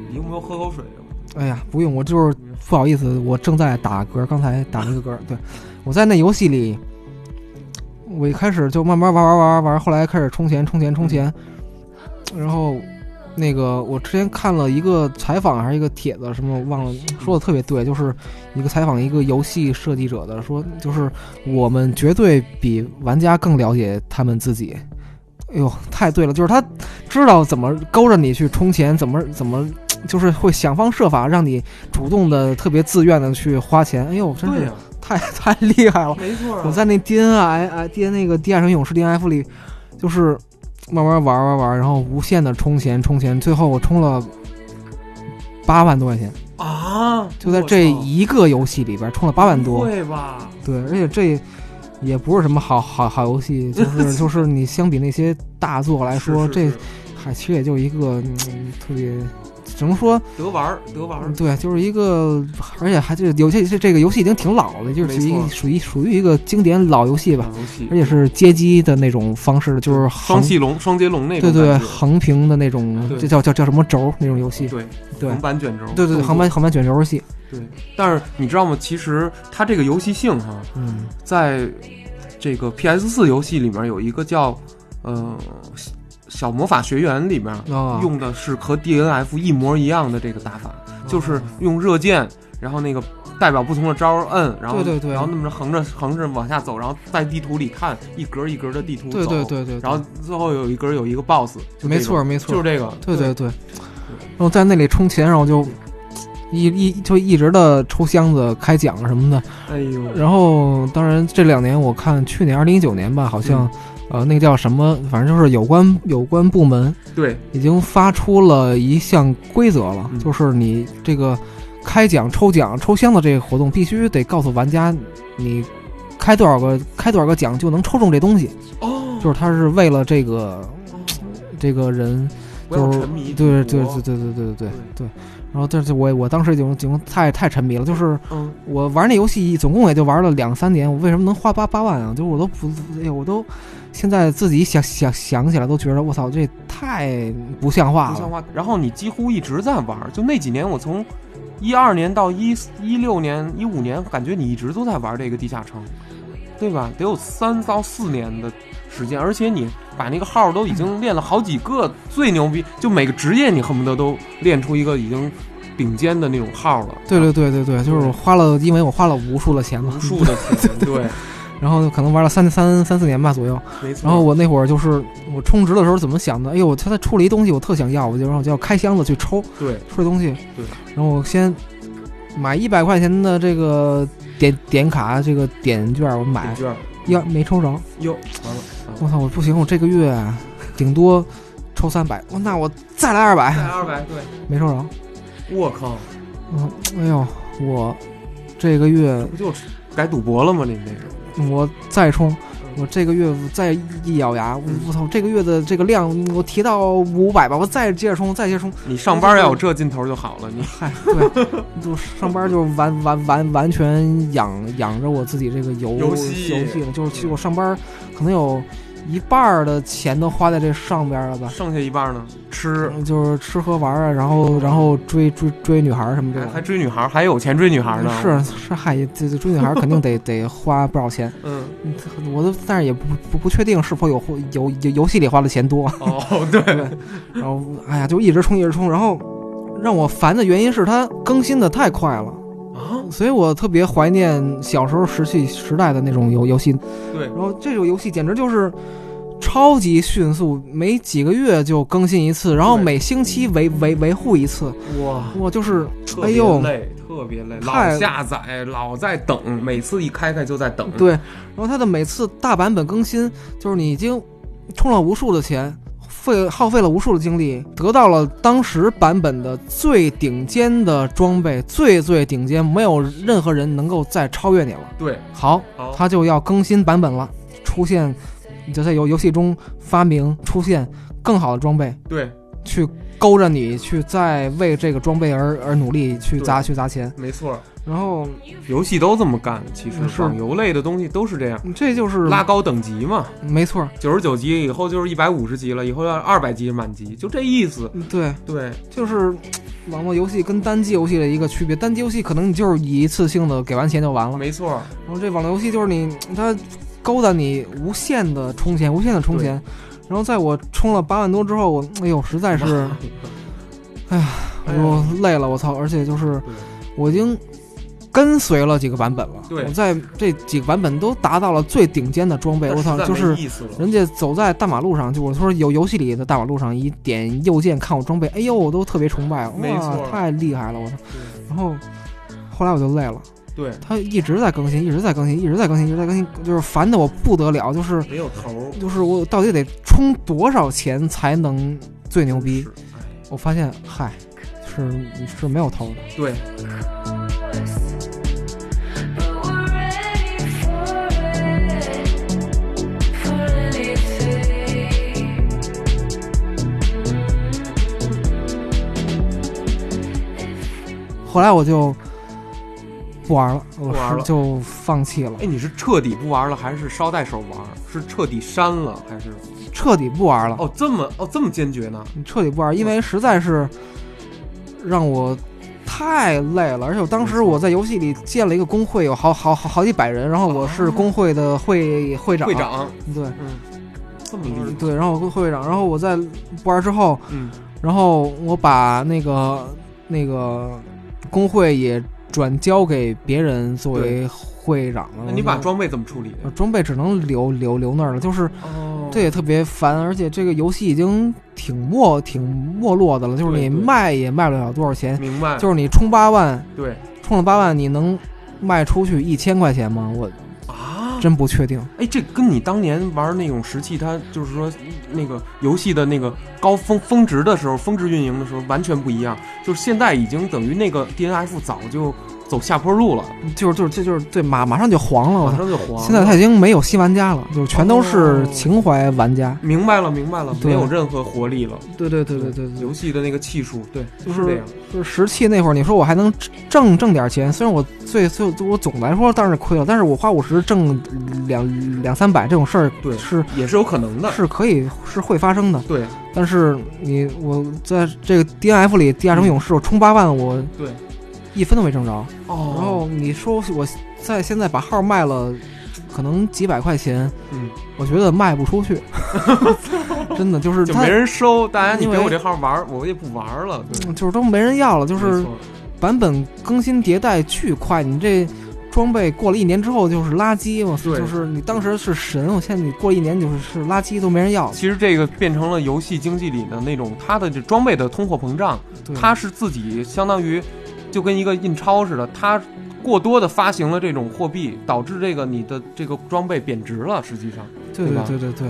Speaker 1: 你有没有喝口水啊？
Speaker 2: 哎呀，不用，我就是不好意思，我正在打嗝，刚才打了一个嗝。对，我在那游戏里，我一开始就慢慢玩玩玩玩玩，后来开始充钱充钱充钱，然后那个我之前看了一个采访还是一个帖子什么忘了，说的特别对，就是一个采访一个游戏设计者的，说就是我们绝对比玩家更了解他们自己。哎呦，太对了，就是他知道怎么勾着你去充钱，怎么怎么就是会想方设法让你主动的、特别自愿的去花钱。哎呦，真
Speaker 1: 对
Speaker 2: 是
Speaker 1: 呀，
Speaker 2: 太 太厉害了！
Speaker 1: 没错啊，
Speaker 2: 我在那 DNA 哎 D 那个《地下城勇士》DNF 里，就是慢慢玩玩玩，然后无限的充钱充钱，最后我充了八万多块钱，
Speaker 1: 啊，
Speaker 2: 就在这
Speaker 1: 我操
Speaker 2: 一个游戏里边充了八万多
Speaker 1: 不。会吧？
Speaker 2: 对，而且这也不是什么好好好游戏，就是 就是你相比那些大作来说，
Speaker 1: 是是是
Speaker 2: 这还其实也就是一个、嗯、特别，只能说
Speaker 1: 得玩儿得玩儿，
Speaker 2: 对，就是一个，而且还就是有些这这个游戏已经挺老了，就是
Speaker 1: 没
Speaker 2: 一
Speaker 1: 错
Speaker 2: 属于属于一个经典老游戏吧，
Speaker 1: 游戏
Speaker 2: 而且是街机的那种方式，就是横
Speaker 1: 双系龙双截龙那种
Speaker 2: 对对
Speaker 1: 感觉，
Speaker 2: 横屏的那种，
Speaker 1: 对
Speaker 2: 这叫叫叫什么轴那种游戏，
Speaker 1: 对
Speaker 2: 对
Speaker 1: 横版卷轴，
Speaker 2: 对对对，
Speaker 1: 动作
Speaker 2: 横。版横版卷轴游戏，
Speaker 1: 但是你知道吗？其实它这个游戏性哈，
Speaker 2: 嗯，
Speaker 1: 在这个 PS 四游戏里面有一个叫呃小小魔法学园里面
Speaker 2: 啊，
Speaker 1: 用的是和 DNF 一模一样的这个打法，就是用热箭，然后那个代表不同的招儿摁，然后
Speaker 2: 对对对
Speaker 1: 然后那么着横着横着往下走，然后在地图里看一格一格的地图走，
Speaker 2: 对对对对，对
Speaker 1: 然后最后有一格有一个 BOSS，就这种
Speaker 2: 没错，没错，
Speaker 1: 就是这个，
Speaker 2: 对对对，然后在那里充钱，然后我就一一就一直的抽箱子、开奖什么的。
Speaker 1: 哎呦，
Speaker 2: 然后当然这两年我看去年二零一九年吧，好像、
Speaker 1: 嗯
Speaker 2: 呃那个叫什么，反正就是有关有关部门
Speaker 1: 对，
Speaker 2: 已经发出了一项规则了，
Speaker 1: 嗯
Speaker 2: 就是你这个开奖、抽奖、抽箱子这个活动必须得告诉玩家你。开多少个开多少个奖就能抽中这东西，
Speaker 1: 哦，
Speaker 2: 就是他是为了这个这个人
Speaker 1: 不要
Speaker 2: 就是
Speaker 1: 沉迷，
Speaker 2: 对对对，对对对对对对。然后，但是我我当时已经已经太太沉迷了，就是
Speaker 1: 嗯，
Speaker 2: 我玩那游戏总共也就玩了两三年，我为什么能花八八万啊？就是我都不，哎呀，我都现在自己想想想起来都觉得我操，这太不像话
Speaker 1: 不像
Speaker 2: 了。
Speaker 1: 话。然后你几乎一直在玩儿，就那几年我从。一二年到一一六年、一五年，感觉你一直都在玩这个地下城，对吧？得有三到四年的时间，而且你把那个号都已经练了好几个，最牛逼，就每个职业你恨不得都练出一个已经顶尖的那种号了。
Speaker 2: 对对对对对，就是我花了，因为我花了无数的钱嘛
Speaker 1: 无，数的钱， 对，
Speaker 2: 然后可能玩了三三三四年吧左右。
Speaker 1: 没错。
Speaker 2: 然后我那会儿就是我充值的时候怎么想的？哎呦，他他出了一东西，我特想要，我就然后我就要开箱子去抽，
Speaker 1: 对
Speaker 2: 出这东西，
Speaker 1: 对，
Speaker 2: 然后我先买一百块钱的这个点点卡，这个点券我买
Speaker 1: 点，券儿
Speaker 2: 呀没抽着，
Speaker 1: 哟，完了，完了
Speaker 2: 我操，我不行，我这个月啊顶多抽三百，我那我再来二百，
Speaker 1: 再二百，对，
Speaker 2: 没抽着，
Speaker 1: 我靠，
Speaker 2: 嗯，哎呦，我这个月
Speaker 1: 不就是改赌博了吗？你这是
Speaker 2: 我再充。我这个月再一咬牙，我我
Speaker 1: 嗯
Speaker 2: 操，这个月的这个量我提到五百吧，我再接着充，再接着充，
Speaker 1: 你上班要有这劲头就好了，你
Speaker 2: 嗨，对， 就上班就完完完完全养养着我自己这个游
Speaker 1: 游戏
Speaker 2: 游戏了，就是其实我上班可能有一半儿的钱都花在这上边了吧，
Speaker 1: 剩下一半呢，吃嗯
Speaker 2: 嗯就是吃喝玩儿啊，然后然后追追追女孩儿什么这
Speaker 1: 还还
Speaker 2: 种。
Speaker 1: 追女孩儿，还有钱追女孩儿呢。，
Speaker 2: 是是，嗨，这这追女孩儿肯定得得花不少钱，
Speaker 1: 嗯，
Speaker 2: 我都但是也不不不确定是否有游游游戏里花的钱多，
Speaker 1: 哦，对，
Speaker 2: 然后哎呀就一直充一直充，然后让我烦的原因是它更新的太快了，
Speaker 1: 啊，
Speaker 2: 所以我特别怀念小时候石器时代的那种游游戏。
Speaker 1: 对
Speaker 2: 然后这种游戏简直就是超级迅速，每几个月就更新一次，然后
Speaker 1: 对
Speaker 2: 每星期维维维护一次。
Speaker 1: 哇，
Speaker 2: 我就是
Speaker 1: 特
Speaker 2: 哎
Speaker 1: 别
Speaker 2: 呦
Speaker 1: 累，特别累，老
Speaker 2: 太
Speaker 1: 下载，老在等，每次一开开就在等。
Speaker 2: 对，然后它的每次大版本更新，就是你已经充了无数的钱。费耗费了无数的精力，得到了当时版本的最顶尖的装备，最最顶尖，没有任何人能够再超越你了。
Speaker 1: 对，哦
Speaker 2: 好，
Speaker 1: 好，
Speaker 2: 它就要更新版本了，出现你就在游游戏中发明出现更好的装备，
Speaker 1: 对，
Speaker 2: 去勾着你去再为这个装备而而努力去砸去砸钱。
Speaker 1: 没错，
Speaker 2: 然后
Speaker 1: 游戏都这么干，其实
Speaker 2: 是
Speaker 1: 网游类的东西都是这样。
Speaker 2: 嗯这就是
Speaker 1: 拉高等级嘛，
Speaker 2: 没错，
Speaker 1: 九十九级以后就是一百五十级了，以后要二百级满级，就这意思。
Speaker 2: 嗯对，
Speaker 1: 对，
Speaker 2: 就是网络游戏跟单机游戏的一个区别。单机游戏可能你就是一次性的给完钱就完了，
Speaker 1: 没 错，
Speaker 2: 然后这网络游戏就是你它勾搭你无限的充钱，无限的充钱。然后在我充了八万多之后，我哎呦，实在是。哎呀，我
Speaker 1: 哎呀
Speaker 2: 就累了，我操！而且就是
Speaker 1: 对
Speaker 2: 我已经跟随了几个版本了。
Speaker 1: 对
Speaker 2: 我在这几个版本都达到了最顶尖的装备，我操，
Speaker 1: 那实在
Speaker 2: 就是
Speaker 1: 没意思了
Speaker 2: 人家走在大马路上，就我说有游戏里的大马路上，一点右键看我装备，哎呦，我都特别崇拜，
Speaker 1: 没
Speaker 2: 哇
Speaker 1: 错，
Speaker 2: 太厉害了，我操！然后后来我就累了，
Speaker 1: 对，
Speaker 2: 他一直在更新，一直在更新，一直在更新，一直在更新，就是烦的我不得了，就是
Speaker 1: 没有头儿，
Speaker 2: 就是我到底得充多少钱才能最牛逼
Speaker 1: 是？，哎
Speaker 2: 我发现，嗨，是是没有头的。
Speaker 1: 对，
Speaker 5: But we're ready for it, for anything. If we
Speaker 2: 后来我就不玩了，我
Speaker 1: 不玩了
Speaker 2: 是就放弃了
Speaker 1: 哎，，你是彻底不玩了，还是捎带手玩？是彻底删了，还是
Speaker 2: 彻底不玩了。
Speaker 1: 哦这么哦这么坚决呢？
Speaker 2: 你彻底不玩，因为实在是让我太累了。而且我当时我在游戏里建了一个工会，有好好好好几百人，然后我是工会的会会长，
Speaker 1: 会长，
Speaker 2: 对
Speaker 1: 嗯，这么厉害，
Speaker 2: 对，然后我会长，然后我在不玩之后，
Speaker 1: 嗯，
Speaker 2: 然后我把那个那个工会也转交给别人作为会长了。
Speaker 1: 那你把
Speaker 2: 我就
Speaker 1: 装备怎么处理的？
Speaker 2: 装备只能留留留那儿了，就是
Speaker 1: 哦，
Speaker 2: 这也特别烦，而且这个游戏已经挺没挺没落的了，就是
Speaker 1: 对
Speaker 2: 你
Speaker 1: 对
Speaker 2: 卖也卖不了多少钱，
Speaker 1: 明白，
Speaker 2: 就是你充八万，
Speaker 1: 对
Speaker 2: 充了八万，你能卖出去一千块钱吗？我
Speaker 1: 啊，
Speaker 2: 真不确定。
Speaker 1: 哎，这跟你当年玩那种石器，它就是说那个游戏的那个高峰峰值的时候，峰值运营的时候完全不一样。就是现在已经等于那个 DNF 早就走下坡路了，
Speaker 2: 就是就是这就是对马马上就黄了，我
Speaker 1: 马
Speaker 2: 操！
Speaker 1: 上就黄了。
Speaker 2: 哦现在他已经没有新玩家了，就全都是情怀玩家。
Speaker 1: 明白了，明白了，
Speaker 2: 对
Speaker 1: 没有任何活力了。
Speaker 2: 对对对对对对，
Speaker 1: 游戏的那个气数，对，
Speaker 2: 就是
Speaker 1: 这样。
Speaker 2: 就是石器那会儿，你说我还能挣挣点钱，虽然我最最我总来说当然是亏了，但是我花五十挣两两三百这种事儿，
Speaker 1: 对
Speaker 2: 是
Speaker 1: 也是有可能的。
Speaker 2: 是可以是会发生的。
Speaker 1: 对，
Speaker 2: 但是你我在这个 DNF 里，地下城勇士我充八万，我
Speaker 1: 嗯对
Speaker 2: 一分都没挣着。
Speaker 1: 哦，
Speaker 2: 然后你说我在现在把号卖了，可能几百块钱，
Speaker 1: 嗯，
Speaker 2: 我觉得卖不出去， 真的就是
Speaker 1: 就
Speaker 2: 他
Speaker 1: 没人收，大家你
Speaker 2: 因
Speaker 1: 给
Speaker 2: 为
Speaker 1: 我这号玩，我也不玩了。对，
Speaker 2: 就是都没人要了，就
Speaker 1: 没
Speaker 2: 是
Speaker 1: 错
Speaker 2: 版本更新迭代巨快，你这。装备过了一年之后就是垃圾嘛，
Speaker 1: 对
Speaker 2: 就是你当时是神，我现在你过了一年就是是垃圾都没人要了。
Speaker 1: 其实这个变成了游戏经济里的那种，它的这装备的通货膨胀。
Speaker 2: 对
Speaker 1: 它是自己相当于就跟一个印钞似的，它过多的发行了这种货币，导致这个你的这个装备贬值了。实际上，
Speaker 2: 对
Speaker 1: 对
Speaker 2: 对
Speaker 1: 吧
Speaker 2: 对对对。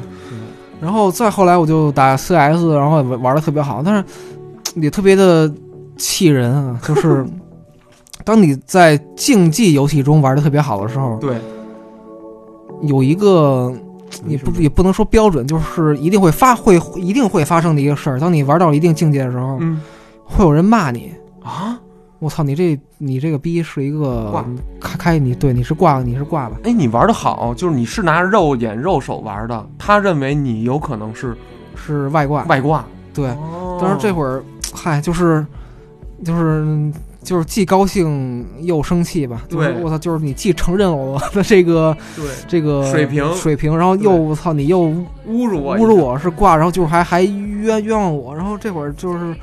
Speaker 2: 然后再后来我就打 CS，然后也玩玩的特别好，但是也特别的气 人啊，就是当你在竞技游戏中玩的特别好的时候，
Speaker 1: 对，
Speaker 2: 有一个也不也不能说标准，就是一定会发会一定会发生的一个事儿。当你玩到一定境界的时候，
Speaker 1: 嗯
Speaker 2: 会有人骂你
Speaker 1: 啊，：“
Speaker 2: 我操，你这你这个逼是一个
Speaker 1: 挂
Speaker 2: 开开你对你是挂你是挂吧。”
Speaker 1: 哎，你玩的好，就是你是拿肉眼肉手玩的，他认为你有可能是
Speaker 2: 是外挂，
Speaker 1: 外挂。
Speaker 2: 对，
Speaker 1: 哦
Speaker 2: 但是这会儿，嗨，就是就是就是既高兴又生气吧。就是
Speaker 1: 对
Speaker 2: 我操，就是你既承认了我的这个
Speaker 1: 对
Speaker 2: 这个
Speaker 1: 水平
Speaker 2: 水平，然后又
Speaker 1: 对
Speaker 2: 我操你又侮
Speaker 1: 侮辱我，
Speaker 2: 辱，我是挂，然后就是还还冤冤枉我，然后这会儿就是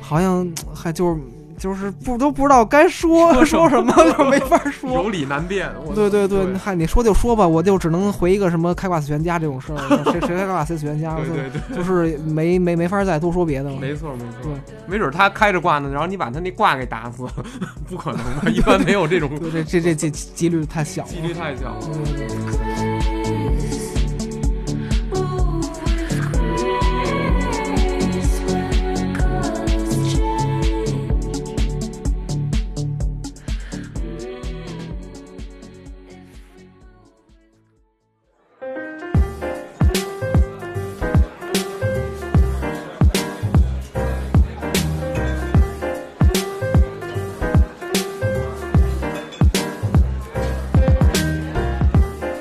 Speaker 2: 好像还就是就是不都不知道该说说什么，就没法说
Speaker 1: 有。理难辩。我
Speaker 2: 对对对，
Speaker 1: 对
Speaker 2: 嗨，你说就说吧，我就只能回一个什么开挂死全家这种事儿，谁谁开挂谁死全家，
Speaker 1: 对对对，
Speaker 2: 就是没没没法再多说别的了。
Speaker 1: 没错没错
Speaker 2: 对，
Speaker 1: 没准他开着挂呢，然后你把他那挂给打死， 不可能 吧？一般没有这种
Speaker 2: 对，这这这这几率太小了。
Speaker 1: 几率太小了。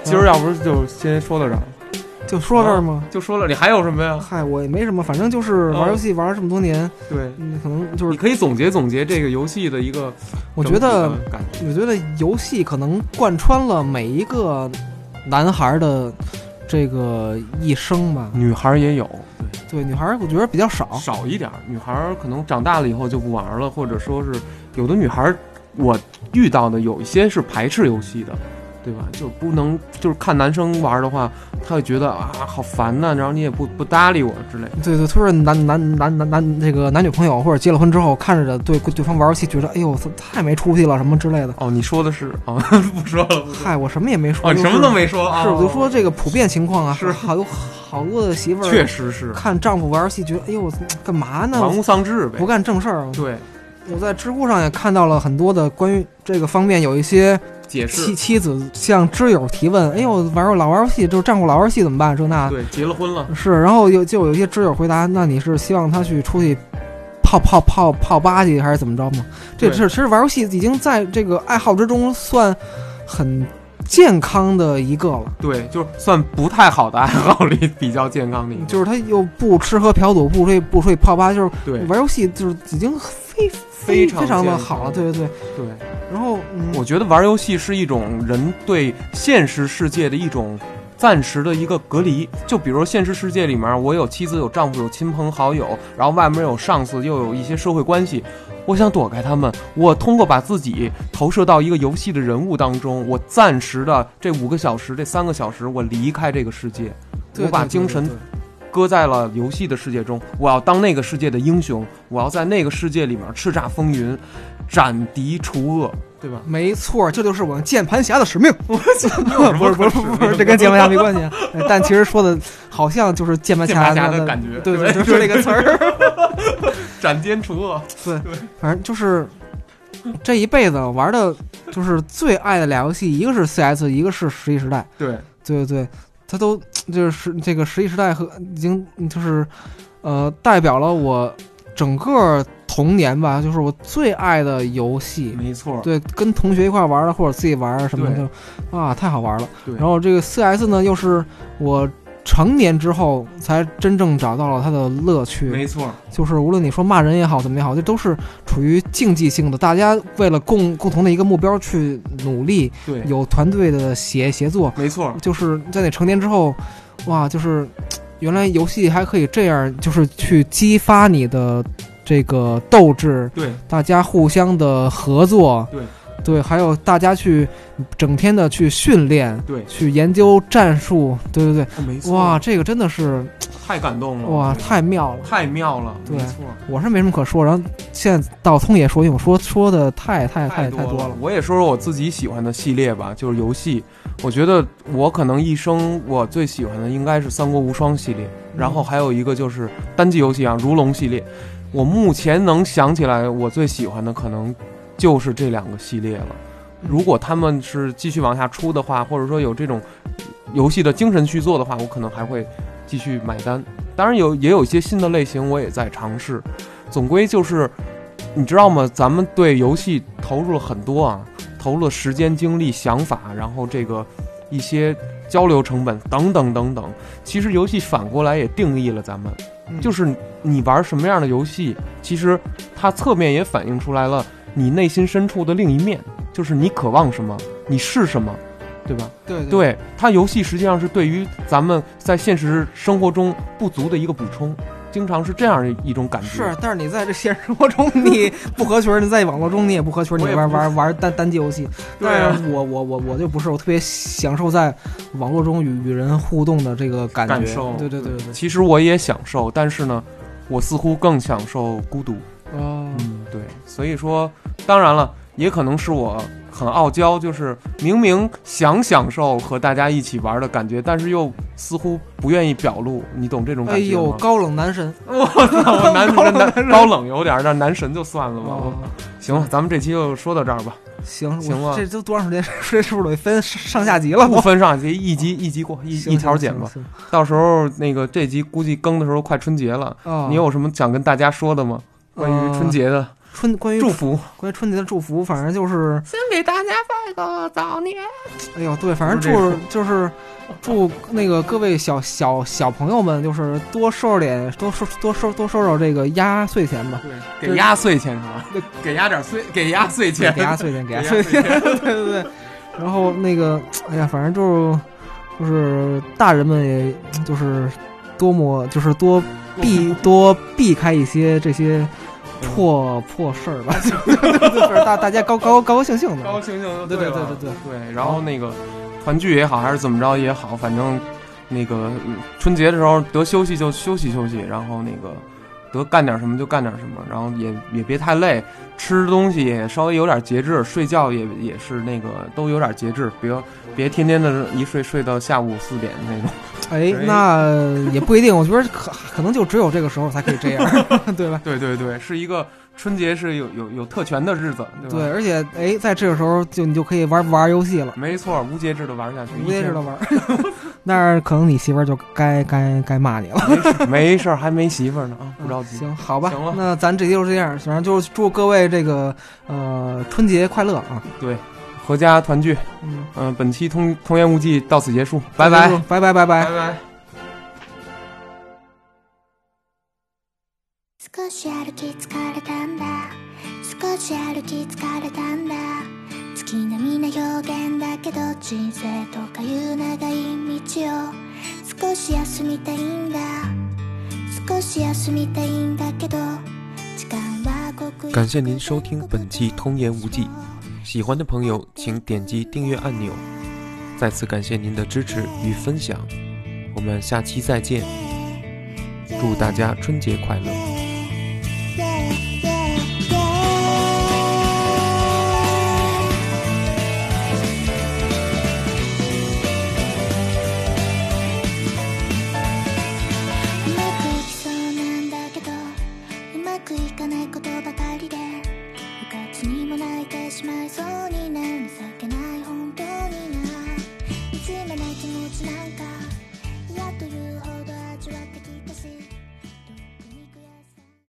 Speaker 1: 今儿要不就先说到这儿。
Speaker 2: 就说这儿吗？
Speaker 1: 就说了，你还有什么呀？
Speaker 2: 啊嗨，我也没什么，反正就是玩游戏玩了这么多年，
Speaker 1: 对，
Speaker 2: 嗯，可能就
Speaker 1: 哦你
Speaker 2: 是
Speaker 1: 可以总结总结这个游戏的一个
Speaker 2: 我觉得
Speaker 1: 整体，的感觉
Speaker 2: 我觉得游戏可能贯穿了每一个男孩的这个一生吧。
Speaker 1: 女孩儿也有，对，
Speaker 2: 对，女孩儿我觉得比较少。
Speaker 1: 少一点儿。女孩儿可能长大了以后就不玩了，或者说是有的女孩儿我遇到的有一些是排斥游戏的，对吧？就不能就是看男生玩的话，他会觉得啊好烦呐、然后你也不不搭理我之类的。
Speaker 2: 对对，就是男男男男男这个男女朋友或者结了婚之后，看着对对方玩游戏，觉得哎呦太没出息了什么之类的。
Speaker 1: 哦，你 说的是啊，不说了，不说了。
Speaker 2: 嗨，我什么也没说，
Speaker 1: 哦，你什
Speaker 2: 就
Speaker 1: 么
Speaker 2: 是
Speaker 1: 都没说啊。
Speaker 2: 是，我就说这个普遍情况啊，
Speaker 1: 是
Speaker 2: 好有好多的媳妇儿
Speaker 1: 确实是
Speaker 2: 看丈夫玩游戏，觉得哎呦我干嘛呢？
Speaker 1: 玩物丧志呗
Speaker 2: 不。干正事儿。啊
Speaker 1: 对，
Speaker 2: 我在知乎上也看到了很多的关于这个方面，有一些
Speaker 1: 解
Speaker 2: 妻
Speaker 1: 释。
Speaker 2: 妻子向知友提问：“哎呦，玩儿老玩儿游戏，就是丈夫老玩儿游戏怎么办？”这那
Speaker 1: 对，结了婚了。
Speaker 2: 是，然后有就有一些知友回答：“那你是希望他去出去泡泡泡泡吧去，还是怎么着吗？”这
Speaker 1: 对
Speaker 2: 是其实玩儿游戏已经在这个爱好之中算很健康的一个了。
Speaker 1: 对，就是算不太好的爱好里比较健康的一个。
Speaker 2: 就是他又不吃喝嫖赌，不睡不睡泡吧，就是
Speaker 1: 对
Speaker 2: 玩游戏，就是已经非
Speaker 1: 非
Speaker 2: 非
Speaker 1: 常
Speaker 2: 非常的
Speaker 1: 健
Speaker 2: 好
Speaker 1: 康
Speaker 2: 了，对对对。
Speaker 1: 对，
Speaker 2: 然后，嗯，
Speaker 1: 我觉得玩游戏是一种人对现实世界的一种暂时的一个隔离。就比如现实世界里面，我有妻子、有丈夫、有亲朋好友，然后外面有上司，又有一些社会关系。我想躲开他们，我通过把自己投射到一个游戏的人物当中，我暂时的这五个小时、这三个小时，我离开这个世界，
Speaker 2: 对
Speaker 1: 我把精神搁在了游戏的世界中，我要当那个世界的英雄，我要在那个世界里面叱咤风云，斩敌除恶，对吧？
Speaker 2: 没错，这就是我们键盘侠 的使命。不是
Speaker 1: 么
Speaker 2: 不是不
Speaker 1: 可
Speaker 2: 是
Speaker 1: 使命
Speaker 2: 不是，这跟键盘侠没关系啊。哎但其实说的好像就是键盘
Speaker 1: 键盘侠
Speaker 2: 侠
Speaker 1: 的
Speaker 2: 的
Speaker 1: 感觉
Speaker 2: 对
Speaker 1: 对
Speaker 2: 对，就是这个词 儿。
Speaker 1: 斩奸除恶，
Speaker 2: 对，反正就是这一辈子玩的，就是最爱的俩游戏，一个是 CS，一个是《十一时代》。
Speaker 1: 对
Speaker 2: 对对对，他都就是这个十一时代和已经就是呃代表了我整个童年吧，就是我最爱的游戏。
Speaker 1: 没错，
Speaker 2: 对，跟同学一块玩的或者自己玩儿什么
Speaker 1: 对
Speaker 2: 的，就啊，太好玩了。
Speaker 1: 对
Speaker 2: 然后这个 CS 呢，又是我成年之后才真正找到了它的乐趣。
Speaker 1: 没错，
Speaker 2: 就是无论你说骂人也好，怎么也好，这都是处于竞技性的，大家为了共共同的一个目标去努力，
Speaker 1: 对，
Speaker 2: 有团队的协协作，
Speaker 1: 没错，
Speaker 2: 就是在你成年之后，哇，就是原来游戏还可以这样，就是去激发你的这个斗志，
Speaker 1: 对
Speaker 2: 大家互相的合作，
Speaker 1: 对
Speaker 2: 对，还有大家去整天的去训练，
Speaker 1: 对，
Speaker 2: 去研究战术，对对
Speaker 1: 没嗯
Speaker 2: 对，哇，，这个真的是
Speaker 1: 太感动了，
Speaker 2: 哇
Speaker 1: 对
Speaker 2: 太妙了。
Speaker 1: 太妙了，
Speaker 2: 对
Speaker 1: 没错，
Speaker 2: 我是没什么可说，然后现在到聪也说，因为我说说的太太太
Speaker 1: 多
Speaker 2: 多
Speaker 1: 了。我也说说我自己喜欢的系列吧，就是游戏。我觉得我可能一生我最喜欢的应该是《三国无双》系列，然后还有一个就是单机游戏啊，《如龙》系列。我目前能想起来，我最喜欢的可能就是这两个系列了。
Speaker 2: 嗯
Speaker 1: 如果他们是继续往下出的话，或者说有这种游戏的精神续作的话，我可能还会继续买单。当然有也有一些新的类型，我也在尝试。总归就是，你知道吗？咱们对游戏投入了很多啊，投入了时间、精力、想法，然后这个一些交流成本等等等等。其实游戏反过来也定义了咱们，
Speaker 2: 嗯
Speaker 1: 就是你玩什么样的游戏，其实它侧面也反映出来了你内心深处的另一面，就是你渴望什么，你是什么，对吧？
Speaker 2: 对对
Speaker 1: 对它，游戏实际上是对于咱们在现实生活中不足的一个补充，经常是这样一种感觉。
Speaker 2: 是，但是你在这现实生活中你不合群儿，你在网络中你也不合群儿，
Speaker 1: 我
Speaker 2: 你
Speaker 1: 也
Speaker 2: 玩
Speaker 1: 不
Speaker 2: 玩玩单单机游戏。
Speaker 1: 对啊
Speaker 2: 但是我我我我就不是，我特别享受在网络中与与人互动的这个感觉。
Speaker 1: 感受
Speaker 2: 对对对对对。
Speaker 1: 其实我也享受，但是呢，我似乎更享受孤独。
Speaker 2: 哦，
Speaker 1: 嗯，对，所以说，当然了，也可能是我很傲娇，就是明明想享受和大家一起玩的感觉，但是又似乎不愿意表露，你懂这种
Speaker 2: 哎
Speaker 1: 感觉
Speaker 2: 呦，
Speaker 1: 吗？
Speaker 2: 高冷男神。
Speaker 1: 我男男 男高冷有点儿，但男神就算了吧。
Speaker 2: 哦，
Speaker 1: 行了，咱们这期就说到这儿吧，
Speaker 2: 行我
Speaker 1: 行啊吧
Speaker 2: 这都多长时间？这是不是得分上下集了？
Speaker 1: 不分上下集，一集一集过，一
Speaker 2: 行
Speaker 1: 一条剪吧。。到时候那个这集估计更的时候快春节了，
Speaker 2: 啊，哦
Speaker 1: 你有什么想跟大家说的吗？关于春节的
Speaker 2: 春关于
Speaker 1: 祝福，
Speaker 2: 关于春节的祝福，反正就是，
Speaker 3: 先给大家拜个早年。
Speaker 2: 哎呦，对，反正祝就是祝那个各位小小小朋友们，就是多收拾点，多收多收多收收这个压岁钱吧，
Speaker 1: 给压岁钱是吧？给压点岁，给压岁钱，
Speaker 2: 给压岁钱，给压
Speaker 1: 给压
Speaker 2: 岁钱， 对对对。然后那个，哎呀，反正就是就是大人们也就是多么就是多避多避开一些这些破破事儿吧， 就是就是大大家高高高高兴兴
Speaker 1: 高高
Speaker 2: 的，
Speaker 1: 兴兴就
Speaker 2: 对
Speaker 1: 对
Speaker 2: 对对对
Speaker 1: 对
Speaker 2: 对
Speaker 1: 对，然后那个团聚也好，还是怎么着也好，反正那个嗯春节的时候得休息就休息休息，然后那个得干点什么就干点什么，然后也也别太累，吃东西也稍微有点节制，睡觉也也是那个都有点节制，别别天天的一睡睡到下午四点那种。
Speaker 2: 哎，那也不一定，我觉得可可能就只有这个时候才可以这 样，对吧？
Speaker 1: 对对对，是一个春节是有有有特权的日子，对吧？
Speaker 2: 对，而且哎，在这个时候就你就可以玩玩游戏了，
Speaker 1: 没错，无节制的玩下去，
Speaker 2: 无节制的玩，那儿 可能你媳妇儿就该该该骂你了。
Speaker 1: 的，没事儿，还没媳妇儿呢啊，不着急。
Speaker 2: 嗯行，好吧，
Speaker 1: 行了
Speaker 2: 那咱这期就是这样，反正就是祝各位这个呃春节快乐啊！
Speaker 1: 合家团聚。
Speaker 2: 嗯，
Speaker 1: 嗯、本期通通言无忌到此结束，拜拜，
Speaker 2: 拜拜，拜拜。
Speaker 1: 拜。
Speaker 4: 少し歩き疲れたんだ少し歩き疲れたんだ月並みな表現だけど人生とかいう長い道を少し休みたいんだ少し休みたいんだけど時間はごく一瞬
Speaker 6: 感谢您收听本期《通言无忌》，喜欢的朋友请点击订阅按钮。再次感谢您的支持与分享，我们下期再见，祝大家春节快乐。
Speaker 4: Yeah, yeah, yeah.「うまくいきそうなんだけどうまくいかないことばかりで」「部活にも泣いてしまいそうになるさ